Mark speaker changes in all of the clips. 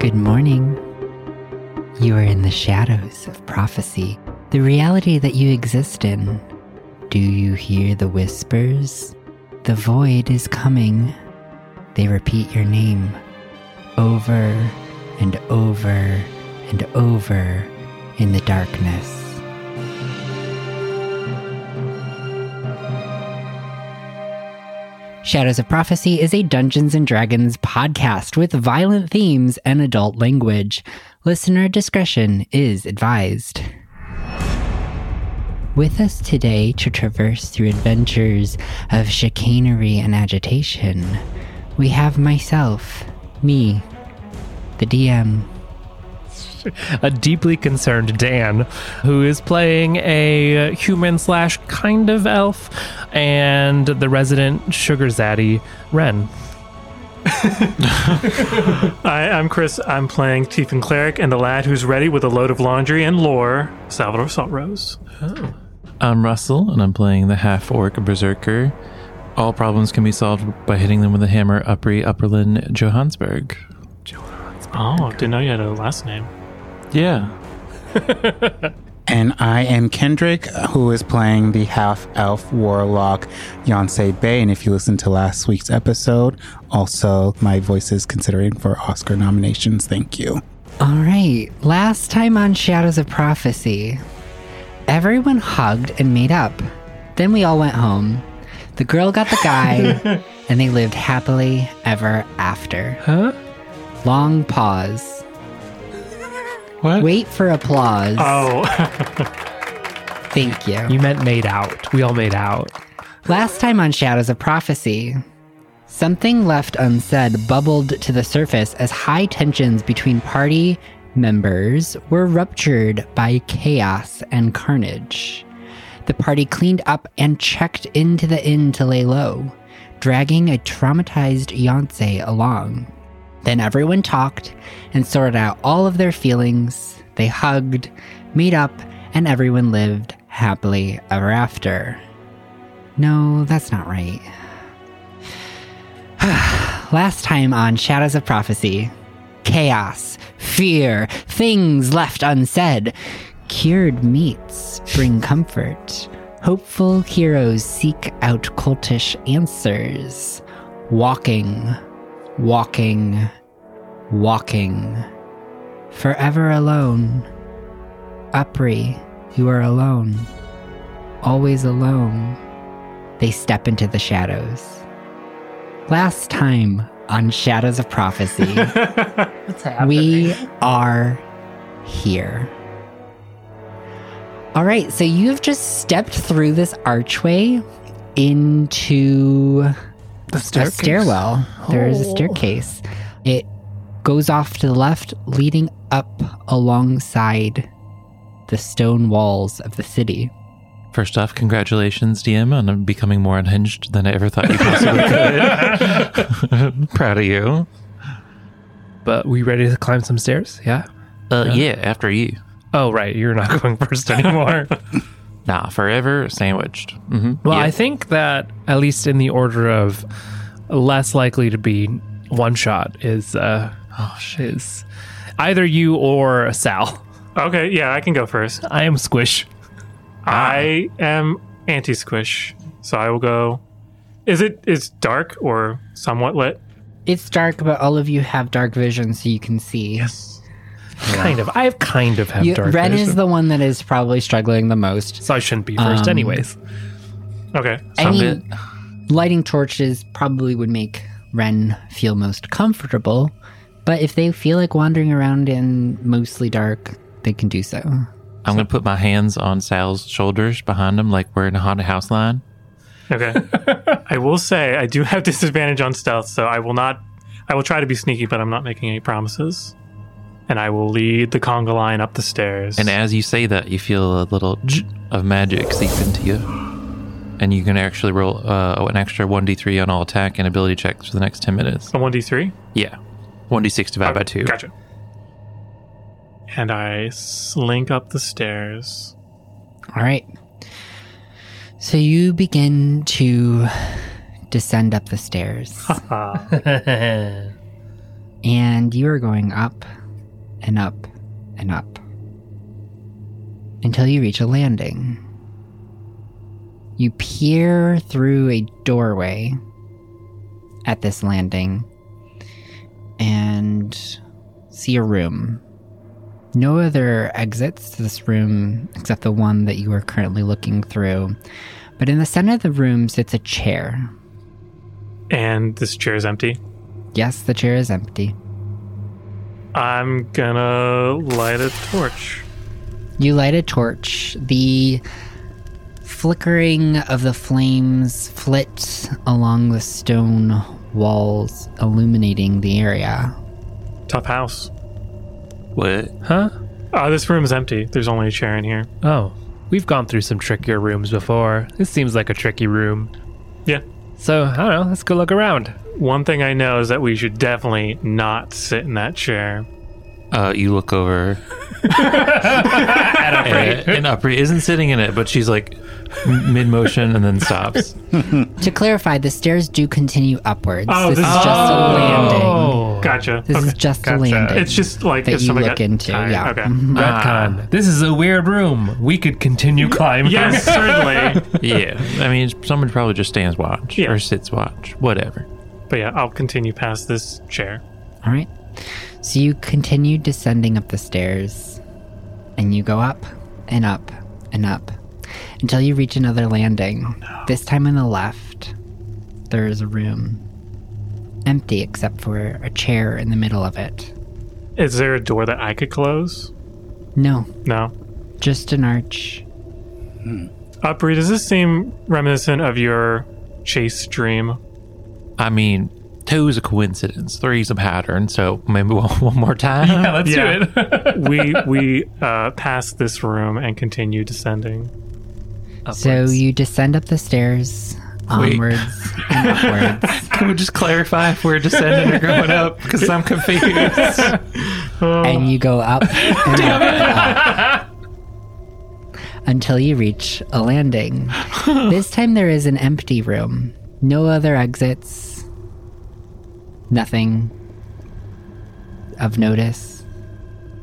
Speaker 1: Good morning. You are in the shadows of prophecy, the reality that you exist in. Do you hear the whispers? The void is coming. They repeat your name over and over and over in the darkness. Shadows of Prophecy is a Dungeons and Dragons podcast with violent themes and adult language. Listener discretion is advised. With us today to traverse through adventures of chicanery and agitation, we have myself, me, the DM,
Speaker 2: a deeply concerned Dan, who is playing a human slash kind of elf, and the resident sugar zaddy Ren.
Speaker 3: Hi, I'm Chris. I'm playing Tiefin Cleric and the lad who's ready with a load of laundry and lore, Salvador Saltrose.
Speaker 4: I'm Russell, and I'm playing the half orc berserker. All problems can be solved by hitting them with a hammer, Upri Upperlin Johannesburg.
Speaker 3: Oh, didn't know you had a last name.
Speaker 4: Yeah.
Speaker 5: And I am Kendrick, who is playing the half elf warlock Yonsei Bay. And if you listen to last week's episode, also my voice is considering for Oscar nominations. Thank you.
Speaker 1: All right, last time on Shadows of Prophecy, everyone hugged and made up. Then we all went home. The girl got the guy, and they lived happily ever after. Huh? Long pause.
Speaker 4: What?
Speaker 1: Wait for applause.
Speaker 3: Oh,
Speaker 1: Thank you.
Speaker 2: You meant made out. We all made out.
Speaker 1: Last time on Shadows of Prophecy, something left unsaid bubbled to the surface as high tensions between party members were ruptured by chaos and carnage. The party cleaned up and checked into the inn to lay low, dragging a traumatized Yonsei along. Then everyone talked and sorted out all of their feelings. They hugged, made up, and everyone lived happily ever after. No, that's not right. Last time on Shadows of Prophecy chaos, fear, things left unsaid. Cured meats bring comfort. Hopeful heroes seek out cultish answers. Walking, walking, walking. Forever alone. Upri, you are alone. Always alone they step into the shadows. Last time on Shadows of Prophecy, we are here. All right, so you've just stepped through this archway into
Speaker 4: The
Speaker 1: a stairwell. There is a staircase. It goes off to the left, leading up alongside the stone walls of the city.
Speaker 4: First off, congratulations, DM, on becoming more unhinged than I ever thought you possibly could. Proud of you.
Speaker 2: But we ready to climb some stairs? Yeah.
Speaker 4: Uh, yeah, after you.
Speaker 2: Oh right, you're not going first anymore.
Speaker 4: Nah, forever sandwiched. hmm
Speaker 2: well, I think that at least in the order of less likely to be one shot is uh oh, shit. is either you or Sal.
Speaker 3: okay. Yeah, I can go first.
Speaker 2: I am Squish.
Speaker 3: I am anti squish, so I will go. Is it is dark or somewhat lit?
Speaker 1: It's dark, but all of you have dark vision, so you can see.
Speaker 2: Kind of. I have kind of have
Speaker 1: You,
Speaker 2: dark
Speaker 1: Ren
Speaker 2: vision.
Speaker 1: is the one that is probably struggling the most.
Speaker 2: so I shouldn't be first,
Speaker 1: Um,
Speaker 2: anyways.
Speaker 3: Okay.
Speaker 1: I mean,
Speaker 4: bit.
Speaker 1: lighting torches probably would make Ren feel most comfortable, but if they feel like wandering around in mostly dark, they can do so.
Speaker 4: I'm going to put my hands on Sal's shoulders behind him like we're in a haunted house line.
Speaker 3: Okay. I will say I do have disadvantage on stealth, so I will not. I will try to be sneaky, but I'm not making any promises. And I will lead the conga line up the stairs.
Speaker 4: And as you say that, you feel a little j- of magic seep into you. And you can actually roll uh, an extra 1d3 on all attack and ability checks for the next 10 minutes.
Speaker 3: a Oh, one d three.
Speaker 4: Yeah. 1d6 divided by 2.
Speaker 3: Gotcha. And I slink up the stairs.
Speaker 1: All right. So you begin to descend up the stairs. And you are going up and up and up until you reach a landing. You peer through a doorway at this landing and see a room. No other exits to this room except the one that you are currently looking through. But in the center of the room sits a chair.
Speaker 3: And this chair is empty.
Speaker 1: Yes, the chair is empty.
Speaker 3: I'm gonna light a torch.
Speaker 1: You light a torch. The flickering of the flames flit along the stone walls, illuminating the area.
Speaker 3: Tough house.
Speaker 4: What?
Speaker 2: Huh?
Speaker 3: Uh, this room is empty. There's only a chair in here.
Speaker 2: Oh, we've gone through some trickier rooms before. This seems like a tricky room.
Speaker 3: Yeah.
Speaker 2: So, I don't know, let's go look around.
Speaker 3: One thing I know is that we should definitely not sit in that chair.
Speaker 4: Uh, you look over.
Speaker 2: At a rate.
Speaker 4: And, and Upri isn't sitting in it, but she's like mid motion and then stops.
Speaker 1: To clarify, the stairs do continue upwards.
Speaker 3: Oh,
Speaker 1: this
Speaker 3: this
Speaker 1: is
Speaker 3: is-
Speaker 1: just a landing.
Speaker 2: Oh,
Speaker 3: Gotcha.
Speaker 1: This is
Speaker 3: Okay.
Speaker 1: just
Speaker 2: gotcha.
Speaker 1: a landing.
Speaker 3: It's just like
Speaker 1: that
Speaker 3: if
Speaker 1: you
Speaker 3: somebody
Speaker 1: look
Speaker 3: got
Speaker 1: into,
Speaker 3: tired.
Speaker 1: yeah.
Speaker 3: Okay.
Speaker 1: Mhm.
Speaker 2: Retcon. this is a weird room. We could continue climbing.
Speaker 3: Yes, certainly.
Speaker 4: Yeah. I mean, someone probably just stands watch
Speaker 3: Yeah.
Speaker 4: or sits watch, whatever.
Speaker 3: But yeah, I'll continue past this chair.
Speaker 1: All right. So you continue descending up the stairs, and you go up and up and up until you reach another landing. This time on the left, there is a room, empty except for a chair in the middle of it.
Speaker 3: Is there a door that I could close?
Speaker 1: No,
Speaker 3: No.
Speaker 1: just an arch.
Speaker 3: Upri, Uh, does this seem reminiscent of your chase dream?
Speaker 4: I mean, two is a coincidence, three is a pattern. So maybe one, one more time.
Speaker 2: Yeah, let's
Speaker 3: Yeah.
Speaker 2: do it.
Speaker 3: we we uh, pass this room and continue descending.
Speaker 1: So you descend up the stairs,
Speaker 4: Wait.
Speaker 1: onwards and upwards.
Speaker 4: Can we just clarify if we're descending or going up? Because I'm confused.
Speaker 1: and you go up and up, and up until you reach a landing. this time there is an empty room. No other exits. Nothing of notice.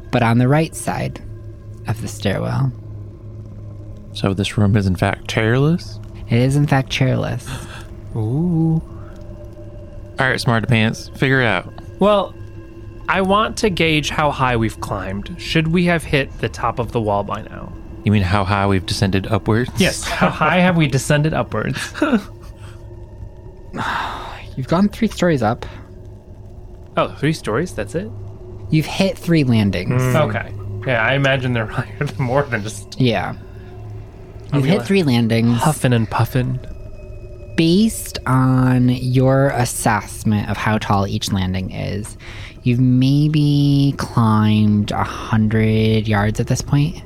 Speaker 1: But on the right side of the stairwell,
Speaker 4: So this room is in fact chairless.
Speaker 1: it is in fact chairless.
Speaker 4: All right, smart pants, figure it out.
Speaker 2: well, I want to gauge how high we've climbed. Should we have hit the top of the wall by now?
Speaker 4: You mean how high we've descended upwards?
Speaker 2: How high have we descended upwards?
Speaker 1: You've gone three stories up.
Speaker 2: Oh, three stories? That's it?
Speaker 1: You've hit three landings.
Speaker 2: Okay. Yeah, I imagine they're higher than more than just
Speaker 1: Yeah. You've hit three landings.
Speaker 2: puffing and puffing.
Speaker 1: based on your assessment of how tall each landing is, you've maybe climbed a hundred yards at this point.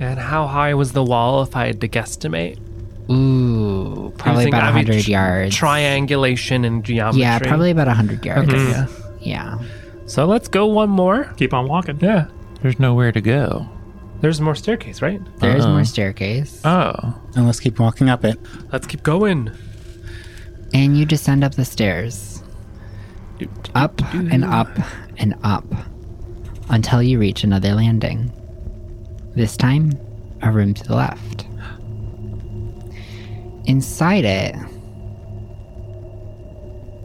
Speaker 2: And how high was the wall if I had to guesstimate?
Speaker 1: Ooh, probably
Speaker 2: Using,
Speaker 1: about a
Speaker 2: I mean,
Speaker 1: hundred
Speaker 2: tr-
Speaker 1: yards.
Speaker 2: Triangulation and geometry.
Speaker 1: yeah, probably about a hundred yards.
Speaker 2: Yeah.
Speaker 1: Yeah.
Speaker 2: So let's go one more.
Speaker 3: Keep on walking.
Speaker 2: Yeah.
Speaker 4: There's nowhere to go.
Speaker 2: There's more staircase, right?
Speaker 1: There is
Speaker 4: Uh-oh.
Speaker 1: more staircase.
Speaker 4: Oh,
Speaker 5: And let's keep walking up it.
Speaker 2: Let's keep going.
Speaker 1: And you descend up the stairs. Up and up and up until you reach another landing. This time, a room to the left. Inside it,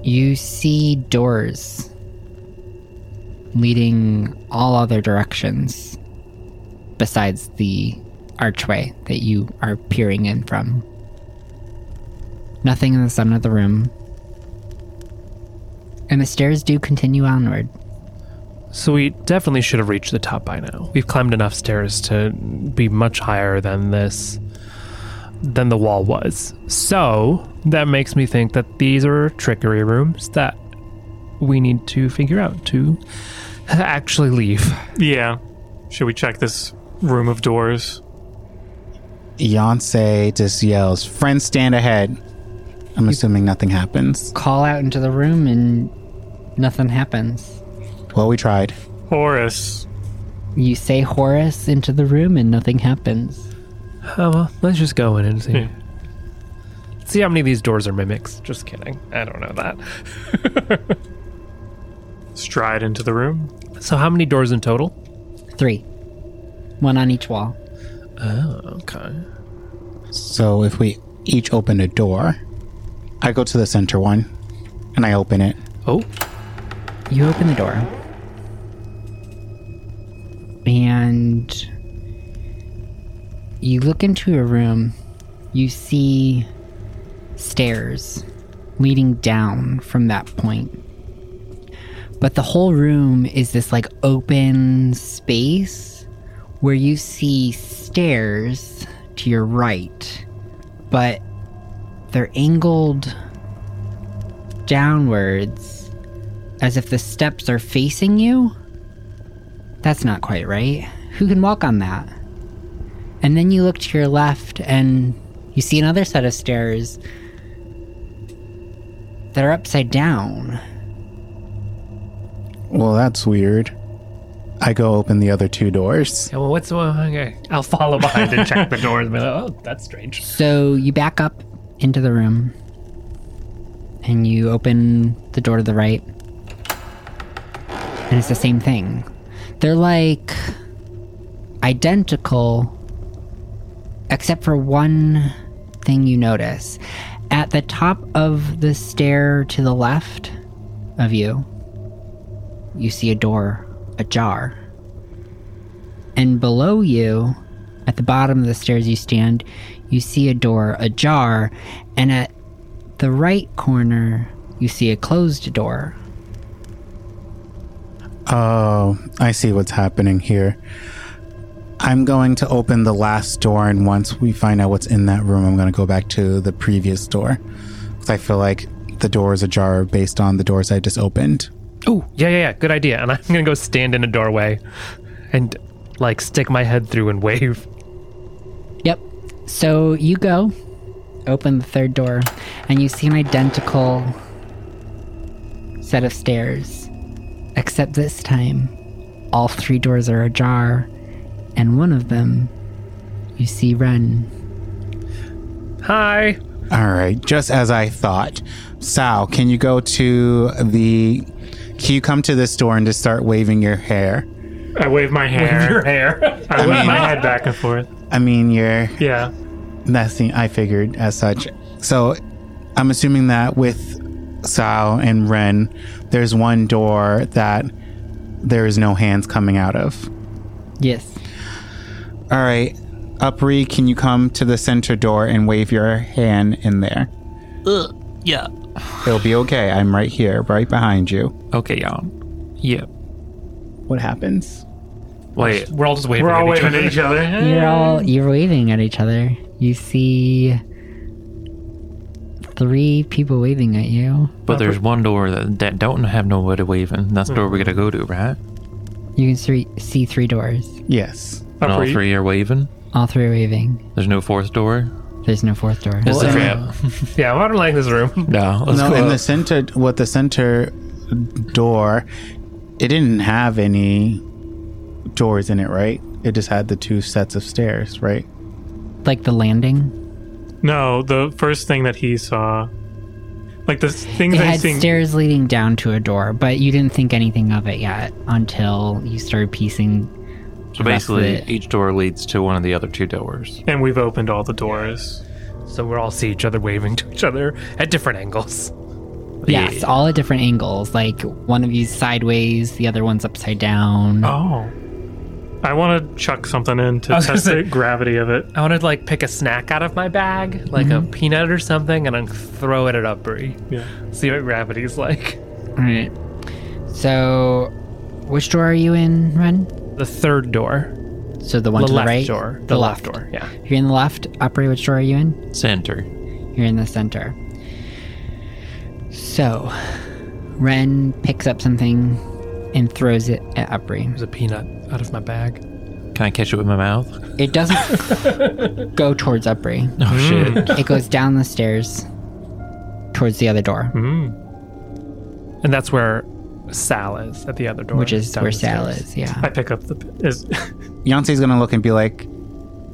Speaker 1: you see doors leading all other directions besides the archway that you are peering in from. Nothing in the center of the room. And the stairs do continue onward.
Speaker 2: So we definitely should have reached the top by now. We've climbed enough stairs to be much higher than this than the wall was. So that makes me think that these are trickery rooms that we need to figure out to actually leave.
Speaker 3: Yeah. Should we check this room of doors?
Speaker 5: Yonsei just yells, Friends stand ahead. I'm assuming nothing happens.
Speaker 1: Call out into the room and nothing happens.
Speaker 5: Well, we tried.
Speaker 3: Horus.
Speaker 1: You say Horace into the room and nothing happens.
Speaker 2: Oh well, let's just go in and see.
Speaker 3: Yeah.
Speaker 2: See how many of these doors are mimics. Just kidding. I don't know that.
Speaker 3: stride into the room.
Speaker 2: So, how many doors in total?
Speaker 1: Three. One on each wall.
Speaker 2: Oh, okay.
Speaker 5: So if we each open a door, I go to the center one and I open it.
Speaker 2: Oh,
Speaker 1: You open the door. And you look into a room. You see stairs leading down from that point. But the whole room is this like open space where you see stairs to your right, but they're angled downwards as if the steps are facing you? That's not quite right. Who can walk on that? And then you look to your left and you see another set of stairs that are upside down.
Speaker 5: Well, that's weird. I go open the other two doors.
Speaker 2: yeah, well, what's the okay? I'll follow behind and check the doors. and be like, oh, that's strange.
Speaker 1: So you back up into the room and you open the door to the right. And it's the same thing. They're like identical, except for one thing you notice. At the top of the stair to the left of you, you see a door ajar. And below you, at the bottom of the stairs you stand, you see a door ajar, and at the right corner, you see a closed door.
Speaker 5: Oh, I see what's happening here. I'm going to open the last door, and once we find out what's in that room, I'm going to go back to the previous door. 'Cause I feel like the door is ajar based on the doors I just opened.
Speaker 2: Oh, yeah, yeah, yeah. Good idea. And I'm gonna go stand in a doorway, and like stick my head through and wave.
Speaker 1: Yep. So you go, open the third door, and you see an identical set of stairs. Except this time, all three doors are ajar, and one of them, you see Ren.
Speaker 2: Hi.
Speaker 5: All right, just as I thought. Sal, can you go to the. Can you come to this door and just start waving your hair?
Speaker 3: I wave my hair.
Speaker 2: hair.
Speaker 3: I wave my head back and forth.
Speaker 5: I mean, your
Speaker 3: Yeah.
Speaker 5: That's the I figured as such. So I'm assuming that with Sao and Ren, there's one door that there is no hands coming out of.
Speaker 1: Yes.
Speaker 5: All right, Upri, can you come to the center door and wave your hand in there?
Speaker 4: Yeah.
Speaker 5: It'll be okay. I'm right here, right behind you.
Speaker 4: Okay, yeah. Yeah.
Speaker 5: What happens?
Speaker 4: Wait.
Speaker 2: We're all just waving.
Speaker 3: We're all
Speaker 2: at each
Speaker 3: waving at
Speaker 2: other.
Speaker 3: each other.
Speaker 1: You're all you're waving at each other. You see three people waving at you.
Speaker 4: But there's one door that, that don't have no way to wave in. That's the door we gotta go to, right?
Speaker 1: You can see see three doors.
Speaker 5: Yes.
Speaker 4: And all
Speaker 3: Upper-
Speaker 4: three are waving.
Speaker 1: All three are waving.
Speaker 4: There's no fourth door.
Speaker 1: There's no fourth door. Um,
Speaker 4: It's a
Speaker 5: Well,
Speaker 4: trap.
Speaker 2: Yeah, I don't like this room.
Speaker 4: No, let's
Speaker 5: no,
Speaker 4: go
Speaker 5: in
Speaker 4: up.
Speaker 5: the center, what the center door, it didn't have any doors in it, right? It just had the two sets of stairs, right?
Speaker 1: Like the landing.
Speaker 3: No, the first thing that he saw, like the s- things
Speaker 1: It
Speaker 3: I
Speaker 1: had
Speaker 3: seen.
Speaker 1: stairs leading down to a door, but you didn't think anything of it yet until you started piecing.
Speaker 4: So basically,
Speaker 1: That's it.
Speaker 4: each door leads to one of the other two doors.
Speaker 3: and we've opened all the doors.
Speaker 2: So we're all see each other waving to each other at different angles.
Speaker 1: Yes, all at different angles. Like one of you's sideways, the other one's upside down.
Speaker 3: Oh. I want to chuck something in to
Speaker 2: I was gonna
Speaker 3: test
Speaker 2: say-
Speaker 3: the gravity of it.
Speaker 2: I want to like pick a snack out of my bag, like a peanut or something, and then throw it at Upri.
Speaker 3: Yeah.
Speaker 2: See what gravity's like.
Speaker 1: All right. So, which door are you in, Ren?
Speaker 2: The third door,
Speaker 1: So the one
Speaker 2: the
Speaker 1: to
Speaker 2: left
Speaker 1: the right,
Speaker 2: door,
Speaker 1: the,
Speaker 2: the
Speaker 1: left.
Speaker 2: left door. Yeah.
Speaker 1: You're in the left. Upper, which door are you in?
Speaker 4: Center.
Speaker 1: You're in the center. So, Ren picks up something and throws it at Upri.
Speaker 2: There's a peanut out of my bag.
Speaker 4: Can I catch it with my mouth?
Speaker 1: It doesn't go towards Upri.
Speaker 4: Oh shit!
Speaker 1: It goes down the stairs towards the other door,
Speaker 2: Mm-hmm. And that's where Sal is at the other door,
Speaker 1: which is
Speaker 2: down
Speaker 1: where
Speaker 2: the
Speaker 1: Sal
Speaker 2: stairs.
Speaker 1: is. Yeah.
Speaker 3: I pick up the. Is,
Speaker 5: Yancey's gonna look and be like,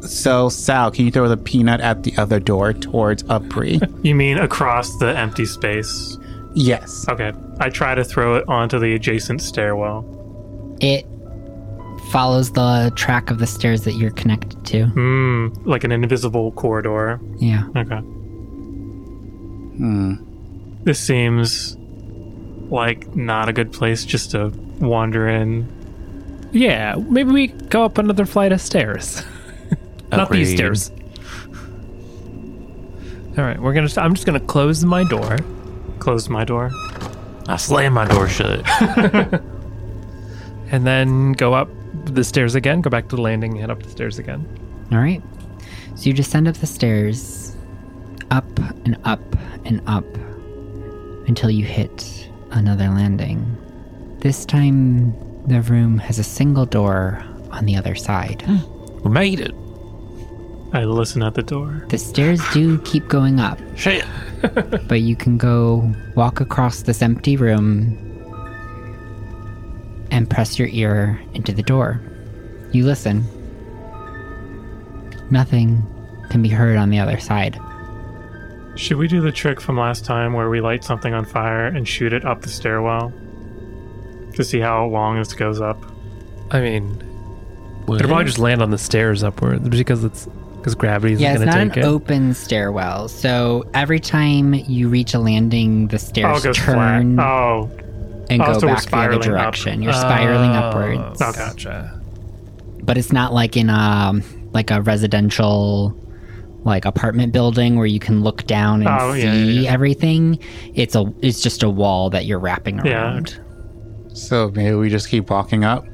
Speaker 5: "So Sal, can you throw the peanut at the other door towards Upri?"
Speaker 3: you mean across the empty space?
Speaker 5: Yes.
Speaker 3: Okay. I try to throw it onto the adjacent stairwell.
Speaker 1: It follows the track of the stairs that you're connected to.
Speaker 2: Mm-hmm.
Speaker 3: Hmm. Like an invisible corridor.
Speaker 1: Yeah.
Speaker 3: Okay. Hmm. This seems like not a good place just to wander in.
Speaker 2: Yeah, maybe we go up another flight of stairs. Not these
Speaker 4: Agreed.
Speaker 2: stairs. All right, we're gonna. I'm just gonna close my door.
Speaker 3: Close my door.
Speaker 4: I slam my door shut.
Speaker 2: and then go up the stairs again, go back to the landing, head up the stairs again.
Speaker 1: All right. So you descend up the stairs, up and up and up, until you hit another landing. This time, the room has a single door on the other side.
Speaker 4: we made it.
Speaker 3: I listen at the door.
Speaker 1: the stairs do keep going up,
Speaker 4: Shit.
Speaker 1: but you can go walk across this empty room and press your ear into the door. You listen. Nothing can be heard on the other side.
Speaker 3: Should we do the trick from last time where we light something on fire and shoot it up the stairwell to see how long this goes up?
Speaker 2: I mean, it'll probably just land on the stairs upward because it's because gravity isn't
Speaker 1: Yeah, it's
Speaker 2: gonna
Speaker 1: not an
Speaker 2: take it.
Speaker 1: open stairwell. So every time you reach a landing, the
Speaker 3: Oh,
Speaker 1: stairs
Speaker 3: it goes
Speaker 1: turn
Speaker 3: flat. Oh,
Speaker 1: and
Speaker 3: Oh,
Speaker 1: go back
Speaker 3: so we're
Speaker 1: the other
Speaker 3: spiraling up.
Speaker 1: direction. You're spiraling
Speaker 2: Oh,
Speaker 1: upwards,
Speaker 3: Okay.
Speaker 2: Gotcha.
Speaker 1: but it's not like in a like a residential like apartment building where you can look down and
Speaker 3: Oh,
Speaker 1: see
Speaker 3: yeah, yeah, yeah.
Speaker 1: everything. It's a it's just a wall that you're wrapping
Speaker 3: Yeah.
Speaker 1: around.
Speaker 5: So maybe we just keep walking up.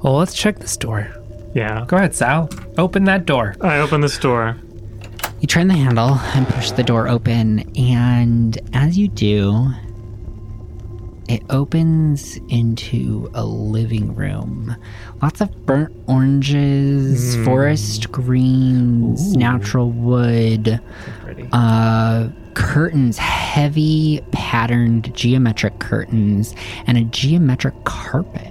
Speaker 2: Well, let's check this door.
Speaker 3: yeah.
Speaker 2: Go ahead, Sal. Open that door.
Speaker 3: I open this door.
Speaker 1: You turn the handle and push the door open, and as you do, it opens into a living room. Lots of burnt oranges, forest greens, natural wood, uh, curtains, heavy patterned geometric curtains, and a geometric carpet.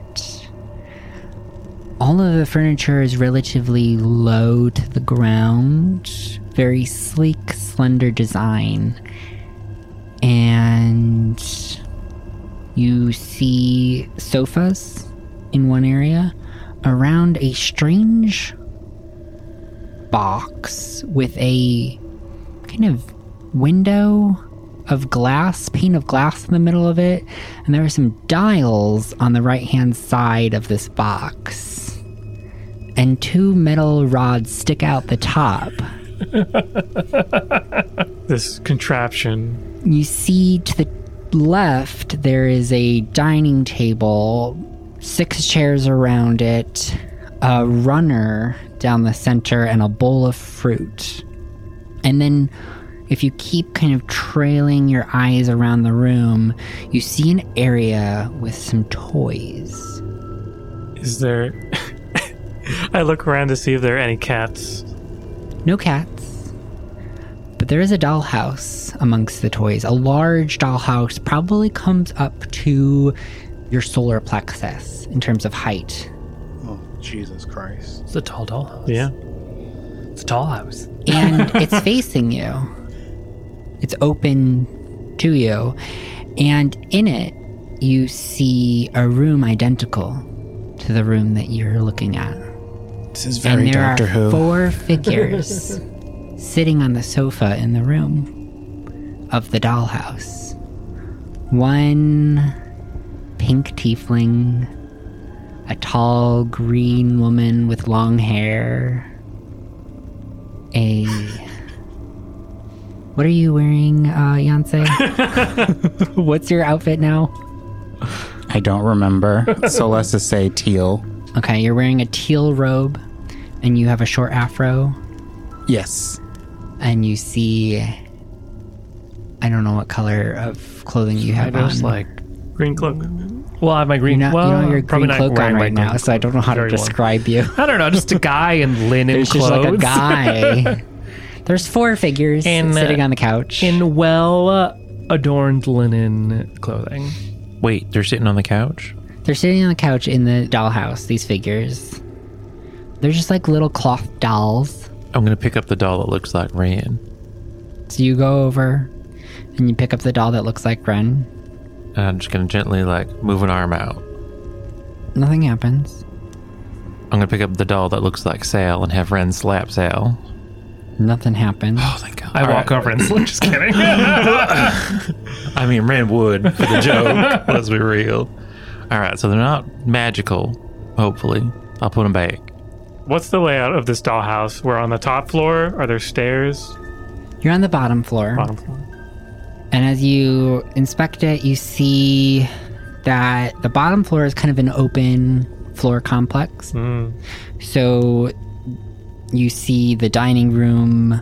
Speaker 1: All of the furniture is relatively low to the ground, very sleek, slender design. And you see sofas in one area around a strange box with a kind of window of glass, pane of glass in the middle of it, and there are some dials on the right hand side of this box. And two metal rods stick out the top.
Speaker 3: This contraption.
Speaker 1: You see to the left, there is a dining table, six chairs around it, a runner down the center, and a bowl of fruit. And then, if you keep kind of trailing your eyes around the room, you see an area with some toys.
Speaker 3: Is there? I look around to see if there are any cats.
Speaker 1: No cats. But there is a dollhouse amongst the toys. A large dollhouse probably comes up to your solar plexus in terms of height.
Speaker 5: Oh, Jesus Christ.
Speaker 2: It's a tall dollhouse.
Speaker 3: Yeah.
Speaker 2: it's a tall house.
Speaker 1: And it's facing you, it's open to you. And in it, you see a room identical to the room that you're looking at.
Speaker 5: This is very
Speaker 1: and there
Speaker 5: Doctor
Speaker 1: are
Speaker 5: Who.
Speaker 1: four figures sitting on the sofa in the room of the dollhouse. One pink tiefling, a tall green woman with long hair, a. What are you wearing, uh, Yancey? What's your outfit now?
Speaker 5: I don't remember. so let's just say teal.
Speaker 1: Okay, you're wearing a teal robe and you have a short afro.
Speaker 5: Yes.
Speaker 1: and you see I don't know what color of clothing you
Speaker 2: I
Speaker 1: have on.
Speaker 2: just like.
Speaker 3: Green cloak.
Speaker 2: Well, I have my
Speaker 1: you
Speaker 2: green.
Speaker 1: know,
Speaker 2: well,
Speaker 1: you don't have your
Speaker 2: probably
Speaker 1: green
Speaker 2: not
Speaker 1: cloak on
Speaker 2: wearing my
Speaker 1: right
Speaker 2: green
Speaker 1: now, so I don't know how to
Speaker 2: Very warm.
Speaker 1: describe you.
Speaker 2: I don't know, just a guy in linen
Speaker 1: It's
Speaker 2: clothes.
Speaker 1: just like a guy. There's four figures
Speaker 2: In, uh,
Speaker 1: sitting on the couch.
Speaker 2: in well adorned linen clothing.
Speaker 4: Wait, they're sitting on the couch.
Speaker 1: They're sitting on the couch in the dollhouse. These figures. They're just like little cloth dolls.
Speaker 4: I'm gonna pick up the doll that looks like Ran.
Speaker 1: So you go over and you pick up the doll that looks like Ren.
Speaker 4: And I'm just gonna gently like move an arm out.
Speaker 1: Nothing happens.
Speaker 4: I'm gonna pick up the doll that looks like Sal and have Ren slap Sal.
Speaker 1: Nothing happens.
Speaker 4: Oh, thank God.
Speaker 2: I walk over and slap. Just kidding.
Speaker 4: I mean, Ren would for the joke. let's be real. All right, so they're not magical. Hopefully, I'll put them back.
Speaker 3: What's the layout of this dollhouse? We're on the top floor. Are there stairs?
Speaker 1: You're on the bottom floor.
Speaker 3: Bottom floor.
Speaker 1: And as you inspect it, you see that the bottom floor is kind of an open floor complex. So you see the dining room,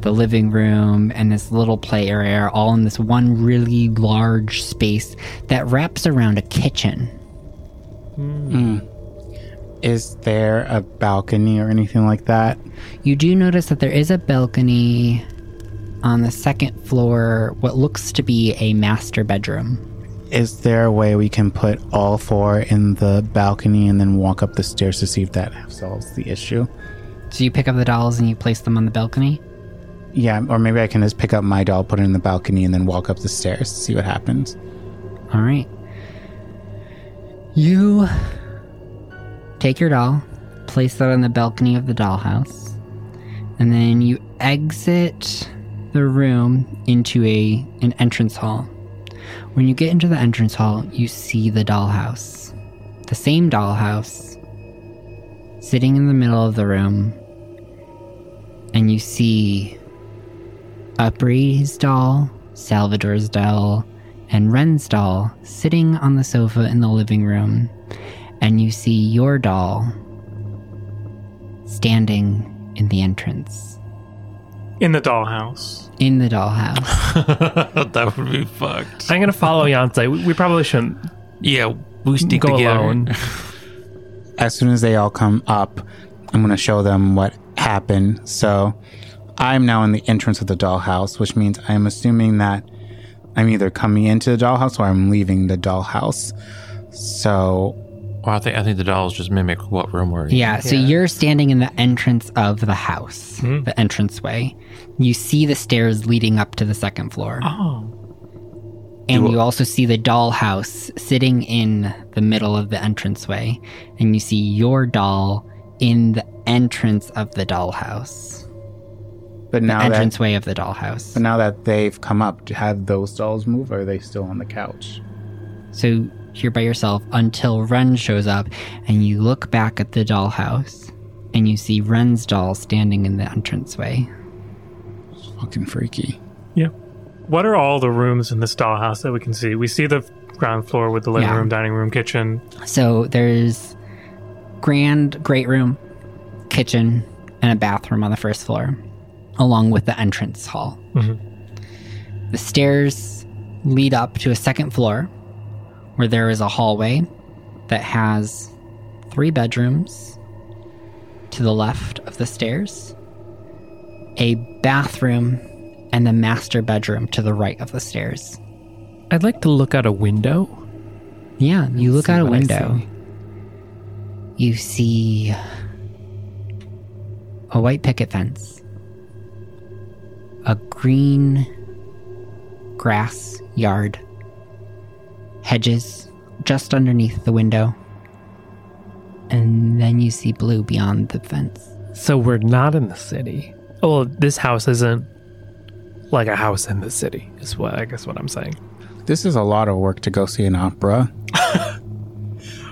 Speaker 1: the living room, and this little play area are all in this one really large space that wraps around a kitchen.
Speaker 5: Is there a balcony or anything like that?
Speaker 1: You do notice that there is a balcony on the second floor, what looks to be a master bedroom.
Speaker 5: Is there a way we can put all four in the balcony and then walk up the stairs to see if that solves the issue?
Speaker 1: So you pick up the dolls and you place them on the balcony.
Speaker 5: Yeah, or maybe I can just pick up my doll, put it in the balcony, and then walk up the stairs to see what happens.
Speaker 1: All right. You take your doll, place that on the balcony of the dollhouse, and then you exit the room into a an entrance hall. When you get into the entrance hall, you see the dollhouse. The same dollhouse sitting in the middle of the room. And you see Upri's doll, Salvador's doll, and Ren's doll sitting on the sofa in the living room, and you see your doll standing in the entrance,
Speaker 3: In the dollhouse.
Speaker 1: in the dollhouse.
Speaker 4: that would be fucked.
Speaker 2: I'm gonna follow Yonsei. We, we probably shouldn't
Speaker 4: Yeah, we stick
Speaker 2: go
Speaker 4: together.
Speaker 2: alone.
Speaker 5: As soon as they all come up, I'm going to show them what happened. So I'm now in the entrance of the dollhouse, which means I'm assuming that I'm either coming into the dollhouse or I'm leaving the dollhouse. So
Speaker 4: Well, I think I think the dolls just mimic what room we're in.
Speaker 1: Yeah, so you're standing in the entrance of the house, the entranceway. You see the stairs leading up to the second floor.
Speaker 3: Oh.
Speaker 1: And you also see the dollhouse sitting in the middle of the entranceway, and you see your doll in the entrance of the dollhouse,
Speaker 5: But now that
Speaker 1: entranceway of the
Speaker 5: but
Speaker 1: dollhouse.
Speaker 5: now that they've come up, have those dolls move? Or are they still on the couch?
Speaker 1: So you're by yourself until Ren shows up, and you look back at the dollhouse, and you see Ren's doll standing in the entranceway.
Speaker 5: Fucking freaky.
Speaker 3: Yeah. What are all the rooms in this dollhouse that we can see? We see the ground floor with the living
Speaker 1: Yeah.
Speaker 3: room, dining room, kitchen.
Speaker 1: So there's grand great room, kitchen, and a bathroom on the first floor, along with the entrance hall. The stairs lead up to a second floor where there is a hallway that has three bedrooms to the left of the stairs, a bathroom, and the master bedroom to the right of the stairs.
Speaker 2: I'd like to look out a window.
Speaker 1: Yeah, you look
Speaker 5: see
Speaker 1: out a
Speaker 5: what I
Speaker 1: window. You see a white picket fence, a green grass yard, hedges just underneath the window, and then you see blue beyond the fence.
Speaker 2: So we're not in the city. Oh, well, this house isn't like a house in the city. Is what I guess what I'm saying.
Speaker 5: This is a lot of work to go see an opera.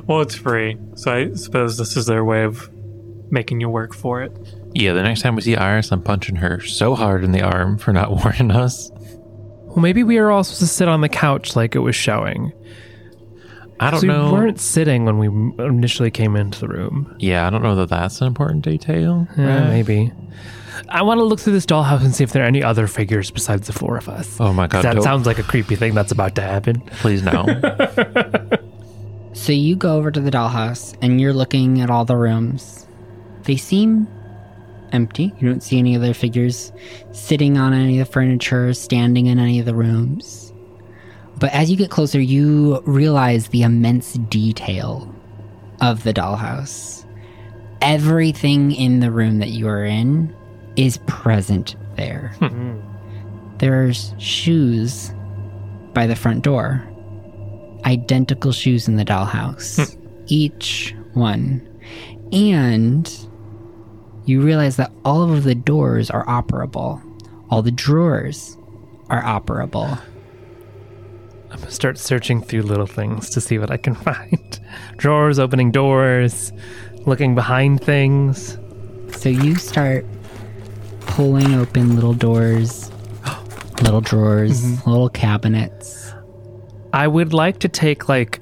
Speaker 3: Well, it's free. So I suppose this is their way of making you work for it.
Speaker 4: Yeah, the next time we see Iris, I'm punching her so hard in the arm for not warning us.
Speaker 2: Well, maybe we were all supposed to sit on the couch like it was showing.
Speaker 4: I don't
Speaker 2: so
Speaker 4: know.
Speaker 2: We weren't sitting when we m- initially came into the room.
Speaker 4: Yeah, I don't know that that's an important detail.
Speaker 2: Yeah,
Speaker 4: right?
Speaker 2: Eh, maybe. I want to look through this dollhouse and see if there are any other figures besides the four of us.
Speaker 4: Oh my God,
Speaker 2: that
Speaker 4: don't-
Speaker 2: sounds like a creepy thing that's about to happen.
Speaker 4: Please no.
Speaker 1: So you go over to the dollhouse and you're looking at all the rooms. They seem empty. You don't see any other figures sitting on any of the furniture, standing in any of the rooms. But as you get closer, you realize the immense detail of the dollhouse. Everything in the room that you are in is present there. There's shoes by the front door. Identical shoes in the
Speaker 2: Hmm.
Speaker 1: dollhouse. Each one. And you realize that all of the doors are operable. All the drawers are operable.
Speaker 2: I'm gonna start searching through little things to see what I can find. Drawers, opening doors, looking behind things.
Speaker 1: So you start pulling open little doors, little drawers,
Speaker 2: Mm-hmm.
Speaker 1: little cabinets.
Speaker 2: I would like to take like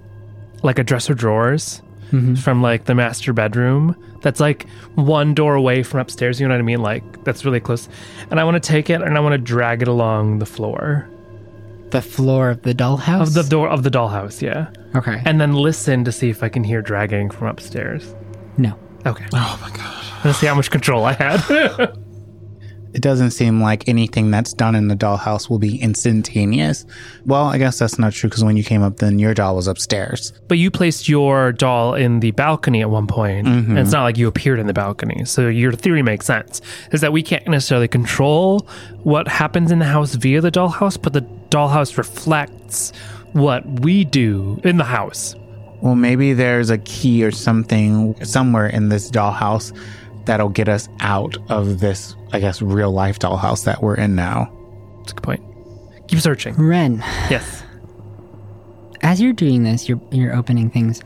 Speaker 2: like a dresser drawers from like the master bedroom that's like one door away from upstairs, you know what I mean? Like that's really close. And I want to take it and I want to drag it along the floor
Speaker 1: The floor of the dollhouse.
Speaker 2: of the door of the dollhouse, yeah.
Speaker 1: okay.
Speaker 2: And then listen to see if I can hear dragging from upstairs.
Speaker 1: no.
Speaker 2: Okay. Oh my god. Let's see how much control I had.
Speaker 5: It doesn't seem like anything that's done in the dollhouse will be instantaneous. Well, I guess that's not true because when you came up, then your doll was upstairs.
Speaker 2: But you placed your doll in the balcony at one point, and it's not like you appeared in the balcony. So your theory makes sense: is that we can't necessarily control what happens in the house via the dollhouse, but the dollhouse reflects what we do in the house.
Speaker 5: Well, maybe there's a key or something somewhere in this dollhouse that'll get us out of this, I guess, real life dollhouse that we're in now.
Speaker 2: That's a good point. Keep searching.
Speaker 1: Ren,
Speaker 2: Yes.
Speaker 1: as you're doing this, you're you're opening things.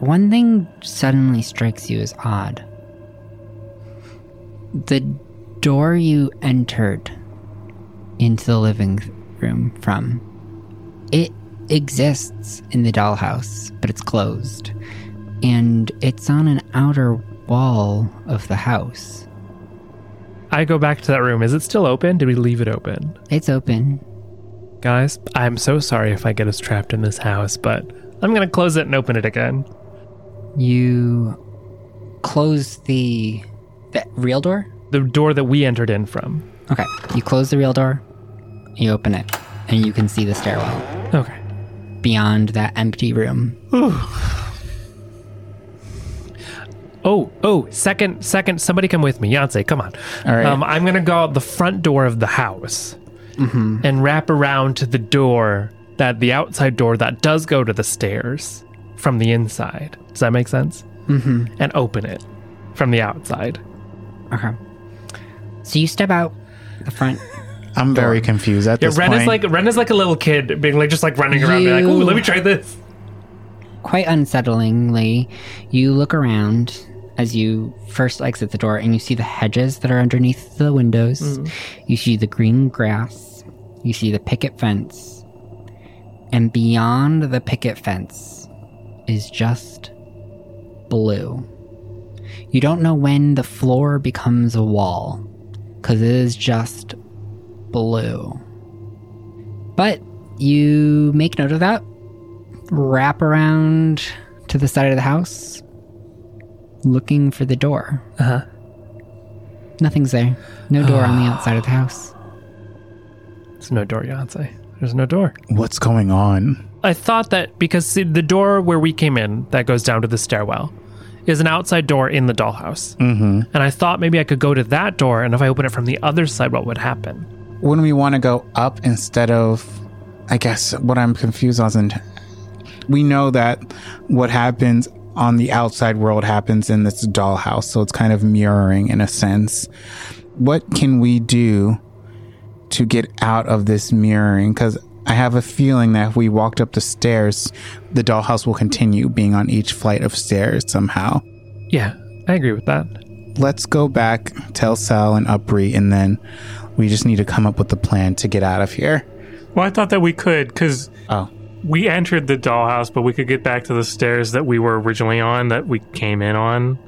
Speaker 1: One thing suddenly strikes you as odd. The door you entered into the living room from it exists in the dollhouse, but it's closed. And it's on an outer wall of the house.
Speaker 2: I go back to that room. Is it still open? Did we leave it open?
Speaker 1: It's open.
Speaker 2: Guys, I'm so sorry if I get us trapped in this house, but I'm going to close it and open it again.
Speaker 1: You close the the real door?
Speaker 2: The door that we entered in from.
Speaker 1: Okay. You close the real door, you open it, and you can see the stairwell
Speaker 2: Okay.
Speaker 1: beyond that empty room.
Speaker 2: Oh, oh, second, second, somebody come with me. Yancey, come on.
Speaker 5: All right.
Speaker 2: Um, I'm going to go out the front door of the house
Speaker 5: Mm-hmm.
Speaker 2: and wrap around to the door that the outside door that does go to the stairs from the inside. Does that make sense? Mm-hmm. And open it from the outside.
Speaker 1: Okay. So you step out the front.
Speaker 5: I'm very confused at
Speaker 2: Yeah,
Speaker 5: this
Speaker 2: Ren
Speaker 5: point.
Speaker 2: is like Ren is like a little kid being like just like running around, being like,
Speaker 1: You-
Speaker 2: "Ooh, let me try this."
Speaker 1: Quite unsettlingly, you look around as you first exit the door and you see the hedges that are underneath the windows. You see the green grass. You see the picket fence. And beyond the picket fence is just blue. You don't know when the floor becomes a wall, because it is just blue. But you make note of that, wrap around to the side of the house, looking for the door. Uh huh. Nothing's there. No door on the outside of the house.
Speaker 2: There's no door, Yancey. There's no door.
Speaker 5: What's going on?
Speaker 2: I thought that because see, the door where we came in that goes down to the stairwell is an outside door in the dollhouse. Mm-hmm. And I thought maybe I could go to that door, and if I open it from the other side, what would happen?
Speaker 5: Wouldn't we want to go up instead of? I guess what I'm confused on is we know that what happens on the outside world happens in this dollhouse, so it's kind of mirroring in a sense. What can we do to get out of this mirroring? Because I have a feeling that if we walked up the stairs, the dollhouse will continue being on each flight of stairs somehow.
Speaker 2: Yeah, I agree with that.
Speaker 5: let's go back, tell Sal and Upri, and then we just need to come up with a plan to get out of here.
Speaker 3: Well, I thought that we could because
Speaker 5: Oh.
Speaker 3: we entered the dollhouse, but we could get back to the stairs that we were originally on, that we came in on.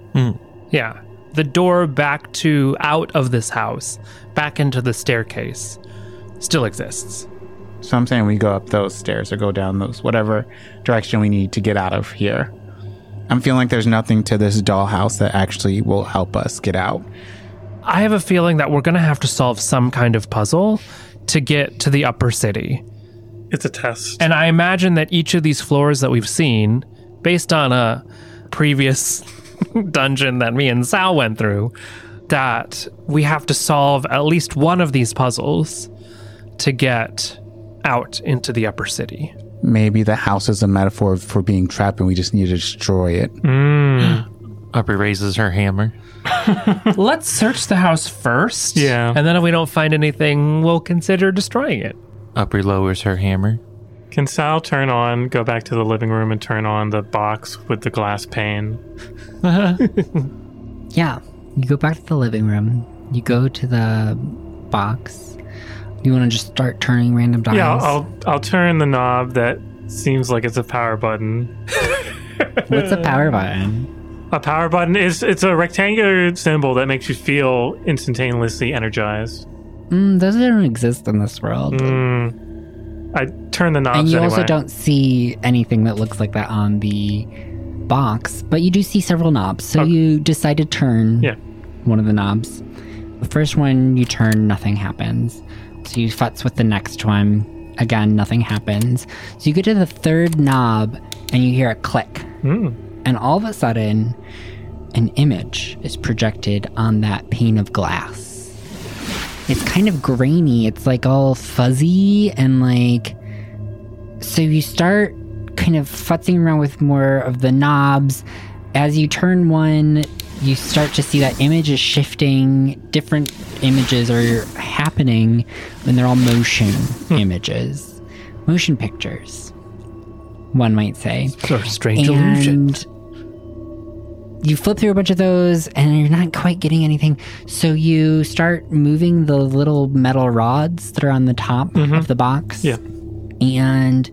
Speaker 2: Yeah. The door back to out of this house, back into the staircase, still exists.
Speaker 5: So I'm saying we go up those stairs or go down those, whatever direction we need to get out of here. I'm feeling like there's nothing to this dollhouse that actually will help us get out.
Speaker 2: I have a feeling that we're going to have to solve some kind of puzzle to get to the upper city.
Speaker 3: It's a test.
Speaker 2: And I imagine that each of these floors that we've seen, based on a previous dungeon that me and Sal went through, that we have to solve at least one of these puzzles to get out into the upper city.
Speaker 5: Maybe the house is a metaphor for being trapped and we just need to destroy it.
Speaker 4: Upper raises her hammer.
Speaker 2: Let's search the house first.
Speaker 3: Yeah.
Speaker 2: And then if we don't find anything, we'll consider destroying it.
Speaker 4: Upper lowers her hammer.
Speaker 3: Can Sal turn on, go back to the living room and turn on the box with the glass pane?
Speaker 1: Yeah. You go back to the living room. You go to the box. You want to just start turning random dials?
Speaker 3: Yeah, I'll, I'll turn the knob that seems like it's a power button.
Speaker 1: What's a power button?
Speaker 3: A power button is it's a rectangular symbol that makes you feel instantaneously energized.
Speaker 1: Mm, those don't exist in this world.
Speaker 3: Mm. I turn the knobs
Speaker 1: and you
Speaker 3: anyway.
Speaker 1: also don't see anything that looks like that on the box, but you do see several knobs. So
Speaker 3: Okay.
Speaker 1: you decide to turn
Speaker 3: Yeah.
Speaker 1: one of the knobs. The first one you turn, nothing happens. So you futz with the next one. Again, nothing happens. So you get to the third knob and you hear a click. And all of a sudden, an image is projected on that pane of glass. It's kind of grainy. It's like all fuzzy and like. So you start kind of futzing around with more of the knobs. As you turn one, you start to see that image is shifting. Different images are happening, and they're all motion images, motion pictures, one might say
Speaker 2: Or strange illusion.
Speaker 1: and you flip through a bunch of those and you're not quite getting anything so you start moving the little metal rods that are on the top
Speaker 2: Mm-hmm.
Speaker 1: of the box
Speaker 3: Yeah.
Speaker 1: and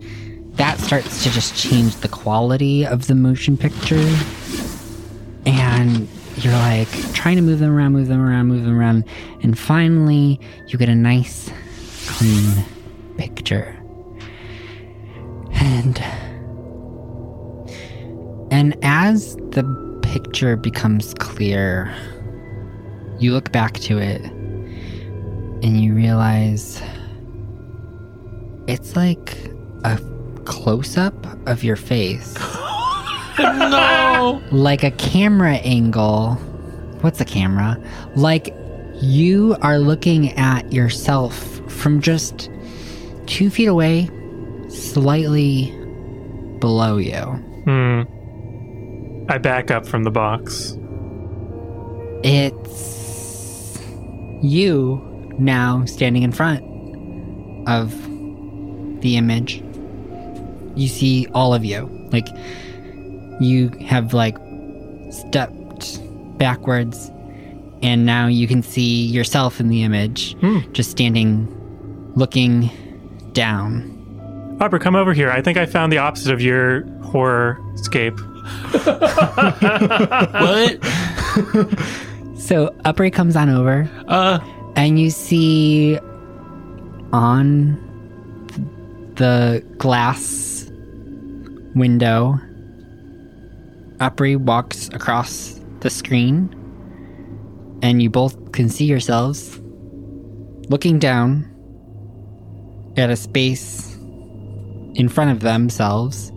Speaker 1: that starts to just change the quality of the motion picture and you're like trying to move them around move them around move them around and finally you get a nice clean picture and and as the picture becomes clear, you look back to it and you realize it's like a close up of your face. no! Like a camera angle. What's a camera? Like you are looking at yourself from just two feet away, slightly below you.
Speaker 3: I back up from the box.
Speaker 1: It's you now standing in front of the image. You see all of you. Like, you have, like, stepped backwards, and now you can see yourself in the image, just standing, looking down.
Speaker 3: Harper, come over here. I think I found the opposite of your horror scape.
Speaker 4: What?
Speaker 1: So, Upri comes on over.
Speaker 4: Uh,
Speaker 1: and you see on the glass window Opry walks across the screen and you both can see yourselves looking down at a space in front of themselves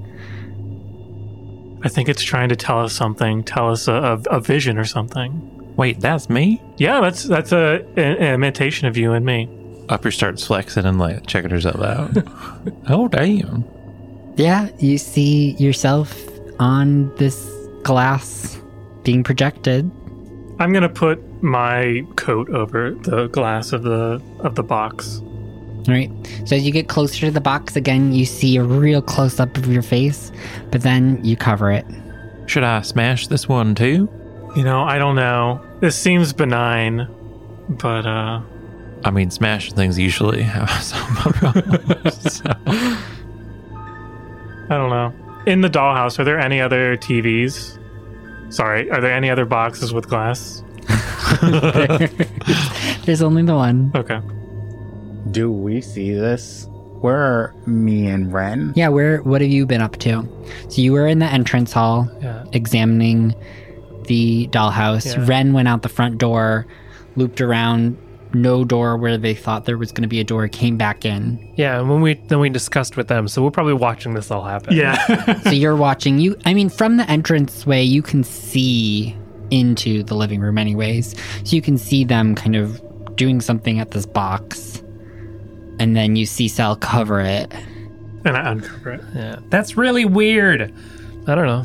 Speaker 3: I think it's trying to tell us something, tell us a, a, a vision or something.
Speaker 4: wait, that's me?
Speaker 3: Yeah, that's that's a, an imitation of you and me.
Speaker 4: Upper starts flexing and like checking herself out. oh, damn.
Speaker 1: Yeah, you see yourself on this glass being projected.
Speaker 3: I'm gonna put my coat over the glass of the of the box.
Speaker 1: All right. So as you get closer to the box again, you see a real close up of your face, but then you cover it.
Speaker 4: Should I smash this one too?
Speaker 3: You know, I don't know. This seems benign, but uh
Speaker 4: I mean, smashing things usually have some problems. so.
Speaker 3: I don't know. In the dollhouse, are there any other TVs? Sorry, are there any other boxes with glass?
Speaker 1: There's only the one.
Speaker 3: Okay.
Speaker 5: Do we see this? Where are me and Ren?
Speaker 1: Yeah, where what have you been up to? So you were in the entrance hall
Speaker 3: Yeah.
Speaker 1: examining the dollhouse.
Speaker 3: Yeah.
Speaker 1: Ren went out the front door, looped around no door where they thought there was going to be a door, came back in.
Speaker 2: Yeah, and when we then we discussed with them, so we're probably watching this all happen.
Speaker 3: Yeah.
Speaker 1: so you're watching you I mean from the entrance way you can see into the living room anyways. So you can see them kind of doing something at this box. and then you see Sal cover it.
Speaker 3: and I uncover it.
Speaker 2: Yeah. That's really weird. I don't know.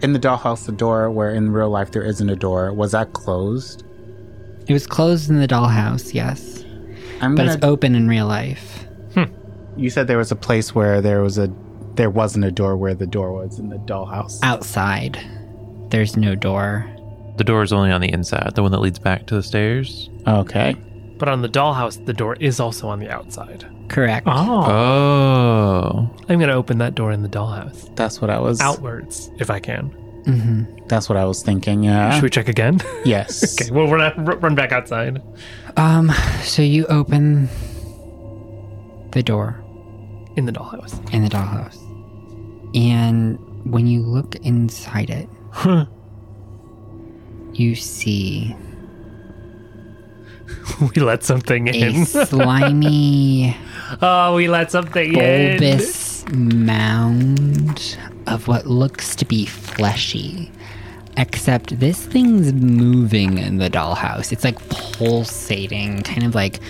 Speaker 5: In the dollhouse, the door where in real life there isn't a door, was that closed?
Speaker 1: It was closed in the dollhouse, yes,
Speaker 5: I'm
Speaker 1: but
Speaker 5: gonna,
Speaker 1: it's open in real life.
Speaker 5: you said there was a place where there was a there wasn't a door where the door was in the dollhouse.
Speaker 1: Outside, there's no door.
Speaker 4: The door is only on the inside, the one that leads back to the stairs.
Speaker 5: Okay.
Speaker 2: But on the dollhouse, the door is also on the outside.
Speaker 1: Correct.
Speaker 2: Uh-huh.
Speaker 3: Oh,
Speaker 4: Oh.
Speaker 2: I'm going to open that door in the dollhouse
Speaker 5: That's what I was
Speaker 2: outwards if I can.
Speaker 5: that's what I was thinking.
Speaker 4: Ah.
Speaker 5: Yeah.
Speaker 2: Should we check again?
Speaker 5: Yes.
Speaker 2: okay, well, we're not r- run back outside.
Speaker 1: Um, so you open the door
Speaker 2: In the dollhouse.
Speaker 1: in the dollhouse, and when you look inside it, you see
Speaker 2: we let something
Speaker 1: a
Speaker 2: in.
Speaker 1: slimy,
Speaker 2: oh, we let something in.
Speaker 1: bulbous mound of what looks to be fleshy. Except this thing's moving in the dollhouse. It's like pulsating, kind of like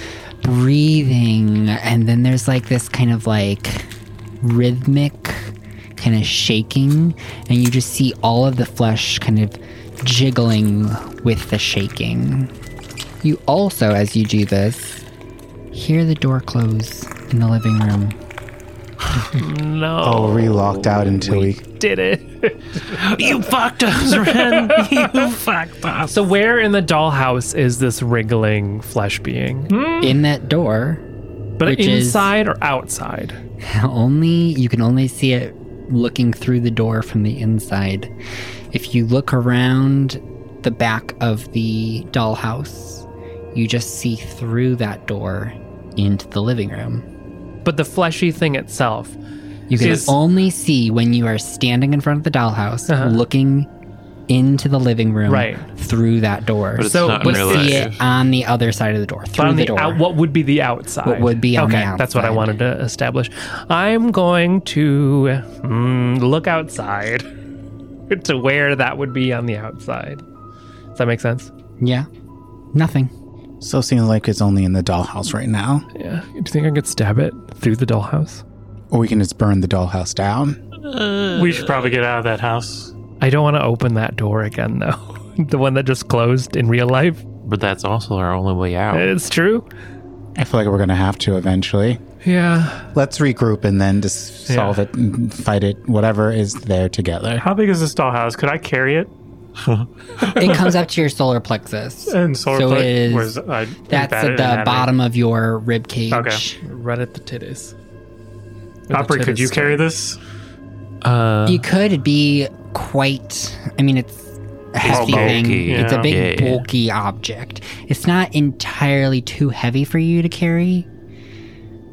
Speaker 1: breathing. And then there's like this kind of like rhythmic kind of shaking. And you just see all of the flesh kind of jiggling with the shaking. You also, as you do this, hear the door close in the living room.
Speaker 2: No.
Speaker 5: Oh, we locked out until we
Speaker 2: Did it.
Speaker 4: You fucked us, Ren. you fucked us.
Speaker 2: so, where in the dollhouse is this wriggling flesh being?
Speaker 4: Hmm?
Speaker 1: In that door,
Speaker 2: But
Speaker 1: Which is-
Speaker 2: inside or outside?
Speaker 1: only you can only see it looking through the door from the inside. If you look around the back of the dollhouse, you just see through that door into the living room.
Speaker 2: But the fleshy thing itself.
Speaker 1: You can
Speaker 2: Is-
Speaker 1: only see when you are standing in front of the dollhouse
Speaker 2: Uh-huh.
Speaker 1: looking into the living room
Speaker 2: Right.
Speaker 1: through that door.
Speaker 4: But it's
Speaker 2: So,
Speaker 4: not in
Speaker 2: but
Speaker 4: real
Speaker 1: see
Speaker 4: life.
Speaker 1: it on the other side of the door,
Speaker 2: But
Speaker 1: through
Speaker 2: on
Speaker 1: the,
Speaker 2: the,
Speaker 1: door.
Speaker 2: out, what would be the outside?
Speaker 1: What would be on
Speaker 2: okay,
Speaker 1: the
Speaker 2: That's what I
Speaker 1: outside.
Speaker 2: wanted to establish. I'm going to mm, look outside to where that would be on the outside. Does that make sense?
Speaker 1: yeah, nothing.
Speaker 5: So it seems like it's only in the dollhouse right now.
Speaker 2: Yeah. Do you think I could stab it through the dollhouse?
Speaker 5: Or we can just burn the dollhouse down.
Speaker 3: we should probably get out of that house.
Speaker 2: I don't want to open that door again, though. the one that just closed in real life.
Speaker 4: But that's also our only way out.
Speaker 2: It's true.
Speaker 5: I feel like we're gonna have to eventually.
Speaker 2: Yeah.
Speaker 5: Let's regroup and then just
Speaker 2: Yeah.
Speaker 5: solve it and fight it, whatever is there together.
Speaker 3: How big is this dollhouse? Could I carry it?
Speaker 1: it comes up to your solar plexus.
Speaker 2: Uh,
Speaker 3: And solar
Speaker 1: so
Speaker 3: plate-
Speaker 1: it is.
Speaker 3: where's- I-
Speaker 1: That's
Speaker 3: bad
Speaker 1: at the
Speaker 3: anatomy.
Speaker 1: bottom of your rib cage.
Speaker 3: Okay.
Speaker 2: Right at the titties.
Speaker 3: Opry, could you carry this?
Speaker 4: Uh,
Speaker 1: You could be quite. I mean, it's a hefty
Speaker 4: bulky,
Speaker 1: thing. It's a
Speaker 3: yeah.
Speaker 1: big,
Speaker 4: Yeah.
Speaker 1: bulky object. It's not entirely too heavy for you to carry,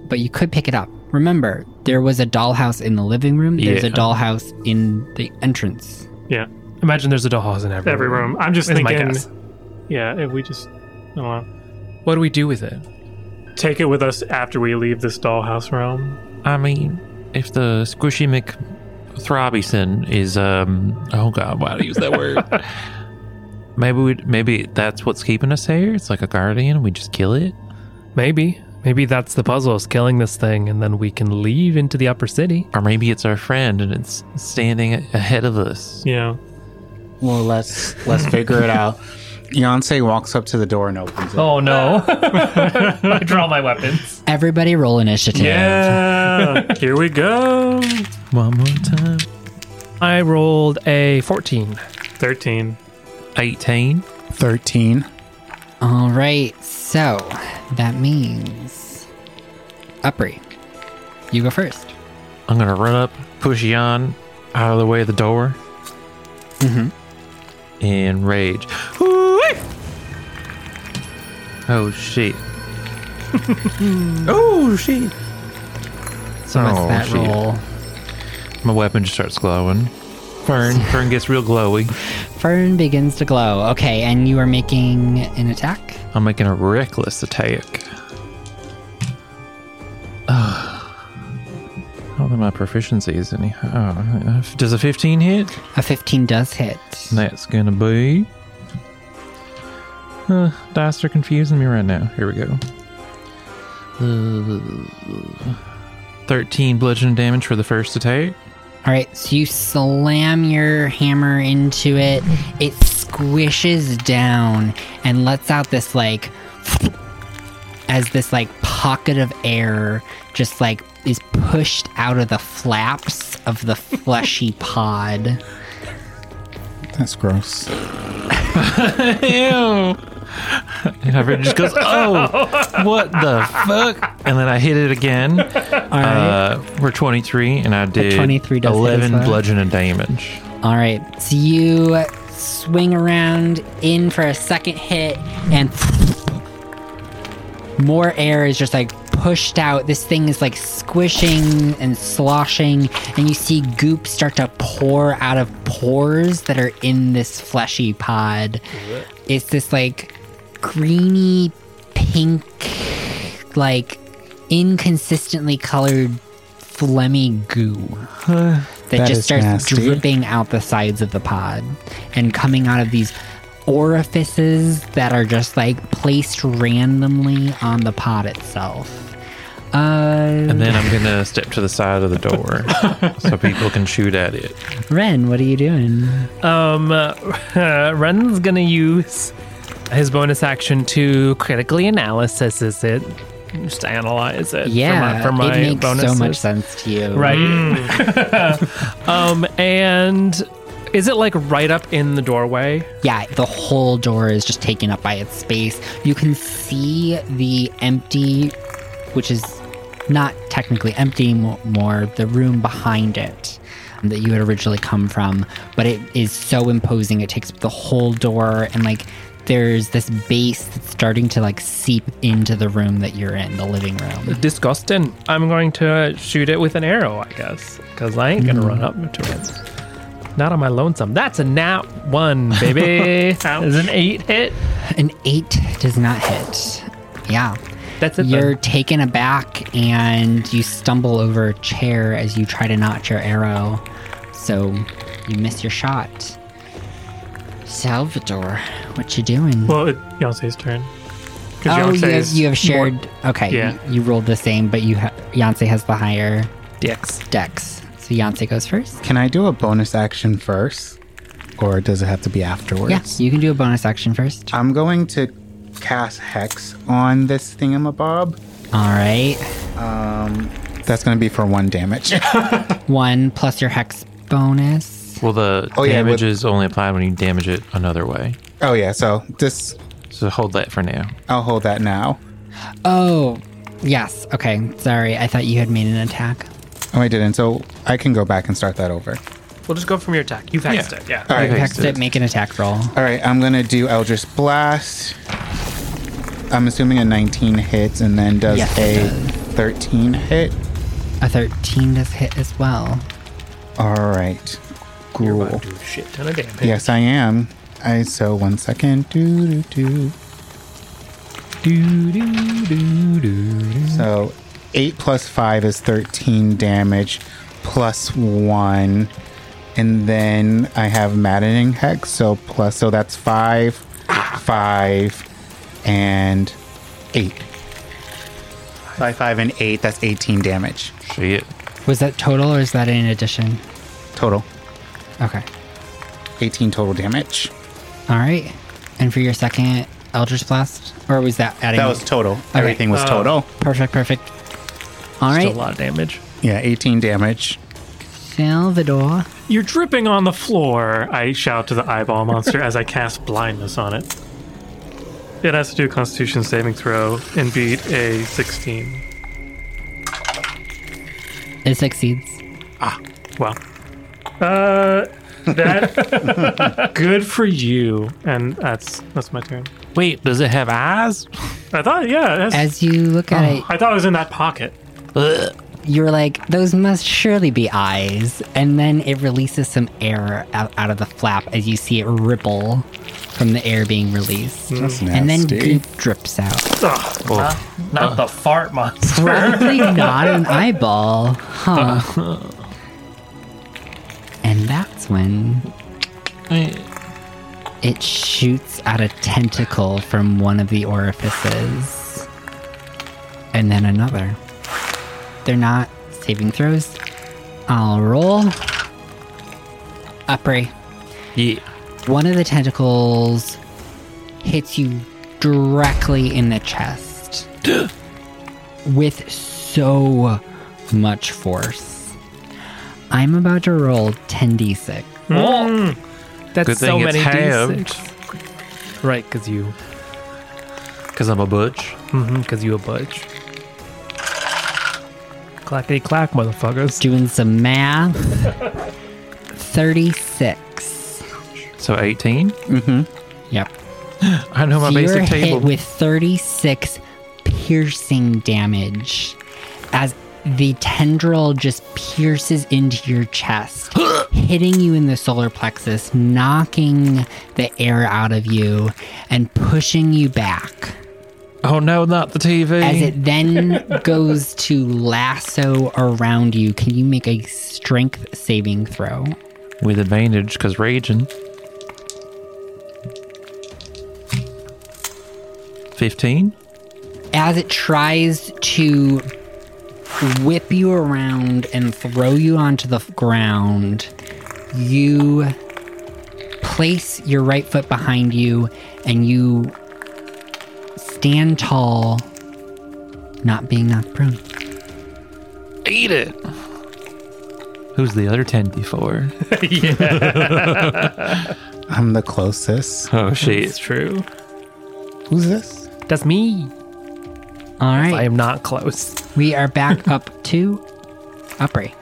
Speaker 1: but you could pick it up. Remember, there was a dollhouse in the living room. There's
Speaker 4: Yeah.
Speaker 1: a dollhouse in the entrance.
Speaker 3: Yeah,
Speaker 2: Imagine there's a dollhouse in every,
Speaker 3: every room. I'm just
Speaker 2: Is my
Speaker 3: thinking.
Speaker 2: guess.
Speaker 3: Yeah, if we just I don't know.
Speaker 2: What do we do with it?
Speaker 3: take it with us after we leave this dollhouse realm.
Speaker 4: I mean, if the squishy Mc Throbbyson is um oh god, why do I use that word? Maybe we maybe that's what's keeping us here. It's like a guardian. We just kill it.
Speaker 2: Maybe. Maybe that's the puzzle is killing this thing and then we can leave into the upper city.
Speaker 4: Or maybe it's our friend and it's standing ahead of us.
Speaker 3: Yeah,
Speaker 5: Well, let's let's figure it out. Yonsei walks up to the door and opens it.
Speaker 2: Oh no. I draw my weapons.
Speaker 1: Everybody, roll initiative.
Speaker 3: yeah. Here we go.
Speaker 4: One more time.
Speaker 2: I rolled a 14.
Speaker 3: Thirteen.
Speaker 4: 18.
Speaker 5: 13.
Speaker 1: All right. So that means, Upri, you go first.
Speaker 4: I'm gonna run up, push Jan out of the way of the door. Mm-hmm. In rage. Hoo-wee! Oh shit. oh shit.
Speaker 1: So what's
Speaker 4: Oh,
Speaker 1: that
Speaker 4: shit.
Speaker 1: roll?
Speaker 4: My weapon just starts glowing. Fern. Fern gets real glowy.
Speaker 1: Fern begins to glow. Okay, and you are making an attack.
Speaker 4: I'm making a reckless attack. I don't think my proficiency is any. Oh, does a 15 hit?
Speaker 1: A 15 does hit.
Speaker 4: That's gonna be. Uh, dice are confusing me right now. Here we go. Uh, Thirteen bludgeoning damage for the first attack.
Speaker 1: All right, so you slam your hammer into it. It squishes down and lets out this like as this like pocket of air just like is pushed out of the flaps of the fleshy pod.
Speaker 5: That's gross.
Speaker 4: Ew. And Everyone just goes, oh, what the fuck? And then I hit it again.
Speaker 1: All right.
Speaker 4: Uh, we're 23, and I did
Speaker 1: 23 does hit as
Speaker 4: 11
Speaker 1: well.
Speaker 4: bludgeoning damage.
Speaker 1: All right. So you swing around in for a second hit, and more air is just like pushed out. This thing is like squishing and sloshing, and you see goop start to pour out of pores that are in this fleshy pod. It's this like greeny pink, like inconsistently colored phlegmy goo that,
Speaker 5: That
Speaker 1: just
Speaker 5: is
Speaker 1: starts
Speaker 5: nasty.
Speaker 1: dripping out the sides of the pod and coming out of these orifices that are just like placed randomly on the pod itself. Uh,
Speaker 4: And then I'm going to step to the side of the door so people can shoot at it.
Speaker 1: Ren, what are you doing?
Speaker 2: Um, uh, Ren's gonna use his bonus action to critically analysis is it, just analyze it. for my-
Speaker 1: Yeah,
Speaker 2: for my,
Speaker 1: it makes so
Speaker 2: bonuses.
Speaker 1: much sense to you.
Speaker 2: Right.
Speaker 4: Mm.
Speaker 2: um, and is it like right up in the doorway?
Speaker 1: Yeah, the whole door is just taken up by its space. You can see the empty, which is not technically empty mo- more, the room behind it um, that you had originally come from, but it is so imposing. It takes up the whole door, and like there's this base that's starting to like seep into the room that you're in, the living room.
Speaker 2: Disgusting. I'm going to uh, shoot it with an arrow, I guess, because I ain't gonna run up to it. Not on my lonesome. That's a nat one, baby. is an eight hit.
Speaker 1: An eight does not hit. Yeah.
Speaker 2: That's it. then.
Speaker 1: You're taken aback and you stumble over a chair as you try to notch your arrow. So you miss your shot. Salvador, what you doing?
Speaker 3: Well, it, Yonsei's turn. 'Cause
Speaker 1: oh,
Speaker 3: Yonsei
Speaker 1: you have,
Speaker 3: is
Speaker 1: you have
Speaker 3: more-
Speaker 1: shared. okay,
Speaker 3: Yeah.
Speaker 1: you, you rolled the same, but you ha- Yancey has the higher
Speaker 2: dicks.
Speaker 1: dex. So Yancey goes first.
Speaker 5: Can I do a bonus action first? Or does it have to be afterwards?
Speaker 1: Yes, you can do a bonus action first.
Speaker 5: I'm going to cast Hex on this thingamabob.
Speaker 1: All right,
Speaker 5: That's going to be for one damage.
Speaker 1: one plus your hex bonus.
Speaker 4: Well, the
Speaker 5: Oh, yeah,
Speaker 4: damage
Speaker 5: with-
Speaker 4: is only applied when you damage it another way.
Speaker 5: oh, yeah. So this,
Speaker 4: So hold that for now.
Speaker 5: I'll hold that now.
Speaker 1: Oh, yes. Okay, sorry. I thought you had made an attack.
Speaker 5: Oh, I didn't. So I can go back and start that over.
Speaker 2: We'll just go from your attack. You've hexed it. Yeah.
Speaker 5: All right.
Speaker 4: Okay.
Speaker 1: Hexed it. Make an attack roll.
Speaker 5: All right. I'm going to do Eldritch Blast. I'm assuming a 19 hits and then does
Speaker 1: Yes, it
Speaker 5: a
Speaker 1: does.
Speaker 5: 13 hit.
Speaker 1: A 13 does hit as well.
Speaker 5: All right.
Speaker 2: You're
Speaker 5: Cool.
Speaker 2: about to do a shit ton of damage.
Speaker 5: Yes, I am. I so one second. Do do do.
Speaker 2: Do, do, do, do.
Speaker 5: So eight plus five is thirteen damage, plus one, and then I have maddening hex. So plus, so that's five, five, and eight. Five, five, and eight. That's eighteen damage
Speaker 4: Shit.
Speaker 1: Was that total or is that in addition?
Speaker 5: total.
Speaker 1: Okay.
Speaker 5: Eighteen total damage.
Speaker 1: All right. And for your second Eldritch Blast? Or was that adding?
Speaker 5: That was total. Everything was
Speaker 2: Oh.
Speaker 5: total.
Speaker 1: perfect, perfect. All
Speaker 2: Still a
Speaker 1: right.
Speaker 2: lot of damage.
Speaker 5: Yeah, eighteen damage.
Speaker 1: Salvador.
Speaker 3: You're dripping on the floor, I shout to the eyeball monster as I cast blindness on it. It has to do a constitution saving throw and beat a 16.
Speaker 1: It succeeds.
Speaker 3: Wow. Uh, that. good for you. And that's that's my turn.
Speaker 4: Wait, does it have eyes?
Speaker 3: I thought, yeah. it has-
Speaker 1: As you look at it,
Speaker 3: I thought it was in that pocket.
Speaker 4: Ugh.
Speaker 1: you're like, those must surely be eyes. And then it releases some air out, out of the flap as you see it ripple from the air being released. And then
Speaker 5: Nasty.
Speaker 1: goop drips out.
Speaker 3: Ugh.
Speaker 2: Not the fart monster.
Speaker 1: Probably not an eyeball, huh? and that's when it shoots out a tentacle from one of the orifices. and then another. They're not saving throws. I'll roll. Upray.
Speaker 4: Yeah.
Speaker 1: One of the tentacles hits you directly in the chest with so much force. I'm about to roll 10d6.
Speaker 2: Hmm. That's
Speaker 4: Good
Speaker 2: so
Speaker 4: thing it's
Speaker 2: many
Speaker 4: halved.
Speaker 2: d6. Right, because you,
Speaker 4: Because I'm a butch.
Speaker 2: because you a butch. Clackety clack, motherfuckers.
Speaker 1: Doing some math. 36.
Speaker 4: So 18.
Speaker 1: Yep.
Speaker 4: I know my
Speaker 1: So you're
Speaker 4: basic table.
Speaker 1: hit with 36 piercing damage as the tendril just pierces into your chest, hitting you in the solar plexus, knocking the air out of you, and pushing you back.
Speaker 4: oh no, not the TV.
Speaker 1: As it then goes to lasso around you, can you make a strength saving throw?
Speaker 4: with advantage because raging. 15.
Speaker 1: as it tries to whip you around and throw you onto the ground, you place your right foot behind you and you stand tall, not being knocked prone.
Speaker 4: Eat it. Who's the other 10 before?
Speaker 5: I'm the closest.
Speaker 4: Oh, shit.
Speaker 2: It's true.
Speaker 5: Who's this?
Speaker 2: That's me.
Speaker 1: All
Speaker 2: I
Speaker 1: right,
Speaker 2: am not close.
Speaker 1: we are back up to Upray.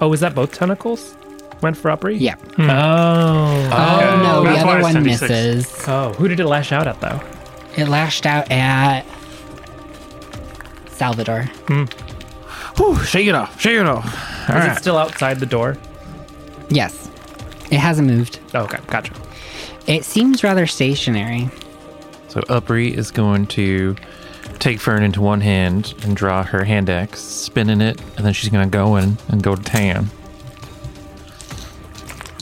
Speaker 2: Oh, is that both tentacles? Went for Opry? Hmm.
Speaker 1: Yeah.
Speaker 2: Oh.
Speaker 1: Oh no, the
Speaker 3: That's why
Speaker 1: other
Speaker 3: it's
Speaker 1: one
Speaker 3: 76.
Speaker 1: misses.
Speaker 2: Oh, who did it lash out at though?
Speaker 1: It lashed out at Salvador.
Speaker 4: Whew, shake it off. Shake it off.
Speaker 2: Is it still outside the door?
Speaker 1: Yes, it hasn't moved.
Speaker 2: Oh, okay, gotcha.
Speaker 1: It seems rather stationary.
Speaker 4: So Upri is going to take Fern into one hand and draw her hand axe, spinning it, and then she's going to go in and go to town.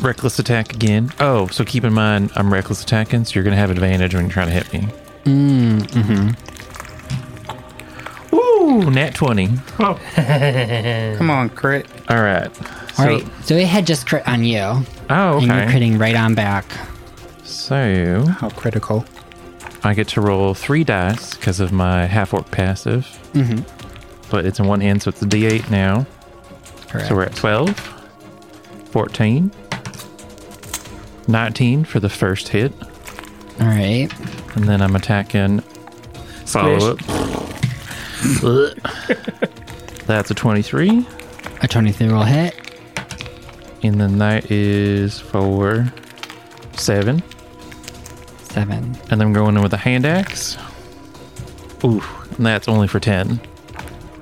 Speaker 4: Reckless attack again. Oh, so keep in mind I'm reckless attacking, so you're going to have advantage when you try to hit me.
Speaker 1: Mm-hmm.
Speaker 4: Ooh, nat 20.
Speaker 5: Come on, crit.
Speaker 4: All right.
Speaker 1: All right, so it had just crit on you,
Speaker 4: Oh,
Speaker 1: and you're
Speaker 4: okay.
Speaker 1: critting right on back.
Speaker 4: So
Speaker 5: How critical.
Speaker 4: I get to roll three dice because of my half orc passive. Mm-hmm. But it's in one hand, so it's a d8 now.
Speaker 1: Correct.
Speaker 4: So we're at 12, 14, 19 for the first hit.
Speaker 1: All right,
Speaker 4: And then I'm attacking. Follow up. That's a 23.
Speaker 1: a 23 will hit.
Speaker 4: And then that is for 7.
Speaker 1: Seven.
Speaker 4: And then I'm going in with a hand axe. Ooh, and that's only for 10.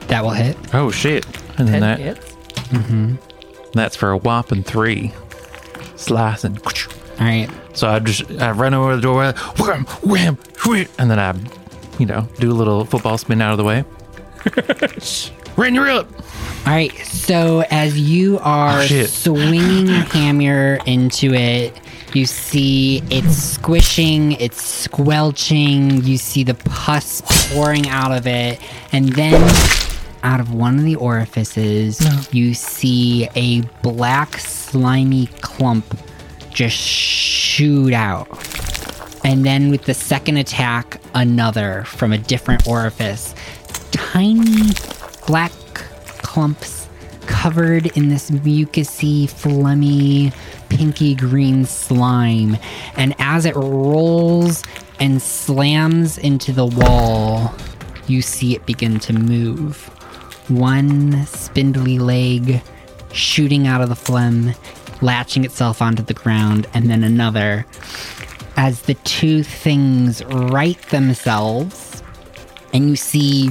Speaker 1: That will hit.
Speaker 4: Oh shit! And then that,
Speaker 2: hits?
Speaker 4: that's for a whopping three, slicing.
Speaker 1: All right.
Speaker 4: So I just I run over to the door, wham, wham, wham, and then I, you know, do a little football spin out of the way. Ren, you're up.
Speaker 1: All right. So as you are
Speaker 4: Oh, shit.
Speaker 1: swinging your hammer into it, you see it's squishing, it's squelching. You see the pus pouring out of it, and then out of one of the orifices, you see a black slimy clump just shoot out. And then with the second attack, another from a different orifice. Tiny black clumps covered in this mucousy, phlegmy, pinky green slime. And as it rolls and slams into the wall, you see it begin to move. One spindly leg shooting out of the phlegm, latching itself onto the ground, and then another as the two things right themselves, and you see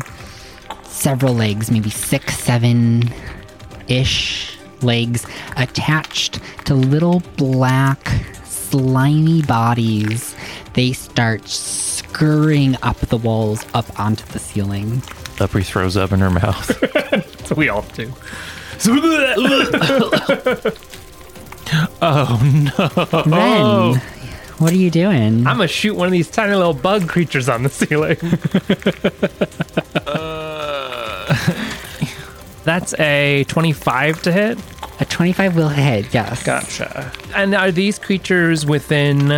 Speaker 1: several legs, maybe six, seven ish legs, attached to little black, slimy bodies. They start scurrying up the walls, up onto the ceiling.
Speaker 4: Upri throws up in her mouth.
Speaker 2: That's what we all do. Oh.
Speaker 1: Ren, what are you doing?
Speaker 2: I'm gonna shoot one of these tiny little bug creatures on the ceiling. Uh. That's a 25 to hit.
Speaker 1: A 25 will hit, yes.
Speaker 2: Gotcha. And are these creatures within?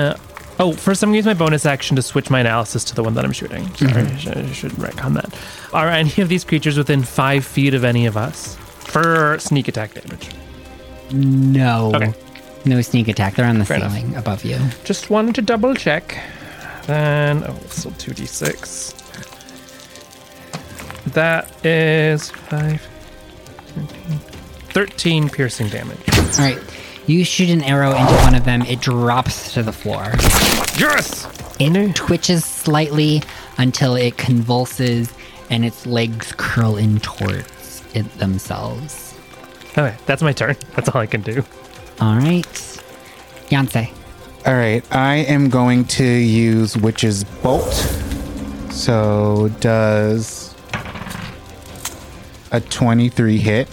Speaker 2: Oh, first I'm going to use my bonus action to switch my analysis to the one that I'm shooting. Sorry, I should- I should retcon that. Are any of these creatures within five feet of any of us for sneak attack damage?
Speaker 1: No.
Speaker 2: Okay.
Speaker 1: No sneak attack. They're on the
Speaker 2: Fair enough.
Speaker 1: ceiling above you.
Speaker 2: Just wanted to double check. Then, oh, still 2d6. That is 5, 13 piercing damage.
Speaker 1: All right. You shoot an arrow into one of them, it drops to the floor.
Speaker 2: Yes!
Speaker 1: It twitches slightly until it convulses and its legs curl in towards it themselves.
Speaker 2: Okay, that's my turn. That's all I can do.
Speaker 1: All right. Yancey.
Speaker 5: All right, I am going to use Witch's Bolt. So does a 23 hit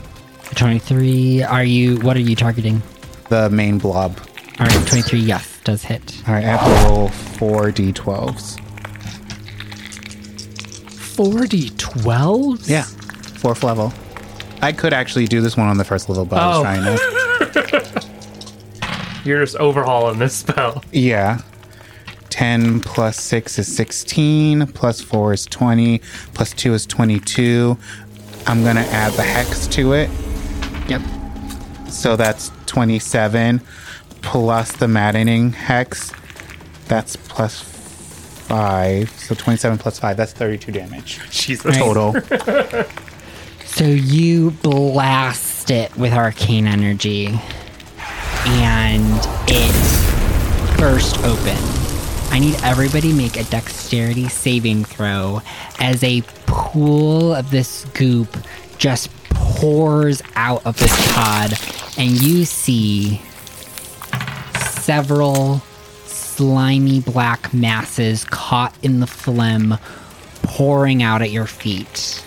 Speaker 1: 23. Are you, what are you targeting?
Speaker 5: the main blob?
Speaker 1: All right. 23, yes, does hit.
Speaker 5: All right, I have to roll four d12s.
Speaker 1: 40, 12?
Speaker 5: Yeah, fourth level. I could actually do this one on the first level, but I was
Speaker 2: Oh.
Speaker 5: trying to.
Speaker 2: You're just overhauling this spell.
Speaker 5: Yeah. 10 plus 6 is 16, plus 4 is 20, plus 2 is 22. I'm going to add the hex to it.
Speaker 1: Yep.
Speaker 5: So that's 27, plus the maddening hex. That's plus 5. So 27 plus 5, that's 32 damage.
Speaker 2: Jesus.
Speaker 5: Total.
Speaker 1: So you blast it with arcane energy, and it burst open. I need everybody make a dexterity saving throw as a pool of this goop just pours out of this pod, and you see several slimy black masses caught in the phlegm pouring out at your feet.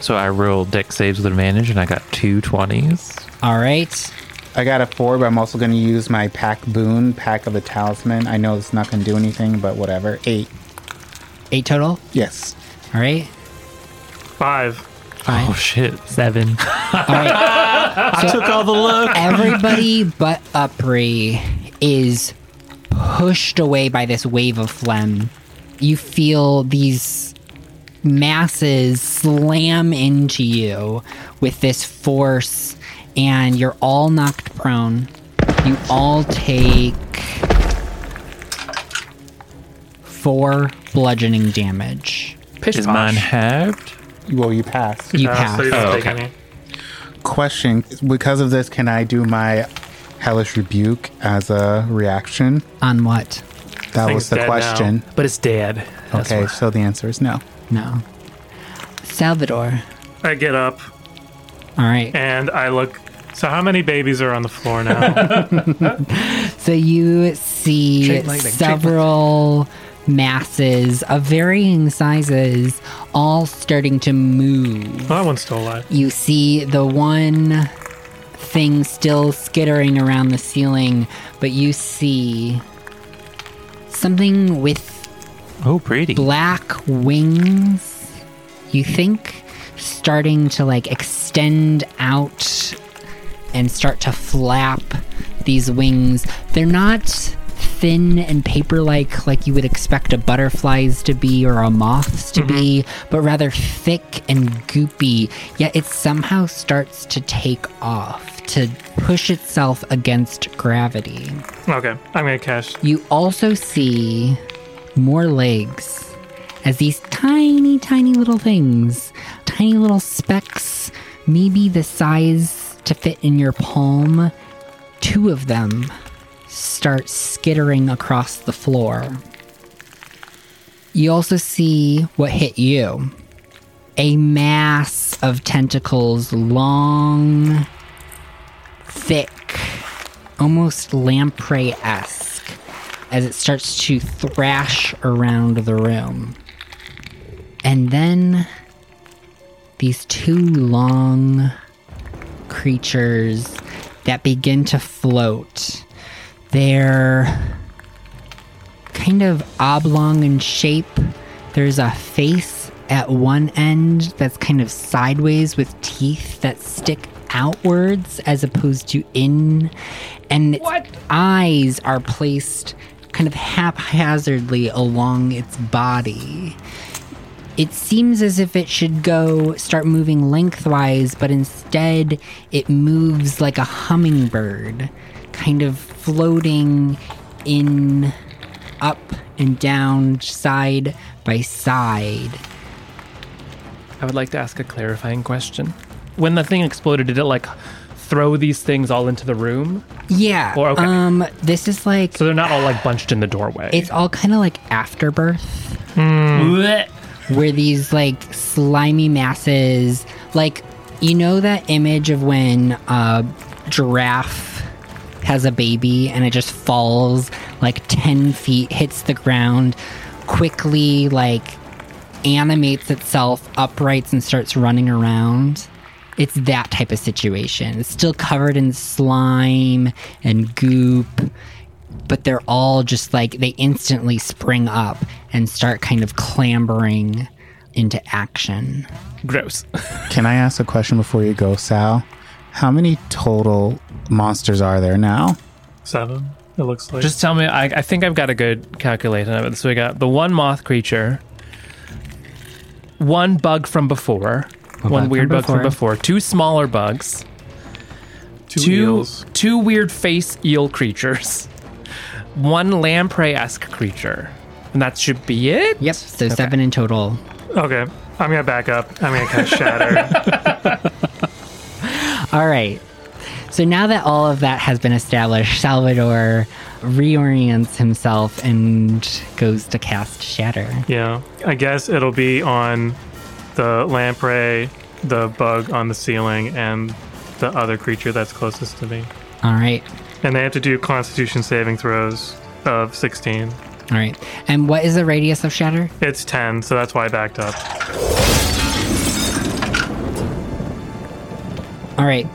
Speaker 4: So I rolled deck saves with advantage and I got two 20s.
Speaker 1: All right.
Speaker 5: I got a 4, but I'm also going to use my pack boon, pack of the talisman. I know it's not going to do anything, but whatever. 8.
Speaker 1: Eight total.
Speaker 5: Yes.
Speaker 1: All right.
Speaker 3: Five.
Speaker 1: Five.
Speaker 4: Oh shit.
Speaker 2: Seven.
Speaker 1: All right.
Speaker 4: Took all the luck.
Speaker 1: Everybody but Upri is pushed away by this wave of phlegm. You feel these masses slam into you with this force, and you're all knocked prone. You all take four bludgeoning damage.
Speaker 2: Pish
Speaker 4: Is
Speaker 2: posh.
Speaker 4: mine halved?
Speaker 5: Well, you passed.
Speaker 1: You
Speaker 3: Uh,
Speaker 1: pass.
Speaker 3: So you don't
Speaker 4: Oh,
Speaker 3: take
Speaker 4: okay.
Speaker 3: any.
Speaker 5: question because of this can i do my hellish rebuke as a reaction
Speaker 1: On what?
Speaker 5: that
Speaker 3: Thing's
Speaker 5: was the
Speaker 3: dead
Speaker 5: question
Speaker 2: But it's dead. That's
Speaker 5: okay
Speaker 2: why.
Speaker 5: so the answer is no
Speaker 1: No. Salvador.
Speaker 3: I get up
Speaker 1: All right.
Speaker 3: and I look. So how many babies are on the floor now?
Speaker 1: So you see
Speaker 2: Chain lightning, chain
Speaker 1: several masses of varying sizes all starting to move.
Speaker 3: well, that one's still alive.
Speaker 1: You see the one thing still skittering around the ceiling, but you see something with
Speaker 4: Oh, pretty.
Speaker 1: black wings you think starting to like extend out and start to flap these wings they're not thin and paper like like you would expect a butterfly's to be or a moth's to be but rather thick and goopy yet it somehow starts to take off to push itself against gravity
Speaker 3: Okay, I'm gonna cast.
Speaker 1: you also see more legs as these tiny, tiny little things, tiny little specks, maybe the size to fit in your palm. Two of them start skittering across the floor. You also see what hit you a mass of tentacles, long, thick, almost lamprey esque, as it starts to thrash around the room. And then these two long creatures that begin to float. They're kind of oblong in shape. There's a face at one end that's kind of sideways with teeth that stick outwards as opposed to in, and its eyes are placed kind of haphazardly along its body. It seems as if it should go start moving lengthwise, but instead it moves like a hummingbird, kind of floating in, up, and down, side by side.
Speaker 2: I would like to ask a clarifying question. When the thing exploded, did it like throw these things all into the room?
Speaker 1: Yeah.
Speaker 2: Or- okay.
Speaker 1: Um. This is like
Speaker 2: So they're not all like bunched in the doorway.
Speaker 1: it's all kind of like afterbirth.
Speaker 2: Blech.
Speaker 1: where these like slimy masses like you know that image of when a giraffe has a baby and it just falls like 10 feet hits the ground quickly like animates itself uprights and starts running around it's that type of situation it's still covered in slime and goop but they're all just like they instantly spring up and start kind of clambering into action.
Speaker 2: gross.
Speaker 5: Can I ask a question before you go, Sal? How many total monsters are there now?
Speaker 3: Seven, it looks like.
Speaker 2: Just tell me. I, I think I've got a good calculation of it. So we got the one moth creature, one bug from before, one
Speaker 1: from
Speaker 2: weird bug from
Speaker 1: before.
Speaker 2: before, two smaller bugs,
Speaker 3: two,
Speaker 2: two
Speaker 3: eels.
Speaker 2: two weird face eel creatures, one lamprey esque creature, and that should be it.
Speaker 1: Yep. So seven in total.
Speaker 3: Okay, I'm gonna back up. I'm gonna cast shatter.
Speaker 1: All right. So now that all of that has been established, Salvador reorients himself and goes to cast Shatter.
Speaker 3: yeah, I guess it'll be on the lamprey, the bug on the ceiling, and the other creature that's closest to me.
Speaker 1: All right.
Speaker 3: And they have to do Constitution saving throws of 16.
Speaker 1: All right. And what is the radius of Shatter?
Speaker 3: It's 10, so that's why I backed up.
Speaker 1: All right.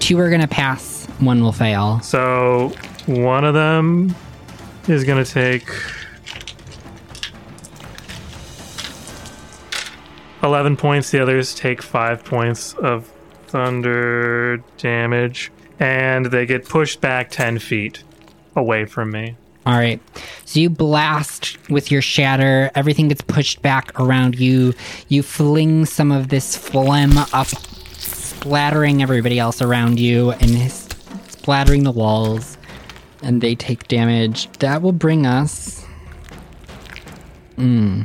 Speaker 1: Two are going to pass, one will fail.
Speaker 3: So one of them is going to take 11 points, the others take 5 points of thunder damage, and they get pushed back 10 feet away from me.
Speaker 1: All right. So you blast with your shatter. Everything gets pushed back around you. You fling some of this phlegm up, splattering everybody else around you and s- splattering the walls. And they take damage. That will bring us mm,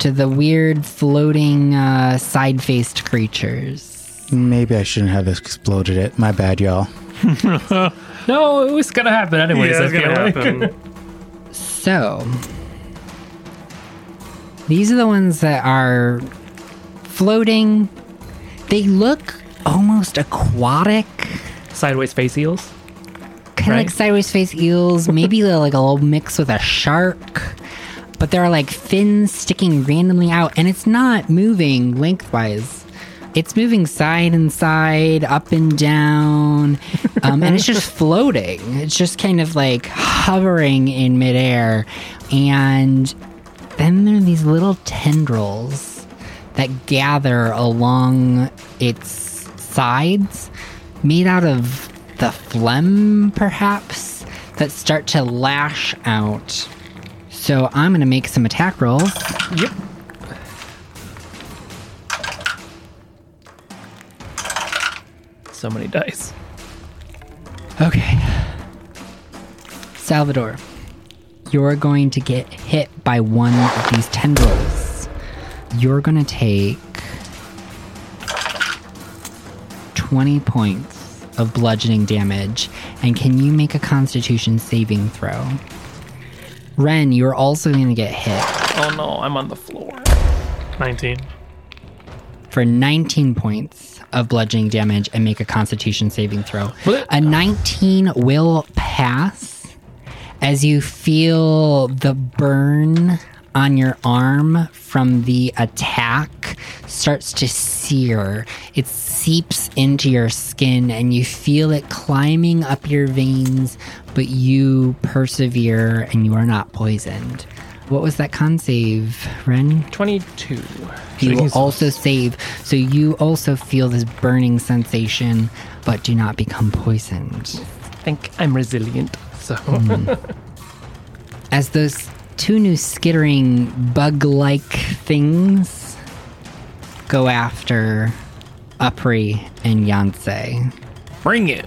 Speaker 1: to the weird floating uh, side faced creatures.
Speaker 5: Maybe I shouldn't have exploded it. My bad, y'all.
Speaker 2: No, it was gonna happen anyways. I
Speaker 3: it's
Speaker 2: feel
Speaker 3: gonna
Speaker 2: like.
Speaker 3: happen.
Speaker 1: So, these are the ones that are floating. They look almost aquatic,
Speaker 2: Sideways face eels.
Speaker 1: kind of like
Speaker 2: Right.
Speaker 1: sideways face eels, maybe they're like a little mix with a shark. But there are like fins sticking randomly out, and it's not moving lengthwise. It's moving side and side, up and down, um, and it's just floating. It's just kind of like hovering in midair. And then there are these little tendrils that gather along its sides, made out of the phlegm, perhaps, that start to lash out. So I'm going to make some attack rolls.
Speaker 2: Yep. So many dice.
Speaker 1: Okay. Salvador, you're going to get hit by one of these tendrils. You're going to take 20 points of bludgeoning damage. And can you make a constitution saving throw? Ren, you're also going to get hit
Speaker 2: Oh no, I'm on the floor.
Speaker 3: 19.
Speaker 1: for 19 points of bludgeoning damage and make a constitution saving throw.
Speaker 2: What?
Speaker 1: A 19 will pass as you feel the burn on your arm from the attack starts to sear. It seeps into your skin and you feel it climbing up your veins, but you persevere and you are not poisoned. What was that con save, Ren?
Speaker 2: 22.
Speaker 1: You will also save, so you also feel this burning sensation, but do not become poisoned.
Speaker 2: think I'm resilient. So
Speaker 1: as those two new skittering bug-like things go after Upri and Yancey.
Speaker 2: bring it.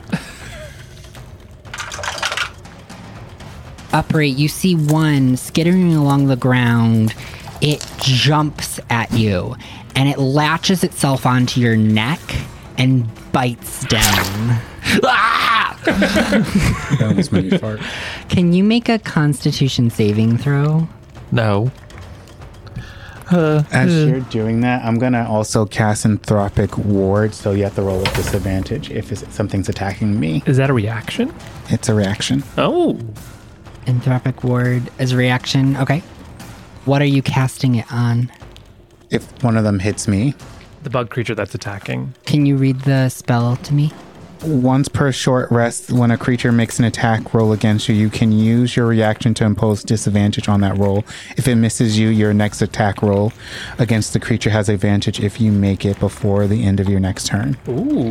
Speaker 1: Upri, you see one skittering along the ground. It jumps at you and it latches itself onto your neck and bites down.
Speaker 5: That was made me fart.
Speaker 1: Can you make a constitution saving throw?
Speaker 4: No.
Speaker 5: As you're doing that, I'm gonna also cast Anthropic Ward, so you have to roll with disadvantage if it's- something's attacking me.
Speaker 2: Is that a reaction?
Speaker 5: It's a reaction.
Speaker 2: Oh.
Speaker 1: Anthropic ward as a reaction. Okay. What are you casting it on?
Speaker 5: If one of them hits me,
Speaker 2: The bug creature that's attacking.
Speaker 1: Can you read the spell to me?
Speaker 5: once per short rest, when a creature makes an attack roll against you, you can use your reaction to impose disadvantage on that roll. If it misses you, your next attack roll against the creature has advantage if you make it before the end of your next turn.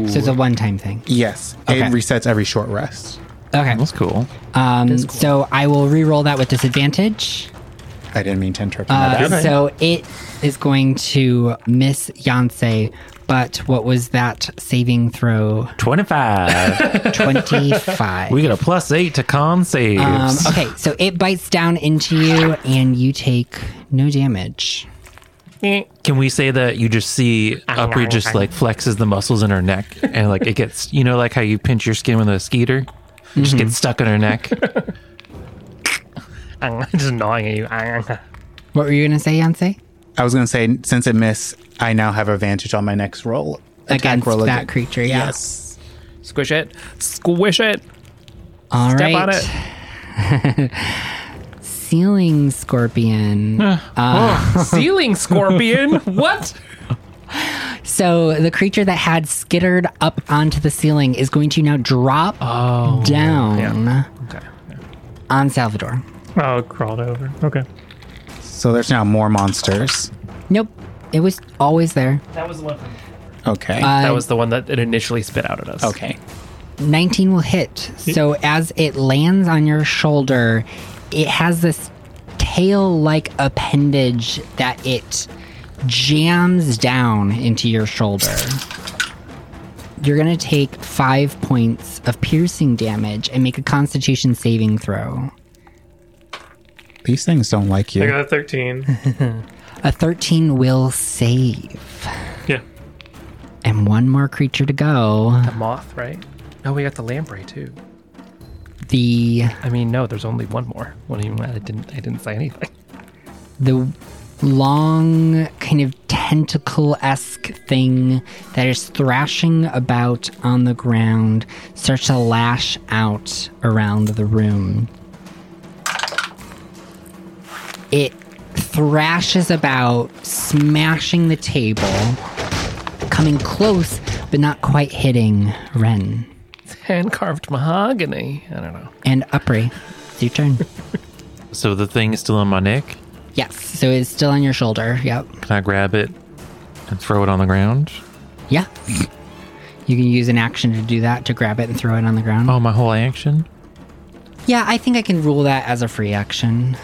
Speaker 1: So it's a one-time thing.
Speaker 5: Yes,
Speaker 1: Okay.
Speaker 5: it resets every short rest.
Speaker 1: Okay.
Speaker 4: That's cool.
Speaker 1: Um, So I will re-roll that with disadvantage.
Speaker 5: I didn't mean to interrupt.
Speaker 1: Uh,
Speaker 5: Uh,
Speaker 1: So it is going to miss Yancey, but what was that saving throw?
Speaker 4: 25.
Speaker 1: Twenty-five.
Speaker 4: we get a plus eight to con saves.
Speaker 1: um, okay, so it bites down into you, and you take no damage.
Speaker 4: Can we say that you just see Upri just like flexes the muscles in her neck and like it gets, you know, like how you pinch your skin with a skeeter? It just gets stuck in her neck.
Speaker 2: I'm just gnawing at you.
Speaker 1: What were you going to say, Yancey?
Speaker 5: I was going to say, since it missed, I now have advantage on my next roll. Attack
Speaker 1: Against
Speaker 5: roll
Speaker 1: that
Speaker 5: again.
Speaker 1: creature, yeah.
Speaker 5: Yes.
Speaker 2: Squish it. Squish it.
Speaker 1: All right.
Speaker 2: Step on it.
Speaker 1: Ceiling scorpion.
Speaker 2: Ceiling scorpion. what?
Speaker 1: So the creature that had skittered up onto the ceiling is going to now drop down
Speaker 2: Okay.
Speaker 1: on Salvador.
Speaker 3: Oh, it crawled over. Okay.
Speaker 5: So there's now more monsters.
Speaker 1: Nope, it was always there.
Speaker 2: That was one.
Speaker 5: Okay.
Speaker 2: That
Speaker 1: Uh,
Speaker 2: was the one that it initially spit out at us.
Speaker 5: okay.
Speaker 1: 19 will hit. So as it lands on your shoulder, it has this tail like appendage that it jams down into your shoulder. You're going to take five points of piercing damage and make a constitution saving throw.
Speaker 5: These things don't like
Speaker 3: I
Speaker 5: you.
Speaker 3: got a 13.
Speaker 1: A 13 will save.
Speaker 3: yeah.
Speaker 1: And one more creature to go.
Speaker 2: The moth, right? No, we got the lamprey too.
Speaker 1: The
Speaker 2: I mean, no, there's only one more. What do you mean? I didn't. I didn't say anything.
Speaker 1: the long kind of tentacle-esque thing that is thrashing about on the ground starts to lash out around the room. It thrashes about, smashing the table, coming close but not quite hitting Ren.
Speaker 2: Hand carved mahogany. I don't know.
Speaker 1: And Upri, it's your turn.
Speaker 4: So the thing is still on my neck.
Speaker 1: yes, so it's still on your shoulder. Yep.
Speaker 4: Can I grab it and throw it on the ground?
Speaker 1: Yeah. You can use an action to do that to grab it and throw it on the ground.
Speaker 4: Oh, my whole action?
Speaker 1: Yeah, I think I can rule that as a free action.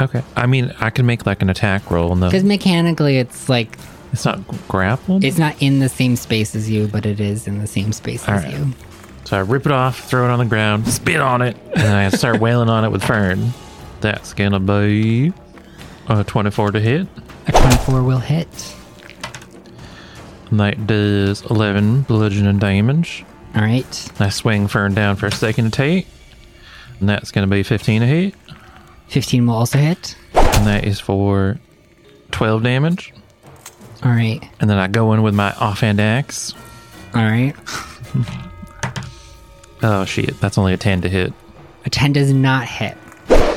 Speaker 4: Okay. I mean, I can make like an attack roll and
Speaker 1: Because
Speaker 4: the,
Speaker 1: mechanically, it's like,
Speaker 4: it's not grappled.
Speaker 1: it's not in the same space as you, but it is in the same space as
Speaker 4: Alright.
Speaker 1: you.
Speaker 4: So I rip it off, throw it on the ground, spit on it, and I start wailing on it with Fern. That's gonna be a 24 to hit.
Speaker 1: A 24 will hit.
Speaker 4: And that does 11 bludgeoning damage.
Speaker 1: All right.
Speaker 4: And I swing Fern down for a second attack. And that's gonna be 15 to hit.
Speaker 1: 15 will also hit.
Speaker 4: And that is for 12 damage.
Speaker 1: All right.
Speaker 4: And then I go in with my offhand axe.
Speaker 1: All right.
Speaker 4: Oh shit, that's only a 10 to hit.
Speaker 1: A 10 does not hit.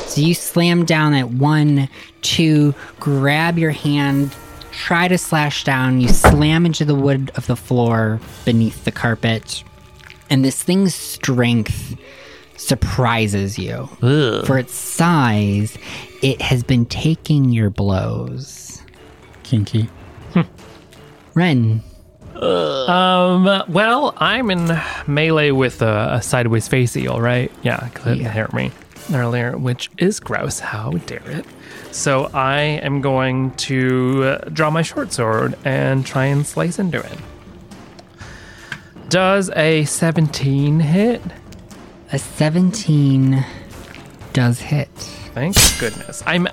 Speaker 1: So you slam down at one, two, grab your hand, try to slash down. You slam into the wood of the floor beneath the carpet. And this thing's strength surprises you.
Speaker 4: Ugh.
Speaker 1: For its size, it has been taking your blows.
Speaker 5: Kinky.
Speaker 1: Ren,
Speaker 2: Um, well, I'm in melee with a, a sideways face eel, right? Yeah, because
Speaker 1: Yeah.
Speaker 2: it hit me earlier, which is gross. How dare it? So I am going to uh, draw my short sword and try and slice into it. Does a 17 hit?
Speaker 1: a 17 does hit.
Speaker 2: Thank goodness. I'm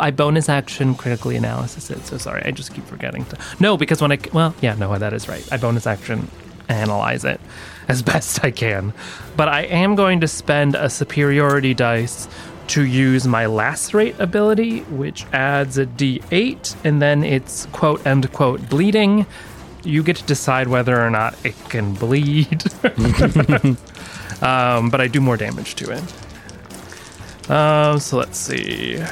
Speaker 2: I bonus action critically analysis it. So sorry, I just keep forgetting to. No, because when I well, yeah, no, that is right. I bonus action analyze it as best I can. But I am going to spend a superiority dice to use my lacerate ability, which adds a d8 and then it's quote end quote bleeding. You get to decide whether or not it can bleed. um, but I do more damage to it. Um, so let's see.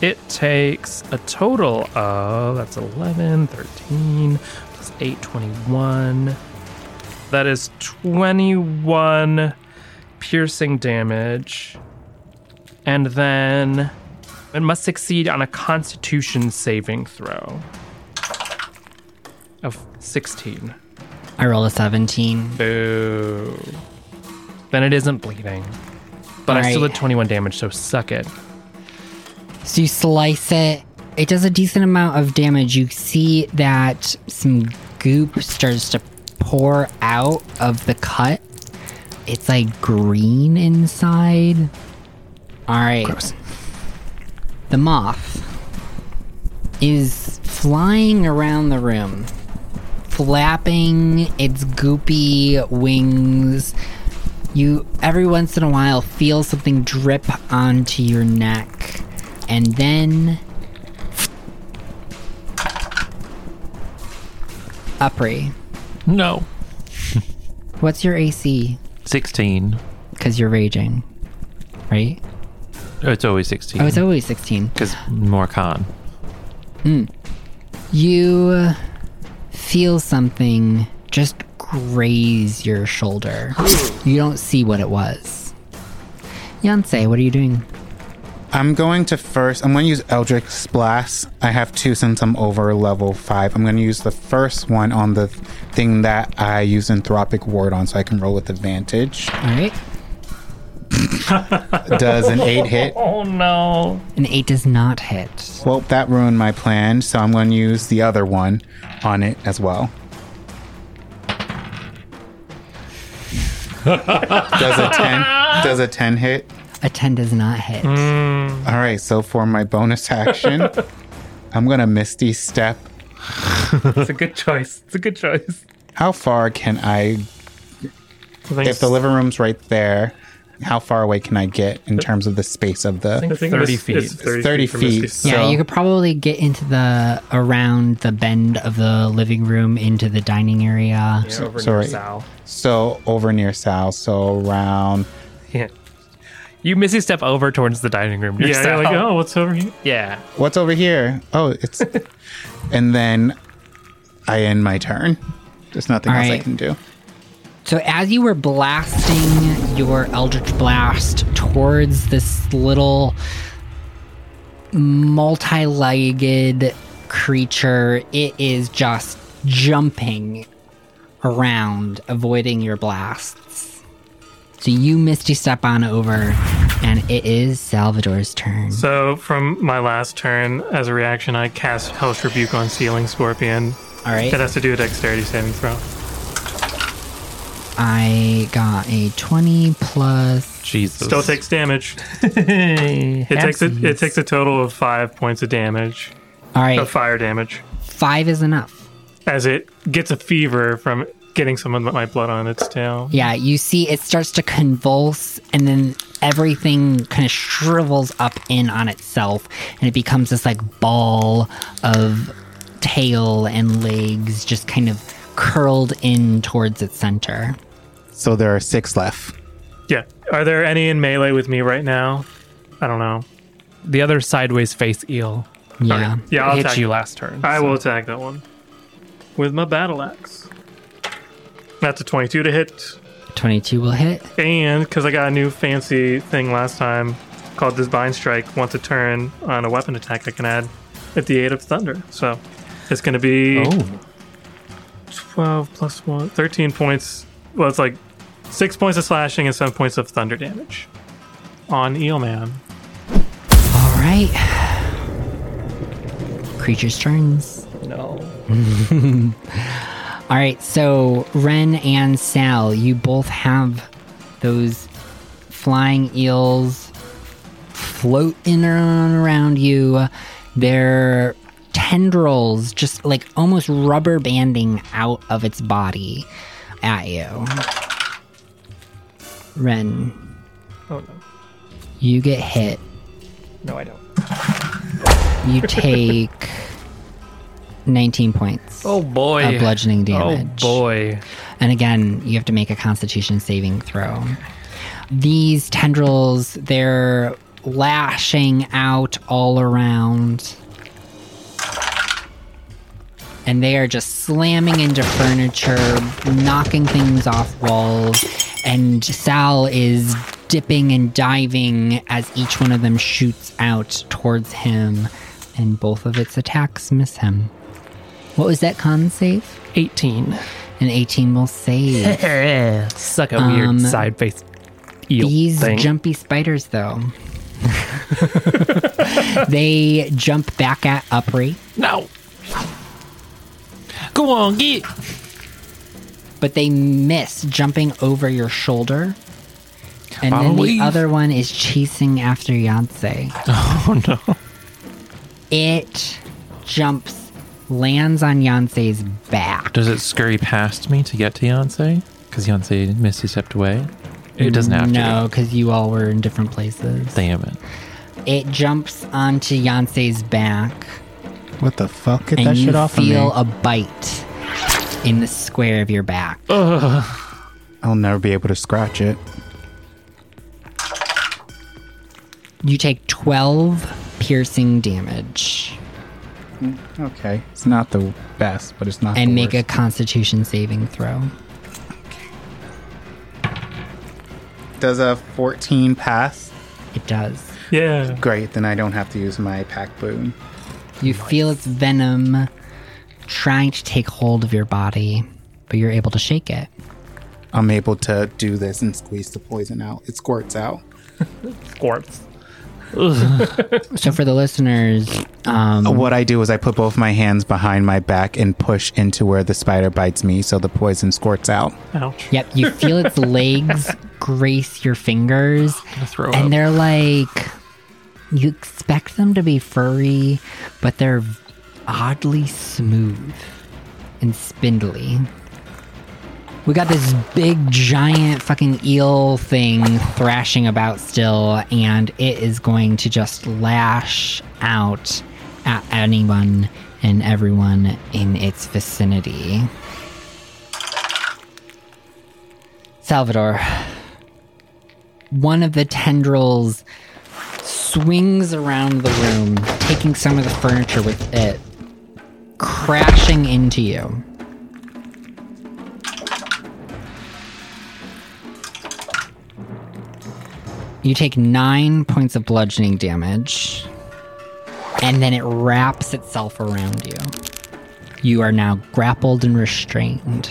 Speaker 2: It takes a total of that's 11, 13, plus 8, 21. That is 21 piercing damage. And then it must succeed on a constitution saving throw of 16.
Speaker 1: I roll a 17.
Speaker 2: Boo. Then it isn't bleeding. But I still
Speaker 1: Alright.
Speaker 2: did 21 damage, so suck it.
Speaker 1: So you slice it. It does a decent amount of damage. You see that some goop starts to pour out of the cut. It's like green inside. All right. The moth is flying around the room, flapping its goopy wings. You every once in a while feel something drip onto your neck, and then Upri,
Speaker 4: No.
Speaker 1: what's your AC?
Speaker 4: 16.
Speaker 1: Because you're raging, right?
Speaker 4: Oh, it's always 16.
Speaker 1: Oh, it's always sixteen.
Speaker 4: Because more con.
Speaker 1: You feel something just graze your shoulder. You don't see what it was. Yansei, what are you doing?
Speaker 5: I'm going to first. I'm going to use Eldritch Blast. I have two since I'm over level five. I'm going to use the first one on the thing that I use Anthropic Ward on, so I can roll with advantage.
Speaker 1: All right.
Speaker 5: Does an eight hit?
Speaker 2: Oh no.
Speaker 1: An eight does not hit.
Speaker 5: Well, that ruined my plan, so I'm going to use the other one on it as well. does a ten? Does a ten hit?
Speaker 1: A ten does not hit.
Speaker 5: All right, so for my bonus action, I'm gonna Misty Step.
Speaker 2: It's a good choice. It's a good choice.
Speaker 5: How far can I?
Speaker 3: I think,
Speaker 5: If the living room's right there, how far away can I get in terms of the space of
Speaker 2: think
Speaker 5: the?
Speaker 3: I think
Speaker 2: 30
Speaker 3: it's-
Speaker 2: feet.
Speaker 3: It's 30,
Speaker 5: 30
Speaker 3: feet. for
Speaker 5: feet.
Speaker 3: Misty.
Speaker 1: Yeah,
Speaker 5: So-
Speaker 1: you could probably get into the around the bend of the living room into the dining area.
Speaker 2: over
Speaker 5: sorry. So over near Sal, so around.
Speaker 2: Yeah. You missy step over towards the dining room.
Speaker 3: Yeah, you're
Speaker 2: yourself.
Speaker 3: like, oh, what's over here?
Speaker 2: yeah.
Speaker 5: What's over here? Oh, it's. and then, I end my turn. There's nothing
Speaker 1: All
Speaker 5: else I
Speaker 1: right.
Speaker 5: can do.
Speaker 1: So as you were blasting your Eldritch Blast towards this little multi-legged creature, it is just jumping around, avoiding your blasts. So you misty step on over, and it is Salvador's turn.
Speaker 3: So, from my last turn, as a reaction, I cast Hellish Rebuke on Ceiling Scorpion.
Speaker 1: All right.
Speaker 3: It has to do a dexterity saving throw.
Speaker 1: I got a 20 plus.
Speaker 4: Jesus.
Speaker 3: Still takes damage. It takes a, it takes a total of five points of damage,
Speaker 1: All right,
Speaker 3: of fire damage,
Speaker 1: five is enough.
Speaker 3: as it gets a fever from getting some of my blood on its tail.
Speaker 1: Yeah, you see it starts to convulse and then everything kind of shrivels up in on itself and it becomes this like ball of tail and legs just kind of curled in towards its center.
Speaker 5: So there are six left.
Speaker 3: Yeah. Are there any in melee with me right now? I don't know.
Speaker 2: The other sideways face eel
Speaker 1: Yeah.
Speaker 3: Yeah, I'll
Speaker 2: hit
Speaker 3: attack.
Speaker 2: you last turn.
Speaker 3: I
Speaker 2: so-
Speaker 3: will attack that one with my battle axe. That's a 22 to hit.
Speaker 1: 22 will hit.
Speaker 3: And because I got a new fancy thing last time called Divine Strike, once a turn on a weapon attack, I can add a d8 of thunder. So it's going to be
Speaker 2: Oh.
Speaker 3: 12 plus 1, 13 points. Well, it's like 6 points of slashing and 7 points of thunder damage on Eel Man.
Speaker 1: All right. Creature's turns.
Speaker 3: No.
Speaker 1: All right, so Ren and Sal, you both have those flying eels floating around around you. Their tendrils just like almost rubber banding out of its body at you. Ren,
Speaker 3: Oh, no.
Speaker 1: you get hit.
Speaker 3: No, I don't.
Speaker 1: You take 19 points.
Speaker 2: Oh boy.
Speaker 1: Of bludgeoning damage.
Speaker 2: Oh boy.
Speaker 1: And again, you have to make a constitution saving throw. These tendrils, they're lashing out all around. And they are just slamming into furniture, knocking things off walls. And Sal is dipping and diving as each one of them shoots out towards him. And both of its attacks miss him. What was that con save?
Speaker 2: 18.
Speaker 1: An 18 will save.
Speaker 2: Suck a weird side face eel
Speaker 1: Um, These
Speaker 2: thing.
Speaker 1: jumpy spiders, though, they jump back at Upri,
Speaker 4: No. Go on, get.
Speaker 1: but they miss jumping over your shoulder. And then
Speaker 4: Believe.
Speaker 1: the other one is chasing after Yancey.
Speaker 4: Oh no.
Speaker 1: It jumps, lands on Yancey's back.
Speaker 4: Does it scurry past me to get to Yancey? Because Yancey misty stepped away. It doesn't have
Speaker 1: No, because you all were in different places.
Speaker 4: to. Damn it.
Speaker 1: It jumps onto Yancey's back.
Speaker 5: What the fuck? Get
Speaker 1: and
Speaker 5: that
Speaker 1: you
Speaker 5: shit off
Speaker 1: feel
Speaker 5: of me.
Speaker 1: a bite in the square of your back.
Speaker 5: I'll never be able to scratch it.
Speaker 1: You take 12 piercing damage
Speaker 5: Okay. It's not the best, but it's not
Speaker 1: and
Speaker 5: the
Speaker 1: make a
Speaker 5: worst.
Speaker 1: constitution saving throw.
Speaker 5: Does a 14 pass?
Speaker 1: It does.
Speaker 3: Yeah.
Speaker 5: Great, then I don't have to use my pack boon.
Speaker 1: You feel its venom trying to take hold of your body, but you're able to shake it.
Speaker 5: I'm able to do this and squeeze the poison out. It squirts out.
Speaker 3: Squirts.
Speaker 1: So for the listeners, um,
Speaker 5: What I do is I put both my hands behind my back and push into where the spider bites me so the poison squirts out.
Speaker 3: Ouch.
Speaker 1: Yep, you feel its legs grace your fingers,
Speaker 4: throw
Speaker 1: and
Speaker 4: up.
Speaker 1: they're like you expect them to be furry, but they're oddly smooth and spindly. We got this big giant fucking eel thing thrashing about still, and it is going to just lash out at anyone and everyone in its vicinity. Salvador. One of the tendrils swings around the room, taking some of the furniture with it, crashing into you. You take nine points of bludgeoning damage, and then it wraps itself around you. You are now grappled and restrained.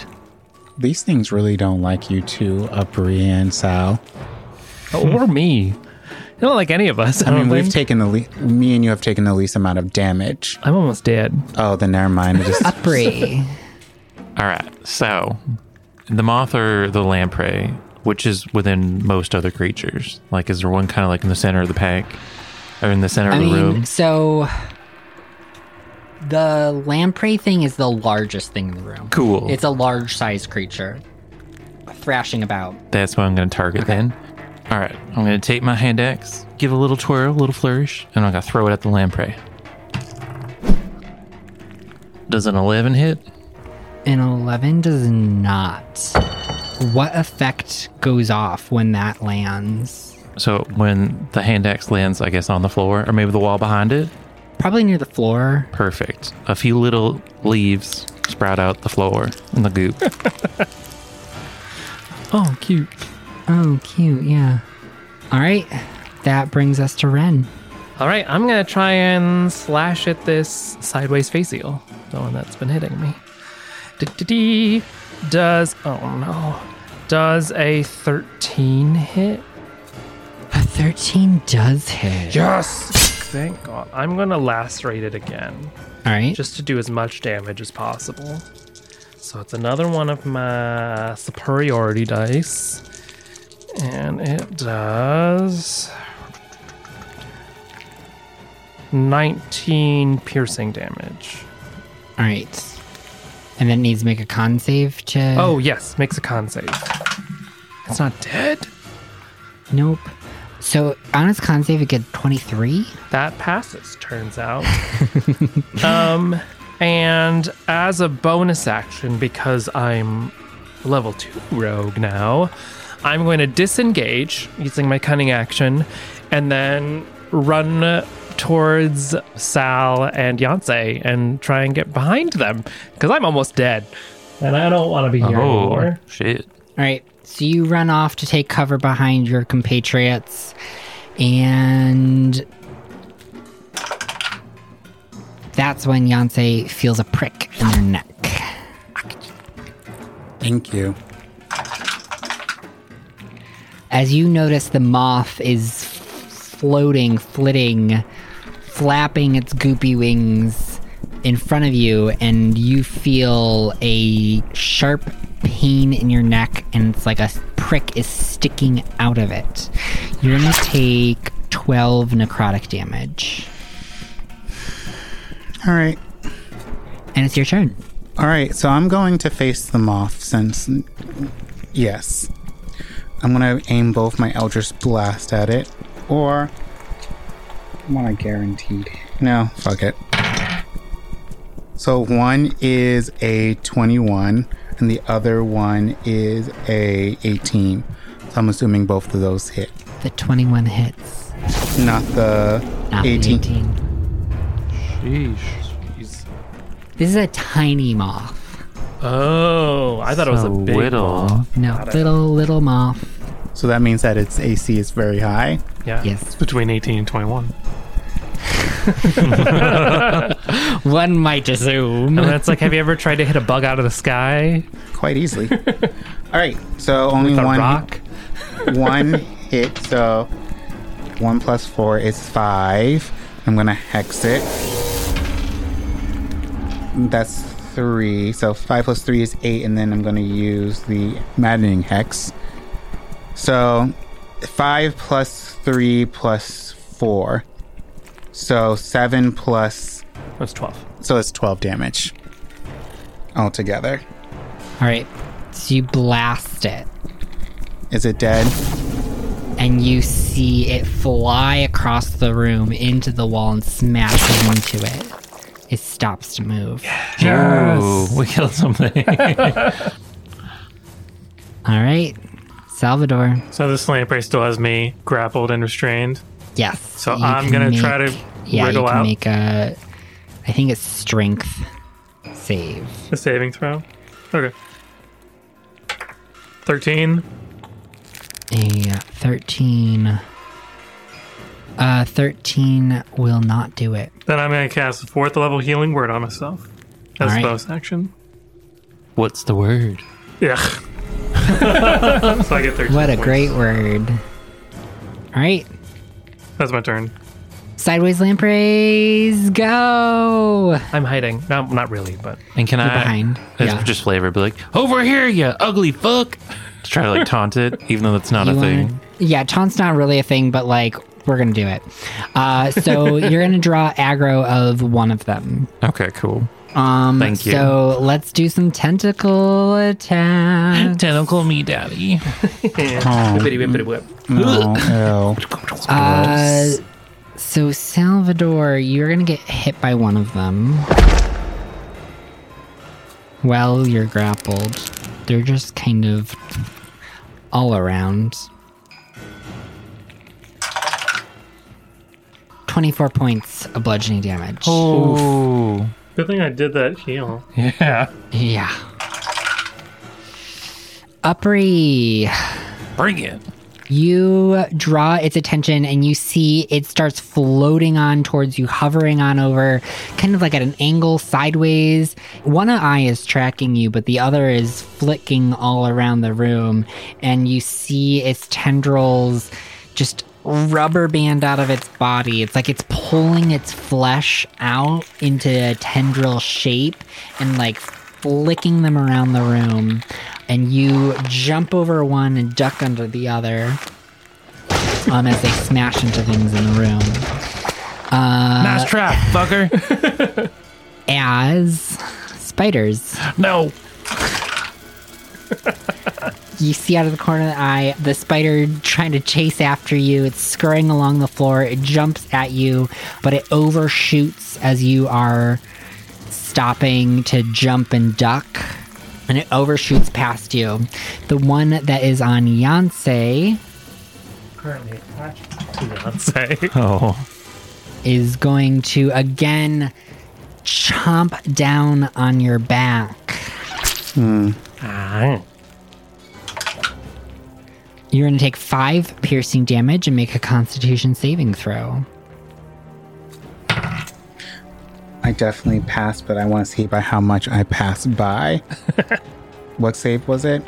Speaker 5: These things really don't like you too, Upri and Sal.
Speaker 2: Oh, or me. You don't like any of us. I,
Speaker 5: I mean,
Speaker 2: don't
Speaker 5: we've
Speaker 2: think.
Speaker 5: taken the le- me and you have taken the least amount of damage.
Speaker 2: I'm almost dead.
Speaker 5: Oh, then never mind. I just
Speaker 1: Upri.
Speaker 4: All right. So, the moth or the lamprey, which is within most other creatures. Like, is there one kind of like in the center of the pack, or in the center
Speaker 1: I
Speaker 4: of the
Speaker 1: mean,
Speaker 4: room?
Speaker 1: so the lamprey thing is the largest thing in the room.
Speaker 4: Cool.
Speaker 1: It's a large sized creature thrashing about.
Speaker 4: That's what I'm going to target then. All right. I'm going to take my hand axe, give a little twirl, a little flourish, and I'm going to throw it at the lamprey. Does an 11 hit?
Speaker 1: An 11 does not. What effect goes off when that lands?
Speaker 4: So when the hand axe lands, I guess on the floor or maybe the wall behind it.
Speaker 1: Probably near the floor.
Speaker 4: Perfect. A few little leaves sprout out the floor and the goop.
Speaker 2: Oh, cute.
Speaker 1: Oh, cute. Yeah. All right. That brings us to Ren.
Speaker 2: All right, I'm gonna try and slash at this sideways face eel, the one that's been hitting me. Dee-dee-dee. Does oh no, does a 13 hit?
Speaker 1: A 13 does hit.
Speaker 2: Yes. Thank God. I'm gonna lacerate it again,
Speaker 1: All right.
Speaker 2: just to do as much damage as possible. So it's another one of my superiority dice, and it does 19 piercing damage.
Speaker 1: All right. And then it needs to make a con save to.
Speaker 2: Oh, yes, makes a con save. It's not dead.
Speaker 1: Nope. So on its con save, it gets 23.
Speaker 2: That passes, turns out. um, and as a bonus action, because I'm level two rogue now, I'm going to disengage using my cunning action and then run towards Sal and Yancey and try and get behind them because I'm almost dead and I don't want to be here
Speaker 4: Oh,
Speaker 2: anymore.
Speaker 4: shit.
Speaker 1: All right. So you run off to take cover behind your compatriots. And. That's when Yancey feels a prick in their neck.
Speaker 5: Thank you.
Speaker 1: as you notice the moth is floating, flitting, flapping its goopy wings in front of you, and you feel a sharp pain in your neck, and it's like a prick is sticking out of it. You're gonna take 12 necrotic damage,
Speaker 5: All right.
Speaker 1: and it's your turn.
Speaker 5: All right, so I'm going to face the moth since. Yes. I'm going to aim both my Eldritch Blast at it, or. I want a guaranteed. No, fuck it. So one is a 21, and the other one is a 18. So I'm assuming both of those hit,
Speaker 1: The 21 hits,
Speaker 5: not the
Speaker 1: not
Speaker 5: 18.
Speaker 1: 18. 18. This is a tiny moth.
Speaker 2: Oh, I thought it was a
Speaker 4: So
Speaker 2: big
Speaker 4: little.
Speaker 2: one.
Speaker 1: No, little, little moth.
Speaker 5: So that means that its AC is very high.
Speaker 2: Yeah.
Speaker 1: Yes.
Speaker 3: Between 18 and 21.
Speaker 1: One might assume.
Speaker 2: And
Speaker 3: Uh-huh.
Speaker 2: that's like, have you ever tried to hit a bug out of the sky?
Speaker 5: Quite easily. All right, so only
Speaker 2: With a
Speaker 5: one.
Speaker 2: rock?
Speaker 5: one hit, so one plus four is five. I'm gonna hex it. That's three. So five plus three is eight, and then I'm gonna use the maddening hex. So five plus three plus four. So seven plus
Speaker 2: That's 12.
Speaker 5: so it's twelve damage altogether.
Speaker 1: All right. So you blast it,
Speaker 5: Is it dead?
Speaker 1: and you see it fly across the room into the wall and smashes into it. It stops to move.
Speaker 4: Ooh, we killed something.
Speaker 1: All right. Salvador.
Speaker 3: So this lamprey still has me grappled and restrained.
Speaker 1: Yes.
Speaker 3: So
Speaker 1: you
Speaker 3: I'm
Speaker 1: can
Speaker 3: gonna try to
Speaker 1: Yeah,
Speaker 3: wriggle
Speaker 1: you can
Speaker 3: out.
Speaker 1: make a. I think it's strength save.
Speaker 3: A saving throw. Okay. 13.
Speaker 1: A thirteen. Uh, thirteen will not do it.
Speaker 3: Then I'm going to cast a fourth level healing word on myself as
Speaker 1: All right.
Speaker 3: a bonus action.
Speaker 4: What's the word?
Speaker 3: Yeah. so I get 13.
Speaker 1: What a
Speaker 3: points.
Speaker 1: great word. All right.
Speaker 3: That's my turn.
Speaker 1: Sideways lampreys, go!
Speaker 2: I'm hiding. No, not really, but
Speaker 4: And can I
Speaker 1: behind,
Speaker 4: It's
Speaker 1: yeah.
Speaker 4: just flavor, be like, over here, you ugly fuck. To try to like taunt it, even though that's not
Speaker 1: You
Speaker 4: a
Speaker 1: wanna-
Speaker 4: thing.
Speaker 1: yeah, taunt's not really a thing, but like we're gonna do it. Uh, so you're gonna draw aggro of one of them.
Speaker 4: Okay, cool.
Speaker 1: Um,
Speaker 4: Thank you.
Speaker 1: So let's do some tentacle attack.
Speaker 4: Tentacle me, daddy.
Speaker 5: Oh,
Speaker 2: whip.
Speaker 5: no, ew.
Speaker 1: Uh, so Salvador, you're gonna get hit by one of them. Well, you're grappled. They're just kind of all around. 24 points of bludgeoning damage.
Speaker 4: Ooh.
Speaker 3: Good thing I did that heal.
Speaker 4: Yeah.
Speaker 1: Yeah. Uh, Upri.
Speaker 4: Bring it.
Speaker 1: You draw its attention and you see it starts floating on towards you, hovering on over, kind of like at an angle sideways. One eye is tracking you, but the other is flicking all around the room. And you see its tendrils just rubber band out of its body. It's like it's pulling its flesh out into a tendril shape and like flicking them around the room. And you jump over one and duck under the other um, as they smash into things in the room.
Speaker 4: nice trap, fucker.
Speaker 1: As spiders.
Speaker 4: no.
Speaker 1: you see out of the corner of the eye the spider trying to chase after you. It's scurrying along the floor. It jumps at you, but it overshoots as you are stopping to jump and duck. And it overshoots past you. The one that is on Yancey
Speaker 2: Say.
Speaker 4: Oh.
Speaker 1: is going to again chomp down on your back. You're going to take five piercing damage and make a constitution saving throw.
Speaker 5: I definitely passed, but I want to see by how much I passed by. what save was it?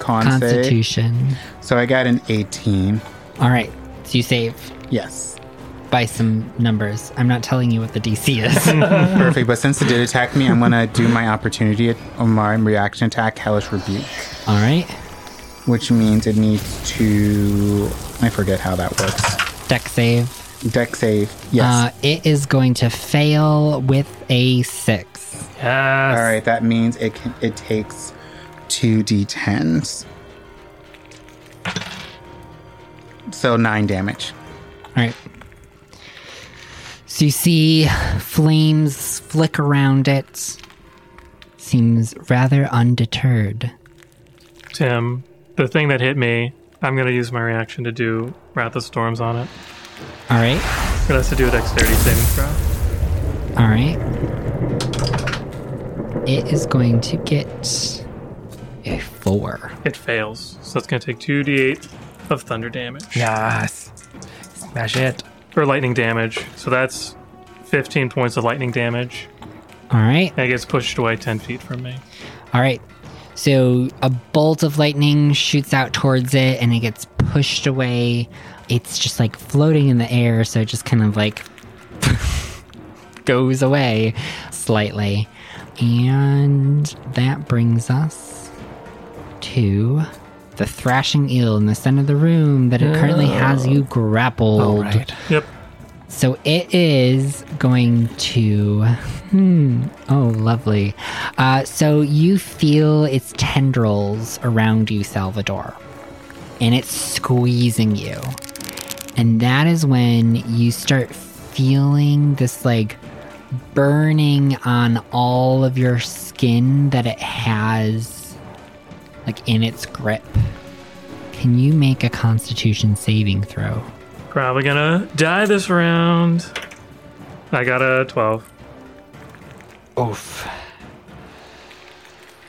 Speaker 5: Con save.
Speaker 1: Constitution.
Speaker 5: So I got an 18.
Speaker 1: All right. So you save
Speaker 5: Yes.
Speaker 1: by some numbers. I'm not telling you what the DC is.
Speaker 5: Perfect. But since it did attack me, I'm going to do my opportunity at my reaction attack, Hellish Rebuke,
Speaker 1: All right.
Speaker 5: which means it needs to. I forget how that works.
Speaker 1: Deck save.
Speaker 5: Deck save. Yes.
Speaker 1: Uh, it is going to fail with a six.
Speaker 2: Yes.
Speaker 5: All right, that means it can, it takes two d10s. So nine damage.
Speaker 1: All right. So you see flames flick around it. Seems rather undeterred.
Speaker 3: Tim, the thing that hit me, I'm going to use my reaction to do Wrath of Storms on it.
Speaker 1: All right.
Speaker 3: It has to do a dexterity saving throw.
Speaker 1: All right. It is going to get a four.
Speaker 3: It fails. So it's going to take 2d8 of thunder damage.
Speaker 2: Yes. Smash it.
Speaker 3: Or lightning damage. So that's 15 points of lightning damage.
Speaker 1: All right.
Speaker 3: And it gets pushed away 10 feet from me.
Speaker 1: All right. So a bolt of lightning shoots out towards it and it gets pushed away. It's just like floating in the air, so it just kind of like goes away slightly. And that brings us to the thrashing eel in the center of the room that it currently has you grappled.
Speaker 2: Oh. All right.
Speaker 3: Yep.
Speaker 1: So it is going to. Hmm. Oh, lovely. Uh, so you feel its tendrils around you, Salvador, and it's squeezing you. And that is when you start feeling this like burning on all of your skin that it has, like in its grip. Can you make a constitution saving throw?
Speaker 3: Probably going to die this round. I got a 12.
Speaker 1: Oof.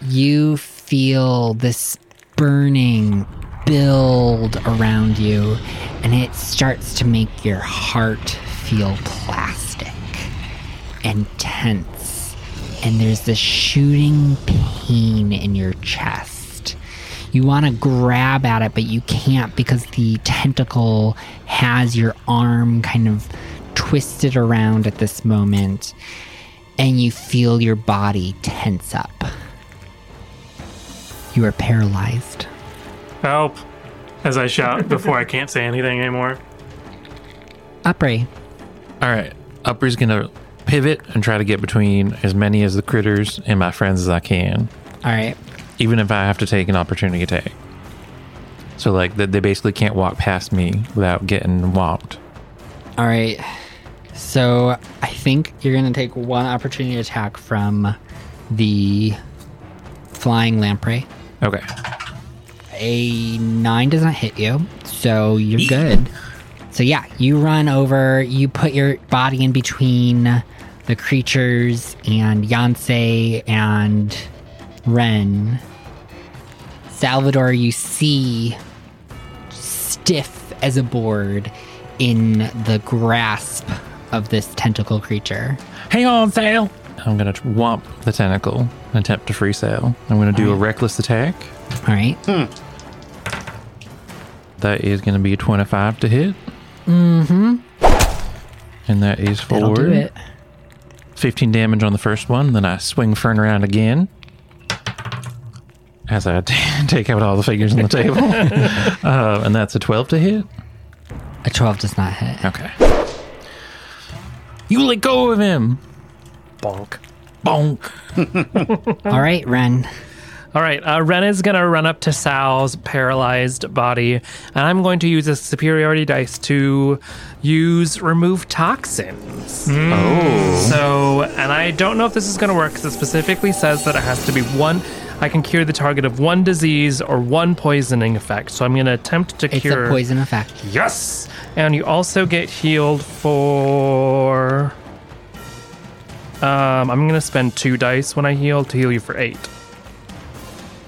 Speaker 1: You feel this burning build around you, and it starts to make your heart feel plastic and tense. And there's this shooting pain in your chest. You want to grab at it, but you can't because the tentacle has your arm kind of twisted around at this moment and you feel your body tense up. You are paralyzed.
Speaker 3: Help! As I shout before I can't say anything anymore.
Speaker 1: Upray.
Speaker 4: All right. Upper's going to pivot and try to get between as many as the critters and my friends as I can,
Speaker 1: All right.
Speaker 4: even if I have to take an opportunity attack. So, like, that they basically can't walk past me without getting whopped.
Speaker 1: All right. So I think you're going to take one opportunity attack from the flying lamprey.
Speaker 4: Okay.
Speaker 1: A nine does not hit you, so you're good. So yeah, you run over, you put your body in between the creatures and Yancey and Ren. Salvador, you see stiff as a board in the grasp of this tentacle creature.
Speaker 4: Hang on, Sail. I'm gonna tr- whomp the tentacle and attempt to free Sail. I'm gonna do a reckless attack.
Speaker 1: All right.
Speaker 4: That is gonna be a 25 to hit. Mm-hmm. And that is
Speaker 1: That'll do
Speaker 4: forward.
Speaker 1: it.
Speaker 4: 15 damage on the first one. Then I swing Fern around again. As I t- take out all the figures on the table. uh, and that's a 12 to hit.
Speaker 1: A 12 does not hit.
Speaker 4: Okay. You let go of him.
Speaker 2: Bonk.
Speaker 4: Bonk.
Speaker 1: All right, Ren.
Speaker 2: All right, uh, Ren is going to run up to Sal's paralyzed body, and I'm going to use a superiority dice to use remove toxins.
Speaker 4: Oh.
Speaker 2: So, and I don't know if this is going to work because it specifically says that it has to be one. I can cure the target of one disease or one poisoning effect. So I'm going to attempt to
Speaker 1: It's
Speaker 2: cure.
Speaker 1: a poison effect.
Speaker 2: Yes! And you also get healed for. Um, I'm going to spend two dice when I heal to heal you for eight.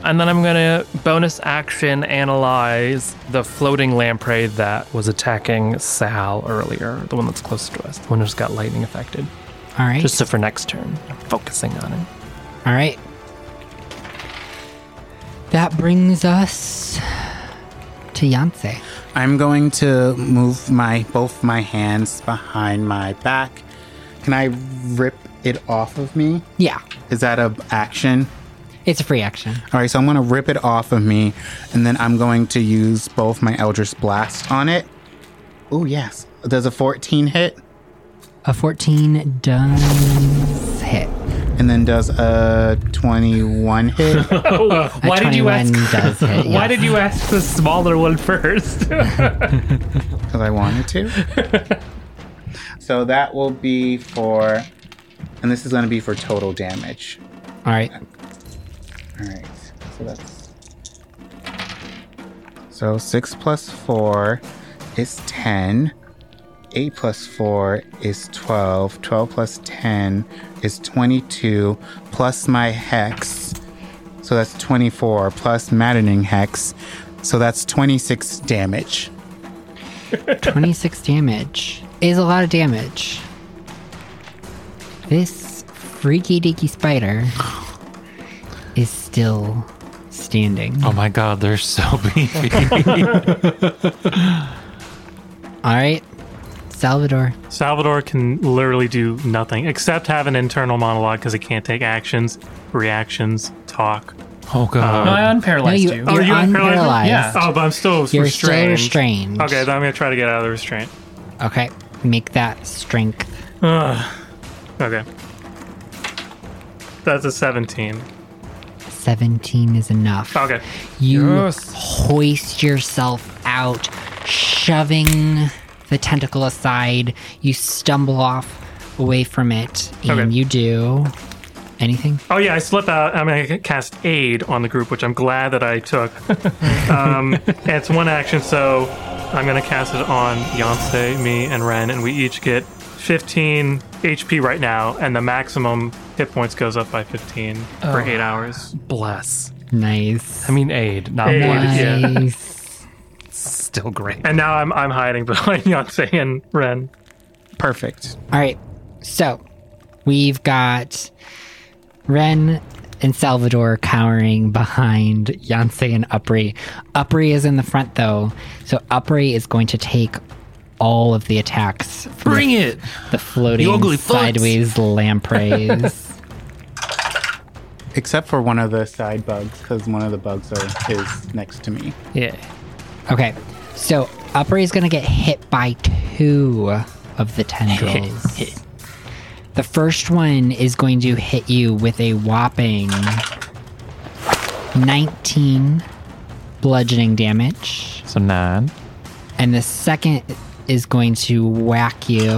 Speaker 2: And then I'm going to bonus action analyze the floating lamprey that was attacking Sal earlier, the one that's close to us, the one who's got lightning affected.
Speaker 1: All right.
Speaker 2: Just so for next turn, I'm focusing on it.
Speaker 1: All right. That brings us to Yancey.
Speaker 5: I'm going to move my both my hands behind my back. Can I rip it off of me?
Speaker 1: Yeah,
Speaker 5: Is that a action?
Speaker 1: it's a free action.
Speaker 5: All right, so I'm going to rip it off of me, and then I'm going to use both my Eldritch Blast on it. Oh yes, does a 14 hit,
Speaker 1: A 14 does hit.
Speaker 5: and then does a 21 hit.
Speaker 1: A
Speaker 2: Why did you ask?
Speaker 1: 21 Does hit,
Speaker 2: Why
Speaker 1: yes.
Speaker 2: did you ask the smaller one first?
Speaker 5: because I wanted to. so that will be for, and this is going to be for total damage.
Speaker 1: All right.
Speaker 5: All right, so that's so six plus four is ten. Eight plus four is twelve. Twelve plus ten is twenty-two. Plus my hex, so that's twenty-four. Plus maddening hex, so that's twenty-six damage.
Speaker 1: 26 damage is a lot of damage. This freaky deaky spider is still standing.
Speaker 4: Oh my god, they're so beefy.
Speaker 1: All right. Salvador.
Speaker 3: Salvador can literally do nothing except have an internal monologue because he can't take actions, reactions, talk. Oh,
Speaker 4: oh god.
Speaker 2: no, I unparalyzed
Speaker 1: No, you- Oh.
Speaker 2: you.
Speaker 1: You're
Speaker 3: not paralyzed?
Speaker 1: unparalyzed.
Speaker 2: Yeah.
Speaker 3: Oh, but I'm still
Speaker 1: You're still
Speaker 3: restrained.
Speaker 1: restrained.
Speaker 3: Okay, then I'm gonna try to get out of the restraint.
Speaker 1: Okay. Make that strength.
Speaker 3: Okay. That's a 17.
Speaker 1: 17 is enough.
Speaker 3: Okay.
Speaker 1: You
Speaker 2: Yes.
Speaker 1: hoist yourself out, shoving the tentacle aside. You stumble off away from it, and
Speaker 3: Okay.
Speaker 1: you do anything.
Speaker 3: Oh yeah, I slip out. I'm gonna cast aid on the group, which I'm glad that I took. um, and it's one action, so I'm gonna cast it on Yonsei, me, and Ren, and we each get 15 HP right now, and the maximum hit points goes up by 15 for
Speaker 2: Oh.
Speaker 3: eight hours.
Speaker 2: Bless.
Speaker 1: Nice.
Speaker 2: I mean, aid, not
Speaker 3: Aid.
Speaker 2: bless.
Speaker 3: yeah.
Speaker 1: Nice.
Speaker 2: Still great.
Speaker 3: And now I'm I'm hiding behind Yonsei and Ren.
Speaker 5: Perfect.
Speaker 1: All right. So we've got Ren and Salvador cowering behind Yancey and Upri. Upri is in the front, though. So Upri is going to take all of the attacks from the
Speaker 4: Bring it.
Speaker 1: the floating
Speaker 4: You ugly foots.
Speaker 1: sideways lampreys.
Speaker 5: Except for one of the side bugs, because one of the bugs are, is next to me.
Speaker 2: Yeah.
Speaker 1: okay, so Upper is going to get hit by two of the
Speaker 2: Oh.
Speaker 1: tendrils. the first one is going to hit you with a whopping 19 bludgeoning damage,
Speaker 4: So nine.
Speaker 1: and the second is going to whack you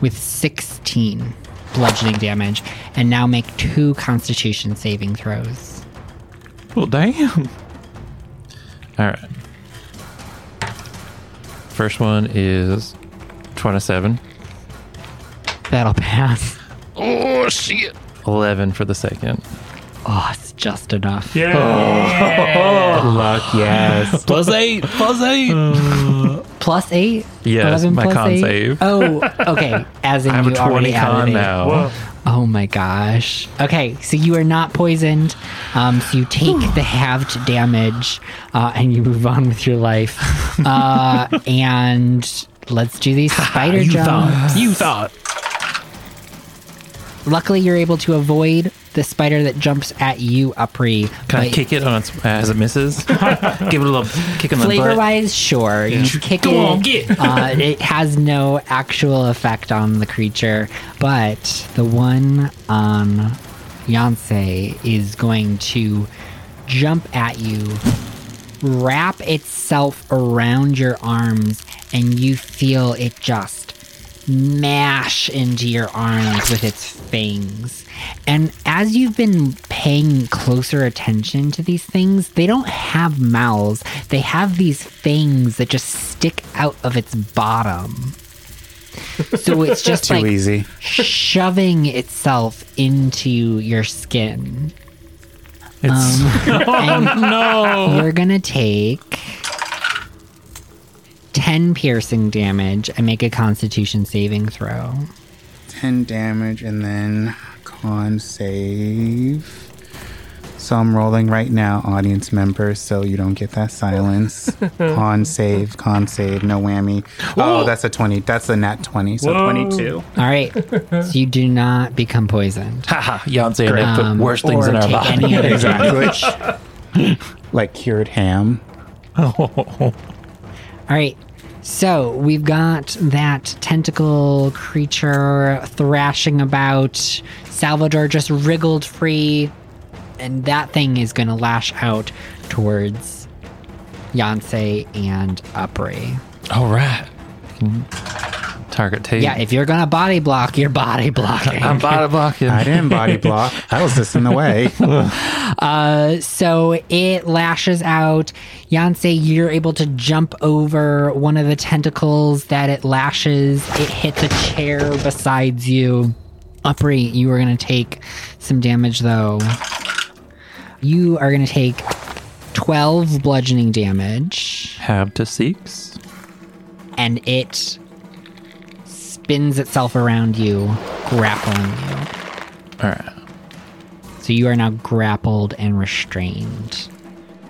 Speaker 1: with 16 bludgeoning damage, and now make two constitution saving throws.
Speaker 4: Well, Oh, damn. All right. First one is 27.
Speaker 1: That'll pass.
Speaker 4: 11 for the second.
Speaker 1: Oh, it's just enough.
Speaker 3: Yeah.
Speaker 5: Luck, yes.
Speaker 4: Plus eight. Plus eight.
Speaker 1: Plus eight?
Speaker 4: Yes,
Speaker 1: 11
Speaker 4: my
Speaker 1: plus
Speaker 4: con
Speaker 1: eight?
Speaker 4: save.
Speaker 1: Oh, okay. As in
Speaker 4: I have
Speaker 1: you
Speaker 4: a
Speaker 1: already
Speaker 4: twenty con
Speaker 1: added it.
Speaker 4: now.
Speaker 3: Whoa.
Speaker 1: Oh my gosh. Okay, so you are not poisoned. Um, so you take the halved damage uh, and you move on with your life. Uh, and let's do these spider
Speaker 4: you
Speaker 1: jumps.
Speaker 4: thought. You thought.
Speaker 1: Luckily, you're able to avoid the spider that jumps at you, Upri.
Speaker 4: Can I
Speaker 1: but
Speaker 4: kick it on its as it misses? Give it a little kick in the
Speaker 1: Flavor
Speaker 4: butt.
Speaker 1: wise, sure. You kick
Speaker 4: Go
Speaker 1: it.
Speaker 4: on, get.
Speaker 1: uh, it has no actual effect on the creature, but the one on Yonsei is going to jump at you, wrap itself around your arms, and you feel it just mash into your arms with its fangs. And as you've been paying closer attention to these things, they don't have mouths. They have these fangs that just stick out of its bottom. So it's just
Speaker 5: Too
Speaker 1: like
Speaker 5: easy.
Speaker 1: shoving itself into your skin.
Speaker 4: It's
Speaker 1: And
Speaker 4: Oh, no.
Speaker 1: you're gonna take 10 piercing damage and make a constitution saving throw.
Speaker 5: 10 damage and then con save. So I'm rolling right now, audience members, so you don't get that silence. con save, con save, no whammy. Oh, that's a 20. That's a nat 20, so
Speaker 3: Whoa.
Speaker 5: 22.
Speaker 1: All right. so you do not become poisoned.
Speaker 4: Haha, Yonsei and I
Speaker 1: Um,
Speaker 4: put worse things
Speaker 1: or
Speaker 4: in our
Speaker 1: take
Speaker 4: body.
Speaker 1: any other
Speaker 5: Exactly. like cured ham.
Speaker 1: All right. So we've got that tentacle creature thrashing about. Salvador just wriggled free. And that thing is going to lash out towards Yancey and Upri.
Speaker 4: All right. Target T.
Speaker 1: Yeah, if you're going to body block, you're body blocking.
Speaker 4: I'm body blocking.
Speaker 5: I didn't body block. I was just in the way.
Speaker 1: so it lashes out. Yancey, you're able to jump over one of the tentacles that it lashes. It hits a chair besides you. Upri, you are going to take some damage though. You are going to take 12 bludgeoning damage
Speaker 4: Have to six.
Speaker 1: and it spins itself around you, grappling you.
Speaker 4: All right.
Speaker 1: So you are now grappled and restrained.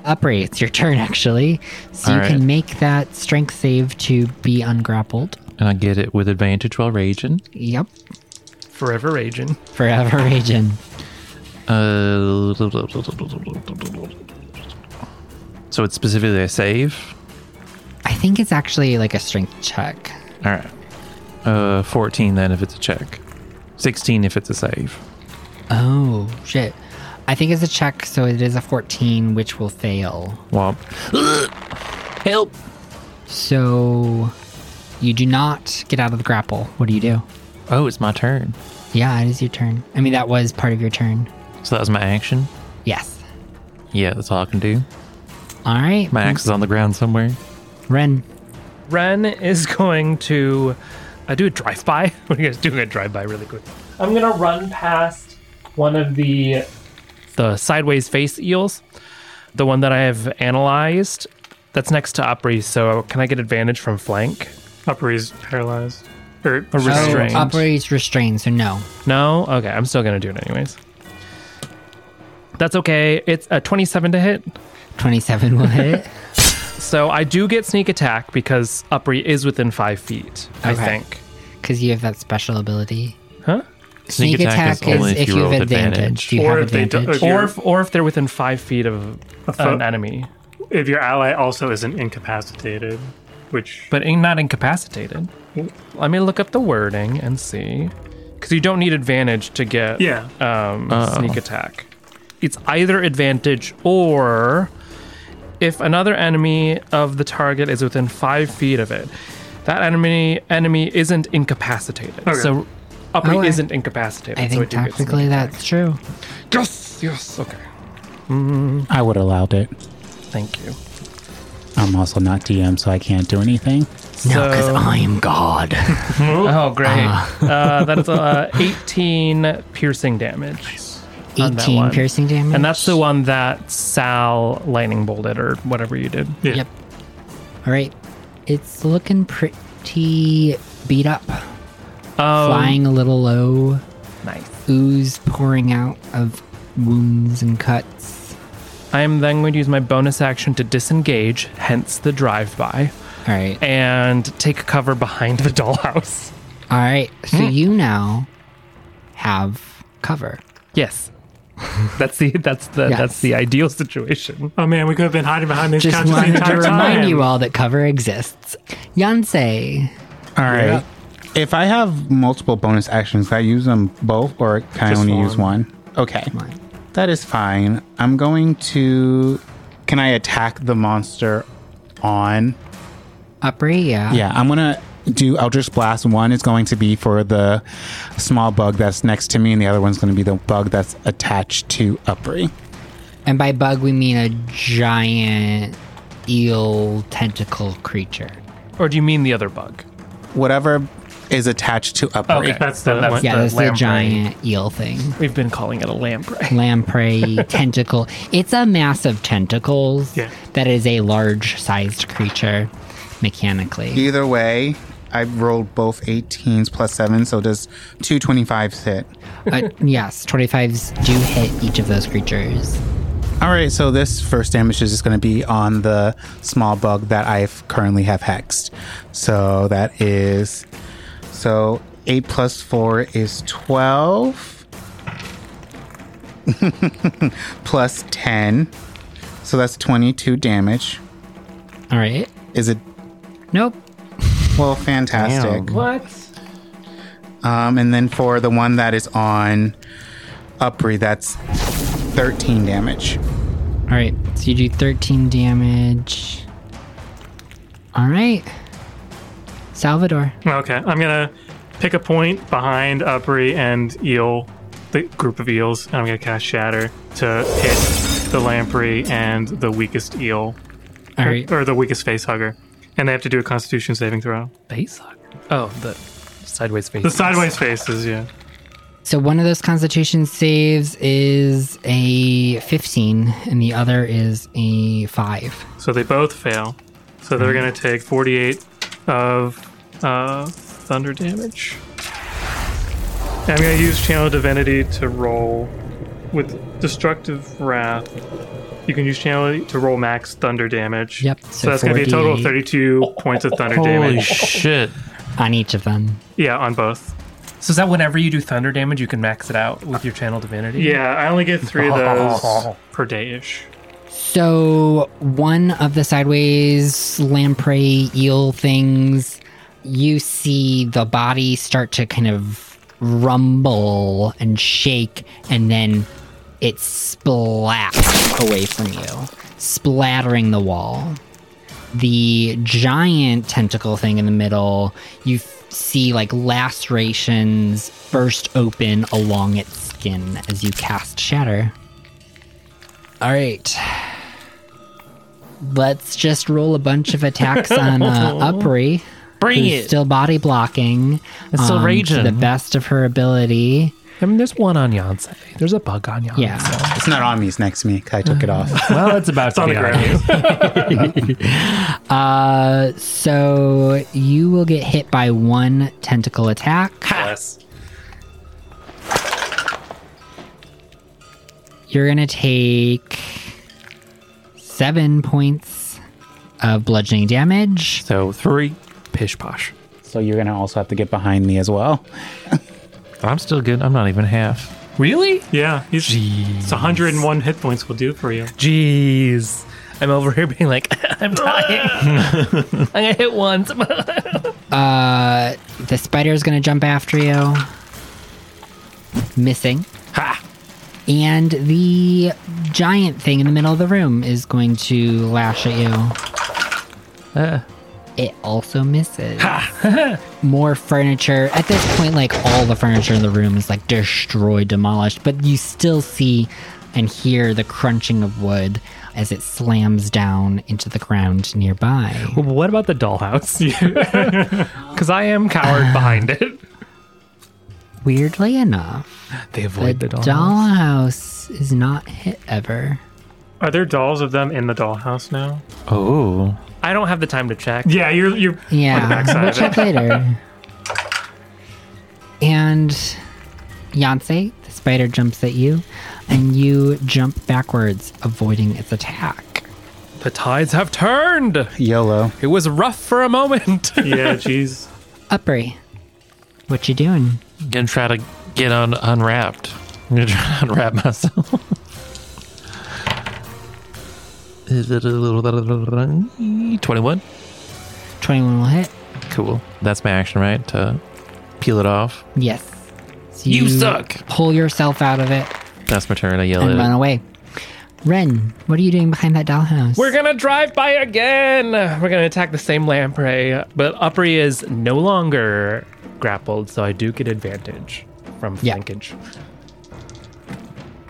Speaker 1: Upri, it's your turn actually. So you
Speaker 4: All right.
Speaker 1: can make that strength save to be ungrappled.
Speaker 4: And I get it with advantage while raging.
Speaker 1: Yep.
Speaker 2: Forever aging.
Speaker 1: Forever raging.
Speaker 4: Uh, so it's specifically a save.
Speaker 1: I think it's actually like a strength check.
Speaker 4: All right. Uh, 14 then if it's a check. 16 if it's a save.
Speaker 1: Oh, shit. I think it's a check, so it is a 14, which will fail.
Speaker 4: Well, help.
Speaker 1: So you do not get out of the grapple. What do you do?
Speaker 4: Oh, it's my turn.
Speaker 1: Yeah, it is your turn. I mean, that was part of your turn.
Speaker 4: So that was my action.
Speaker 1: Yes.
Speaker 4: Yeah, that's all I can do.
Speaker 1: All right.
Speaker 4: My axe is on the ground somewhere.
Speaker 1: Ren.
Speaker 2: Ren is going to uh, do a drive by. What are you guys doing a drive by really quick? I'm gonna run past one of the the sideways face eels, the one that I have analyzed. That's next to Opry, so can I get advantage from flank?
Speaker 3: Upper is paralyzed. Or
Speaker 2: Restrained.
Speaker 1: Oh, operates restrained, so no.
Speaker 2: No? Okay, I'm still gonna do it anyways. That's okay. It's a 27 to hit.
Speaker 1: 27 will hit.
Speaker 2: So I do get sneak attack because Upri is within five feet, I
Speaker 1: Okay.
Speaker 2: think.
Speaker 1: Because you have that special ability.
Speaker 2: Huh?
Speaker 1: Sneak, attack, is, if you, have advantage. Do you
Speaker 3: Or
Speaker 1: have
Speaker 3: if they don't-
Speaker 1: advantage?
Speaker 2: Or
Speaker 3: You're-
Speaker 2: if, or if they're within five feet of
Speaker 3: foe.
Speaker 2: an enemy,
Speaker 3: If your ally also isn't incapacitated, which
Speaker 2: but in, not incapacitated. Let me look up the wording and see, because you don't need advantage to get
Speaker 3: Yeah.
Speaker 2: um,
Speaker 1: Oh.
Speaker 2: sneak attack. It's either advantage or if another enemy of the target is within five feet of it, that enemy enemy isn't incapacitated.
Speaker 3: Okay.
Speaker 2: So Upri
Speaker 1: Okay.
Speaker 2: isn't incapacitated.
Speaker 1: Oh, I
Speaker 2: oh, so
Speaker 1: think
Speaker 2: it do get sneak
Speaker 1: tactically
Speaker 2: attack.
Speaker 1: that's true.
Speaker 2: yes, yes, okay.
Speaker 5: I would have allowed it.
Speaker 2: Thank you.
Speaker 5: I'm also not DM, so I can't do anything.
Speaker 1: No, because
Speaker 2: So-
Speaker 1: I am God.
Speaker 2: Oh, great. Uh, that is uh, 18 piercing uh, damage. on that
Speaker 1: 18
Speaker 2: one.
Speaker 1: piercing damage.
Speaker 2: And that's the one that Sal lightning bolted or whatever you did.
Speaker 3: Yeah.
Speaker 1: Yep. All right. It's looking pretty beat up,
Speaker 2: Um,
Speaker 1: flying a little low,
Speaker 2: Nice.
Speaker 1: ooze pouring out of wounds and cuts.
Speaker 2: I am then going to use my bonus action to disengage, hence the drive by,
Speaker 1: All right.
Speaker 2: and take cover behind the dollhouse.
Speaker 1: All right. So you now have cover.
Speaker 2: Yes. That's the that's the
Speaker 1: Yes.
Speaker 2: that's the ideal situation.
Speaker 3: Oh man, we could have been hiding behind these
Speaker 1: Just
Speaker 3: couches the
Speaker 1: wanted to
Speaker 3: entire
Speaker 1: remind
Speaker 3: time.
Speaker 1: you all that cover exists. Yansei,
Speaker 5: All right. If I have multiple bonus actions, can I use them both or can I
Speaker 3: Just
Speaker 5: only
Speaker 3: one.
Speaker 5: use one? Okay.
Speaker 1: One.
Speaker 5: That is fine. I'm going to. Can I attack the monster on?
Speaker 1: Upri, yeah.
Speaker 5: Yeah, I'm going to do Eldritch Blast. One is going to be for the small bug that's next to me, and the other one's going to be the bug that's attached to Upri.
Speaker 1: And by bug, we mean a giant eel tentacle creature.
Speaker 2: Or do you mean the other bug?
Speaker 5: Whatever is attached to Upri.
Speaker 2: Okay.
Speaker 3: That's the
Speaker 2: Then that's
Speaker 3: one.
Speaker 1: Yeah,
Speaker 2: the
Speaker 1: that's the
Speaker 2: lamprey.
Speaker 1: giant eel thing.
Speaker 2: We've been calling it a lamprey.
Speaker 1: lamprey tentacle. It's a mass of tentacles
Speaker 3: Yeah.
Speaker 1: that is a large sized creature mechanically.
Speaker 5: Either way, I rolled both 18s plus 7, so does 225s hit?
Speaker 1: Uh, yes, 25s do hit each of those creatures.
Speaker 5: All right, so this first damage is just going to be on the small bug that I currently have hexed. So that is so 8 plus 4 is 12 plus 10. So that's 22 damage.
Speaker 1: All right.
Speaker 5: Is it
Speaker 1: Nope.
Speaker 5: well fantastic.
Speaker 2: What?
Speaker 5: Um and then for the one that is on Upri that's 13 damage.
Speaker 1: All right. So you do 13 damage. All right. Salvador.
Speaker 3: Okay, I'm gonna pick a point behind Upri and Eel, the group of eels, and I'm gonna cast Shatter to hit the lamprey and the weakest eel,
Speaker 1: All right.
Speaker 3: or the weakest face hugger, and they have to do a Constitution saving throw.
Speaker 2: Face hug. Oh, the sideways face.
Speaker 3: The sideways faces, yeah.
Speaker 1: So one of those constitution saves is a 15 and the other is a 5.
Speaker 3: So they both fail. So
Speaker 2: Mhm.
Speaker 3: they're gonna take 48 of uh, thunder damage. And I'm gonna use Channel Divinity to roll with Destructive Wrath. You can use Channel to roll max thunder damage.
Speaker 1: Yep,
Speaker 3: So,
Speaker 1: so
Speaker 3: that's gonna be a total of
Speaker 1: 48.
Speaker 3: 32 points of thunder
Speaker 4: Holy
Speaker 3: damage.
Speaker 4: shit.
Speaker 1: On each of them.
Speaker 3: yeah, on both.
Speaker 2: So is that whenever you do thunder damage, you can max it out with your channel divinity?
Speaker 3: Yeah, I only get three of those per day ish.
Speaker 1: So one of the sideways lamprey eel things, you see the body start to kind of rumble and shake, and then it splats away from you, splattering the wall. The giant tentacle thing in the middle, you f- see like lacerations burst open along its skin as you cast Shatter. All right. Let's just roll a bunch of attacks on uh, Upri.
Speaker 4: Bring
Speaker 1: who's
Speaker 4: it.
Speaker 1: Still body blocking. um,
Speaker 4: It's still
Speaker 1: To
Speaker 4: raging.
Speaker 1: the best of her ability.
Speaker 2: I mean, there's one on Yonsei. There's a bug on Yonsei.
Speaker 1: Yeah.
Speaker 5: It's not on me, it's next to me 'cause I took it off.
Speaker 2: Well, it's about
Speaker 3: It's on the ground.
Speaker 1: Uh, so you will get hit by one tentacle attack. You're going to take seven points of bludgeoning damage.
Speaker 4: So three.
Speaker 2: Pish posh.
Speaker 5: So you're gonna also have to get behind me as well.
Speaker 4: I'm still good. I'm not even half.
Speaker 2: Really?
Speaker 3: yeah, he's, it's 101 hit points will do for you.
Speaker 2: Jeez. I'm over here being like, I'm dying. I'm gonna hit once.
Speaker 1: Uh, the spider is going to jump after you. Missing.
Speaker 2: ha!
Speaker 1: And the giant thing in the middle of the room is going to lash at you.
Speaker 4: Uh,
Speaker 1: It also misses. More furniture. At this point, like all the furniture in the room is like destroyed, demolished, but you still see and hear the crunching of wood as it slams down into the ground nearby.
Speaker 2: What about the dollhouse? Because I am cowered behind it.
Speaker 1: Weirdly enough,
Speaker 2: They avoid
Speaker 1: the dollhouse is not hit ever.
Speaker 3: Are there dolls of them in the dollhouse now?
Speaker 4: Oh.
Speaker 2: I don't have the time to check.
Speaker 3: Yeah, you're you're on the
Speaker 1: Yeah,
Speaker 3: backside
Speaker 1: we'll
Speaker 3: of it.
Speaker 1: check later. And Yancey, the spider jumps at you, and you jump backwards, avoiding its attack.
Speaker 2: The tides have turned.
Speaker 5: YOLO.
Speaker 2: It was rough for a moment.
Speaker 3: Yeah, jeez.
Speaker 1: Upri, what you doing?
Speaker 4: Gonna try to get un- unwrapped. I'm gonna try to unwrap myself. Twenty-one.
Speaker 1: 21 will hit.
Speaker 4: Cool. That's my action, right? To peel it off.
Speaker 1: Yes. So
Speaker 4: You suck.
Speaker 1: Pull yourself out of it
Speaker 4: That's my turn. I yell
Speaker 1: and
Speaker 4: at
Speaker 1: run
Speaker 4: it.
Speaker 1: away. Ren, what are you doing behind that dollhouse?
Speaker 2: We're gonna drive by again. We're gonna attack the same lamprey, but Upri is no longer grappled, so I do get advantage from
Speaker 1: Yeah.
Speaker 2: flankage.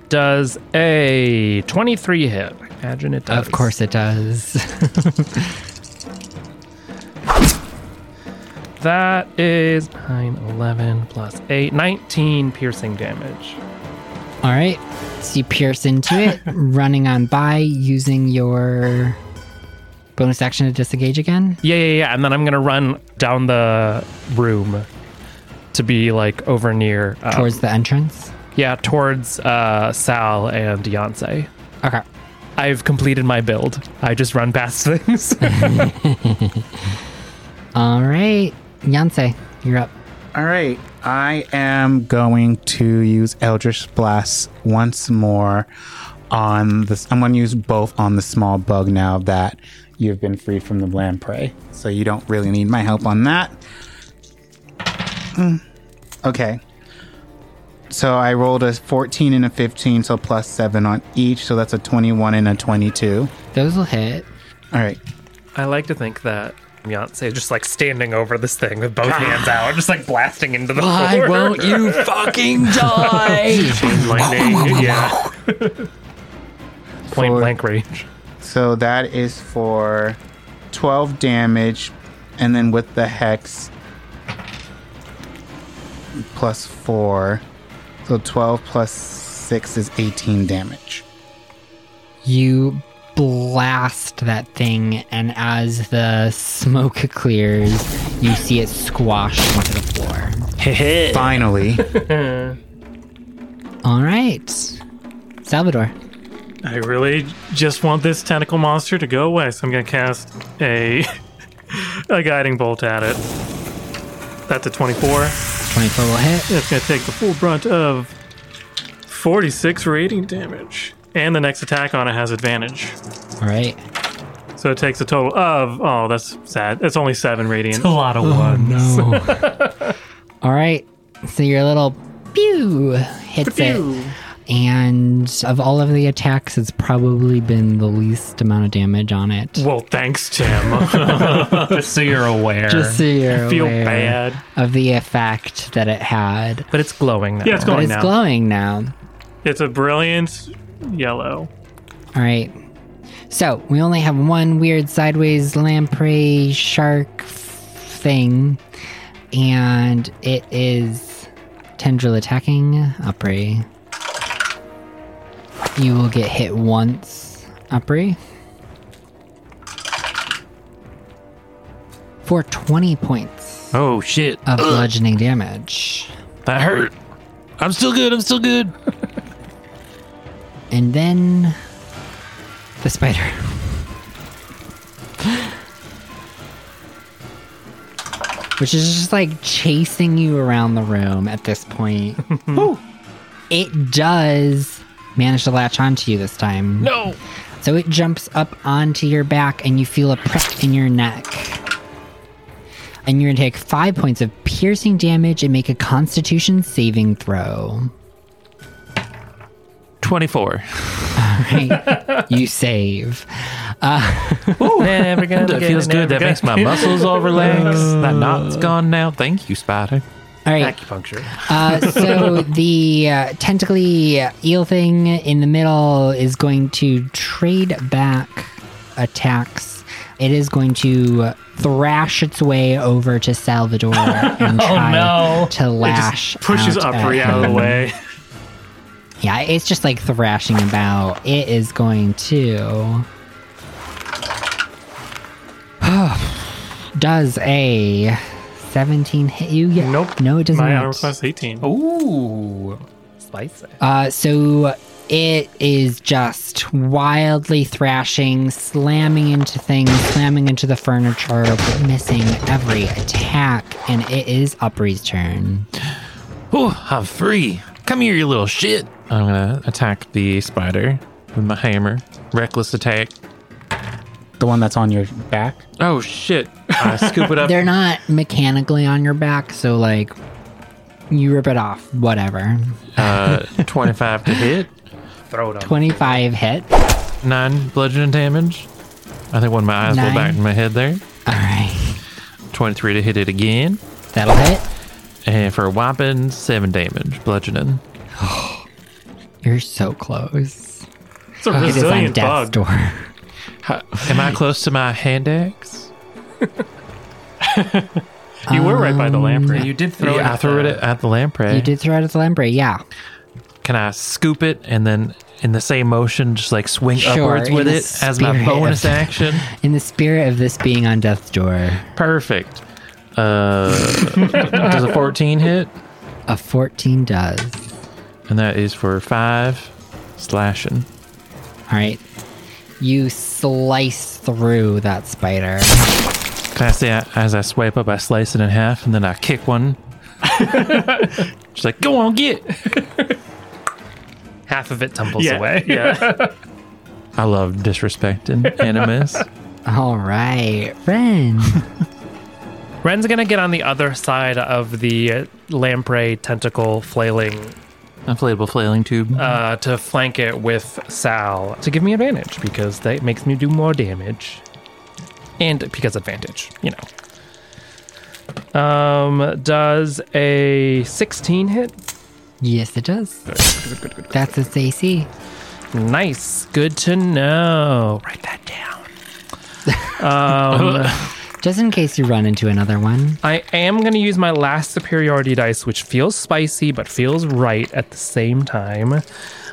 Speaker 2: Does a 23 hit? I imagine it does.
Speaker 1: Of course it does.
Speaker 2: That is 9, 11 plus 8, 19 piercing damage.
Speaker 1: All right. So you pierce into it, running on by using your bonus action to disengage again.
Speaker 2: Yeah, yeah, yeah. And then I'm gonna run down the room to be like over near uh,
Speaker 1: towards the entrance.
Speaker 2: yeah towards uh, Sal and Yancey.
Speaker 1: Okay.
Speaker 2: I've completed my build. I just run past things.
Speaker 1: All right. Yancey, you're up.
Speaker 5: All right, I am going to use Eldritch Blast once more on this. I'm going to use both on the small bug now that you've been free from the lamprey, so you don't really need my help on that. Mm, Okay. So I rolled a 14 and a 15, so plus seven on each, so that's a 21 and a 22.
Speaker 1: Those will hit.
Speaker 5: All right.
Speaker 2: I like to think that Beyonce is just like standing over this thing with both hands out, just like blasting into the floor.
Speaker 1: you fucking die?
Speaker 3: Chain lightning. yeah.
Speaker 2: Point blank range.
Speaker 5: So that is for 12 damage, and then with the hex, plus 4. So 12 plus 6 is 18 damage.
Speaker 1: you blast that thing, and as the smoke clears, you see it squash into the floor.
Speaker 5: Finally.
Speaker 1: All right. Salvador.
Speaker 3: I really just want this tentacle monster to go away, so I'm gonna cast a a guiding bolt at it. That's a 24.
Speaker 1: 24 will hit.
Speaker 3: It's gonna take the full brunt of 46 rating damage, and the next attack on it has advantage.
Speaker 1: All right.
Speaker 3: So it takes a total of oh, that's sad. It's only seven radiant.
Speaker 2: lot of one.
Speaker 1: No. All right. So your little pew hits it. And of all of the attacks, it's probably been the least amount of damage on it.
Speaker 3: Well, thanks,
Speaker 2: Oh,
Speaker 3: Tim.
Speaker 2: Just so you're aware.
Speaker 1: Just so you're
Speaker 3: Feel
Speaker 1: aware
Speaker 3: bad.
Speaker 1: of the effect that it had.
Speaker 2: but it's glowing now.
Speaker 3: Yeah, it's
Speaker 1: But
Speaker 3: going
Speaker 1: it's
Speaker 3: now.
Speaker 1: glowing now.
Speaker 3: It's a brilliant yellow.
Speaker 1: All right. So we only have one weird sideways lamprey shark f- thing, and it is tendril attacking Upri. You will get hit once, Upri. For 20 points
Speaker 4: Oh shit!
Speaker 1: of bludgeoning damage.
Speaker 4: That hurt. I'm still good. I'm still good.
Speaker 1: And then the spider. Which is just like chasing you around the room at this point. it does manage to latch onto you this time.
Speaker 4: No.
Speaker 1: So it jumps up onto your back and you feel a prick in your neck. And you're gonna take five points of piercing damage and make a constitution saving throw.
Speaker 4: Twenty-four.
Speaker 1: Right. you save.
Speaker 2: Never gonna
Speaker 4: That
Speaker 2: get
Speaker 4: feels
Speaker 2: it,
Speaker 4: good.
Speaker 2: never
Speaker 4: That makes my muscles all relax. That knot's gone now. Thank you, spider.
Speaker 1: All right.
Speaker 2: acupuncture.
Speaker 1: Uh, so the uh, tentacly eel thing in the middle is going to trade back attacks. It is going to thrash its way over to Salvador
Speaker 3: Oh,
Speaker 1: and try
Speaker 2: no.
Speaker 1: to lash.
Speaker 3: Pushes
Speaker 1: out
Speaker 3: up
Speaker 1: at
Speaker 3: out of the
Speaker 1: him.
Speaker 3: way.
Speaker 1: Yeah, it's just like thrashing about. It is going to. Does a 17 hit you yet?
Speaker 3: Nope.
Speaker 1: No, it does
Speaker 3: My
Speaker 1: not.
Speaker 3: armor class is 18.
Speaker 2: Oh, Ooh, spicy.
Speaker 1: Uh, so it is just wildly thrashing, slamming into things, slamming into the furniture, but missing every attack. And it is Upri's turn.
Speaker 4: Oh, I'm free. Come here, you little shit. I'm gonna attack the spider with my hammer. Reckless attack.
Speaker 5: The one that's on your back.
Speaker 4: Oh shit! I scoop it up.
Speaker 1: They're not mechanically on your back, so like you rip it off, whatever.
Speaker 4: Uh, Twenty-five to hit.
Speaker 2: Throw it on.
Speaker 1: 25 hit.
Speaker 4: Nine bludgeoning damage. I think one of my eyes rolled back
Speaker 1: Nine.
Speaker 4: in my head there.
Speaker 1: All right.
Speaker 4: Twenty-three to hit it again,
Speaker 1: That'll hit.
Speaker 4: and for a whopping seven damage bludgeoning.
Speaker 1: You're so close.
Speaker 3: It's a
Speaker 1: It is on
Speaker 3: resilient
Speaker 1: death's
Speaker 3: bug.
Speaker 1: door.
Speaker 4: How- am I close to my hand axe?
Speaker 3: You were right by the lamprey.
Speaker 2: You did throw it.
Speaker 4: I threw it
Speaker 2: at-
Speaker 4: at the lamprey.
Speaker 1: You did throw it at the lamprey, yeah.
Speaker 4: Can I scoop it and then in the same motion just like swing
Speaker 1: Sure,
Speaker 4: upwards
Speaker 1: in
Speaker 4: with
Speaker 1: the
Speaker 4: it as my
Speaker 1: spirit of-
Speaker 4: bonus action?
Speaker 1: In the spirit of this being on death's door,
Speaker 4: Perfect. Uh, does a 14 hit?
Speaker 1: a 14 does.
Speaker 4: And that is for five slashing.
Speaker 1: All right. You slice through that spider.
Speaker 4: Can I say I, as I swipe up, I slice it in half and then I kick one? She's like, go on, get.
Speaker 2: Half of it tumbles
Speaker 3: Yeah,
Speaker 2: away.
Speaker 3: yeah.
Speaker 4: I love disrespecting animus.
Speaker 1: All right, Ren.
Speaker 2: Ren's gonna get on the other side of the lamprey tentacle flailing
Speaker 4: Inflatable flailing tube.
Speaker 2: uh, to flank it with Sal to give me advantage because that makes me do more damage, and because advantage, you know. Um, does a sixteen hit?
Speaker 1: yes, it does. That's a AC.
Speaker 2: Nice, good to know. Write that down.
Speaker 1: Just in case you run into another one.
Speaker 2: I am gonna use my last superiority dice, which feels spicy but feels right at the same time,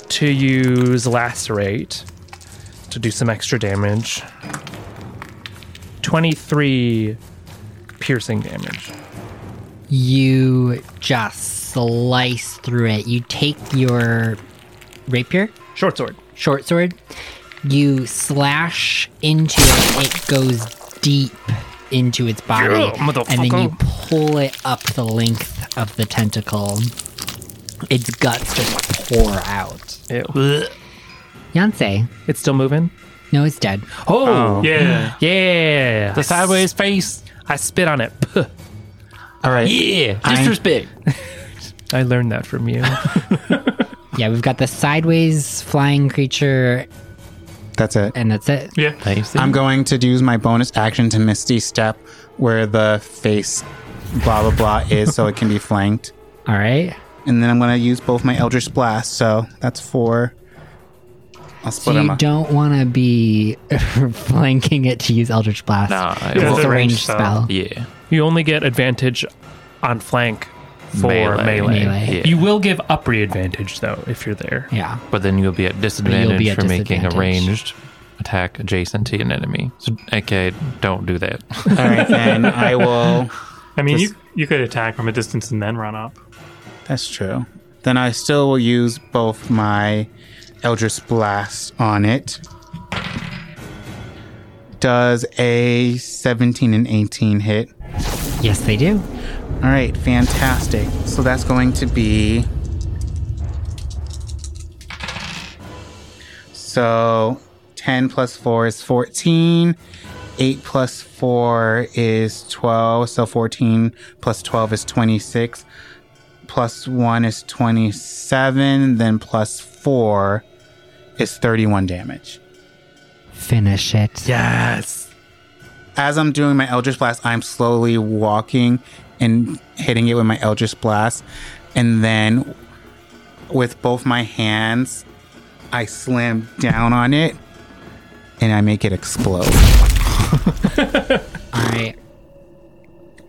Speaker 2: to use lacerate to do some extra damage. Twenty-three piercing damage.
Speaker 1: You just slice through it. You take your rapier,
Speaker 2: Short sword.
Speaker 1: short sword, you slash into it. It goes deep into its body.
Speaker 2: Yeah,
Speaker 1: and then you
Speaker 2: motherfucker.
Speaker 1: pull it up the length of the tentacle. Its guts just pour out. Yancey.
Speaker 2: It's still moving.
Speaker 1: No, it's dead.
Speaker 2: Oh,
Speaker 3: Yeah.
Speaker 2: yeah!
Speaker 4: the sideways face.
Speaker 2: I spit on it. Puh.
Speaker 5: All right.
Speaker 4: Yeah.
Speaker 5: I-
Speaker 4: Disrespect.
Speaker 2: I learned that from you.
Speaker 1: Yeah, we've got the sideways flying creature,
Speaker 5: That's it.
Speaker 1: and that's it.
Speaker 3: Yeah.
Speaker 4: Thanks.
Speaker 5: I'm going to use my bonus action to Misty Step where the face blah blah blah is so it can be flanked.
Speaker 1: All right.
Speaker 5: And then I'm going to use both my Eldritch Blast, so that's four. I'll
Speaker 1: So
Speaker 5: split
Speaker 1: you
Speaker 5: them up.
Speaker 1: don't want to be flanking it to use Eldritch Blast.
Speaker 4: Nah, I
Speaker 3: Yeah,
Speaker 1: it's
Speaker 4: won't.
Speaker 1: a ranged
Speaker 3: a ranged
Speaker 1: spell.
Speaker 3: spell.
Speaker 4: yeah.
Speaker 2: you only get advantage on flank for melee.
Speaker 4: Melee.
Speaker 1: Melee.
Speaker 4: Yeah.
Speaker 2: You will give upri advantage though if you're there.
Speaker 1: Yeah.
Speaker 4: But then you'll be at disadvantage
Speaker 1: be at
Speaker 4: for making a
Speaker 1: disadvantage.
Speaker 4: ranged attack adjacent to an enemy. So, okay, don't do that.
Speaker 5: All right, then I will.
Speaker 3: I mean, you you could attack from a distance and then run up.
Speaker 5: That's true. Then I still will use both my Eldritch Blast on it. Does a 17 and 18 hit?
Speaker 1: Yes, they do.
Speaker 5: All right, fantastic. So that's going to be. So 10 plus 4 is 14. 8 plus 4 is 12. So 14 plus 12 is 26. Plus 1 is 27. Then plus 4 is 31 damage.
Speaker 1: Finish it.
Speaker 2: Yes.
Speaker 5: as I'm doing my Eldritch Blast, I'm slowly walking and hitting it with my Eldritch Blast. And then with both my hands, I slam down on it and I make it explode.
Speaker 1: All right.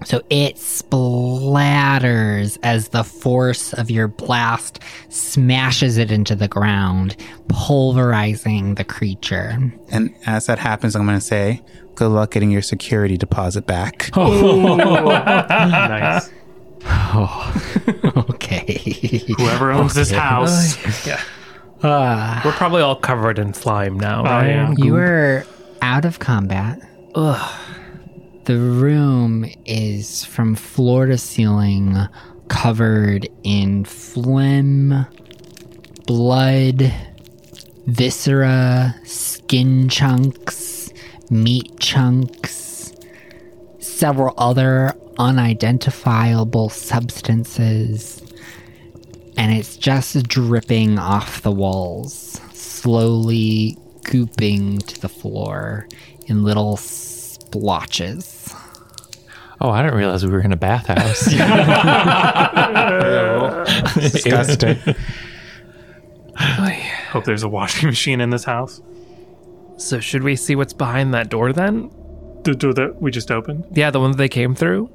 Speaker 1: So it splat clatters as the force of your blast smashes it into the ground, pulverizing the creature.
Speaker 5: And as that happens, I'm going to say, good luck getting your security deposit back.
Speaker 3: nice.
Speaker 1: Okay.
Speaker 3: Whoever owns this house,
Speaker 2: We're probably all covered in slime now.
Speaker 3: Oh,
Speaker 2: right?
Speaker 3: yeah.
Speaker 1: You are out of combat. Ugh. The room is from floor to ceiling covered in phlegm, blood, viscera, skin chunks, meat chunks, several other unidentifiable substances, and it's just dripping off the walls, slowly gooping to the floor in little splotches.
Speaker 4: Oh, I didn't realize we were in a bathhouse.
Speaker 5: Disgusting.
Speaker 3: hope there's a washing machine in this house.
Speaker 2: So should we see what's behind that door then?
Speaker 3: The door that we just opened.
Speaker 2: Yeah, the one that they came through.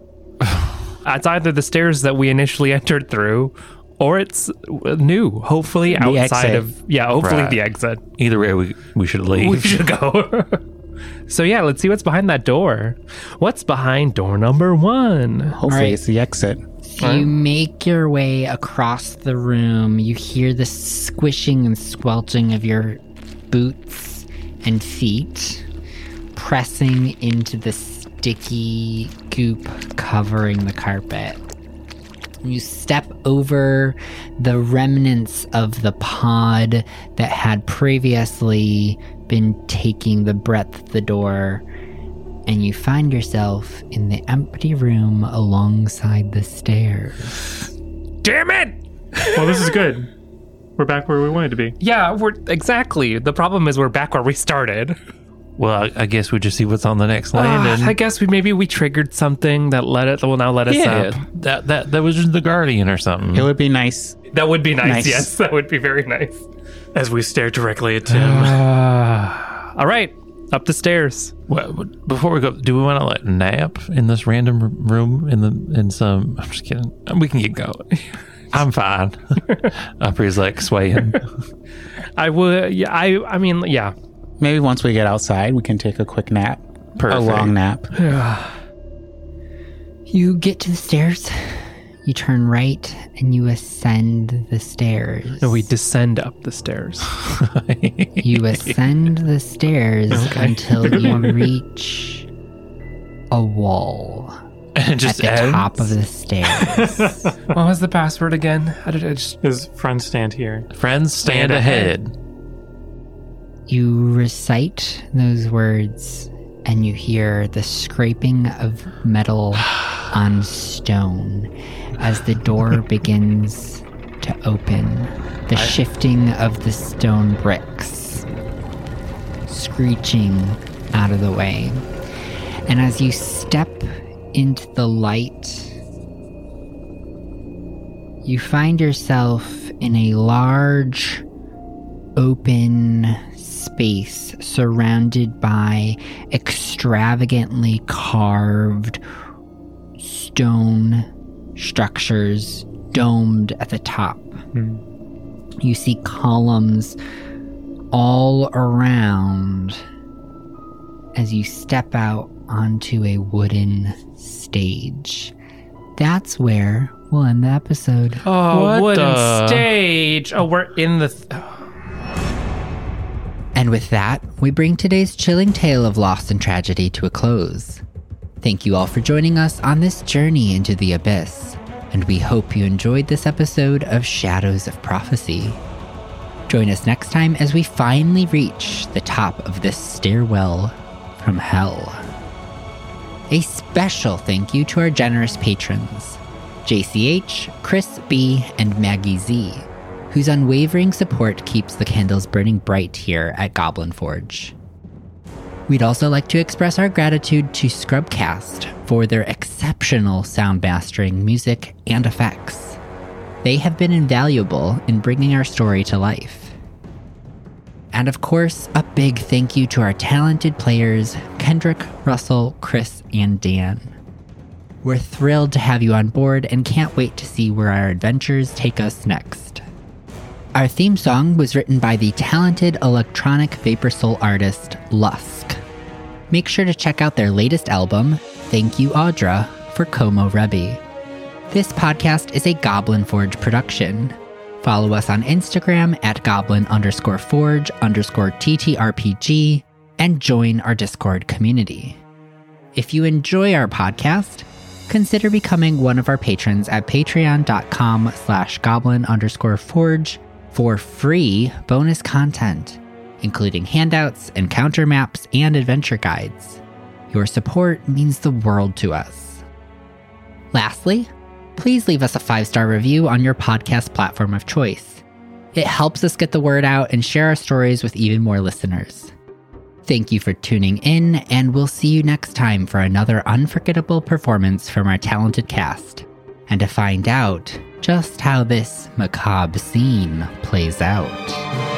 Speaker 2: it's either the stairs that we initially entered through, or it's uh, new. Hopefully outside
Speaker 5: exit.
Speaker 2: of yeah. Hopefully
Speaker 4: Right.
Speaker 2: the exit.
Speaker 4: Either way, we, we should
Speaker 2: We
Speaker 4: leave.
Speaker 2: should go. so yeah, let's see what's behind that door. What's behind door number one?
Speaker 5: Hopefully,
Speaker 1: All right.
Speaker 5: it's the exit.
Speaker 1: You make your way across the room. You hear the squishing and squelching of your boots and feet pressing into the sticky goop covering the carpet. You step over the remnants of the pod that had previously been taking the breadth of the door and you find yourself in the empty room alongside the stairs.
Speaker 2: Damn it!
Speaker 3: Well, this is good. We're back where we wanted to be.
Speaker 2: Yeah, we're exactly. The problem is we're back where we started.
Speaker 4: well, I, I guess we just see what's on the next
Speaker 2: Ah,
Speaker 4: landing.
Speaker 2: I guess we maybe we triggered something that let it will now let us
Speaker 4: yeah,
Speaker 2: up.
Speaker 4: that that that was just the guardian or something.
Speaker 5: It would be nice.
Speaker 2: That would be nice.
Speaker 5: Nice.
Speaker 2: Yes, that would be very nice.
Speaker 3: As we stare directly at Tim.
Speaker 2: All right, up the stairs.
Speaker 4: Well, but before we go, do we want to like nap in this random r- room in the in some? I'm just kidding. We can keep going. I'm fine. Upri's like swaying.
Speaker 2: I would. Yeah, I. I mean, yeah.
Speaker 5: Maybe once we get outside, we can take a quick nap.
Speaker 4: Perfect.
Speaker 5: A long nap.
Speaker 1: You get to the stairs, you turn right, and you ascend the stairs.
Speaker 2: No, we descend up the stairs.
Speaker 1: You ascend the stairs until you reach a wall
Speaker 4: and
Speaker 1: at
Speaker 4: just
Speaker 1: the
Speaker 4: end.
Speaker 1: top of the stairs.
Speaker 2: what was the password again? I did. I just.
Speaker 3: His friends stand here.
Speaker 4: Friends
Speaker 2: Stand
Speaker 4: stand,
Speaker 2: ahead.
Speaker 4: ahead.
Speaker 1: You recite those words, and you hear the scraping of metal on stone as the door begins to open, the shifting of the stone bricks, screeching out of the way. And as you step into the light, you find yourself in a large open space surrounded by extravagantly carved stone structures domed at the top. You see columns all around as you step out onto a wooden stage. That's where we'll end the episode.
Speaker 2: Oh,
Speaker 4: What
Speaker 2: wooden
Speaker 4: the-
Speaker 2: stage. Oh, we're in the. Th-
Speaker 1: And with that, we bring today's chilling tale of loss and tragedy to a close. Thank you all for joining us on this journey into the abyss, and we hope you enjoyed this episode of Shadows of Prophecy. Join us next time as we finally reach the top of this stairwell from hell. A special thank you to our generous patrons JCH, Chris B., and Maggie Z., whose unwavering support keeps the candles burning bright here at Goblin Forge. We'd also like to express our gratitude to Scrubcast for their exceptional sound mastering, music, and effects. They have been invaluable in bringing our story to life. And of course, a big thank you to our talented players, Kendrick, Russell, Chris, and Dan. We're thrilled to have you on board and can't wait to see where our adventures take us next. Our theme song was written by the talented electronic vapor soul artist Lusk. Make sure to check out their latest album, Thank You Audra, for Como Rebbe. This podcast is a Goblin Forge production. Follow us on Instagram at goblin underscore forge underscore TTRPG and join our Discord community. If you enjoy our podcast, consider becoming one of our patrons at patreon.com slash goblin underscore forge for free bonus content, including handouts, encounter maps, and adventure guides. Your support means the world to us. Lastly, please leave us a five star review on your podcast platform of choice. It helps us get the word out and share our stories with even more listeners. Thank you for tuning in, and we'll see you next time for another unforgettable performance from our talented cast, and to find out just how this macabre scene plays out.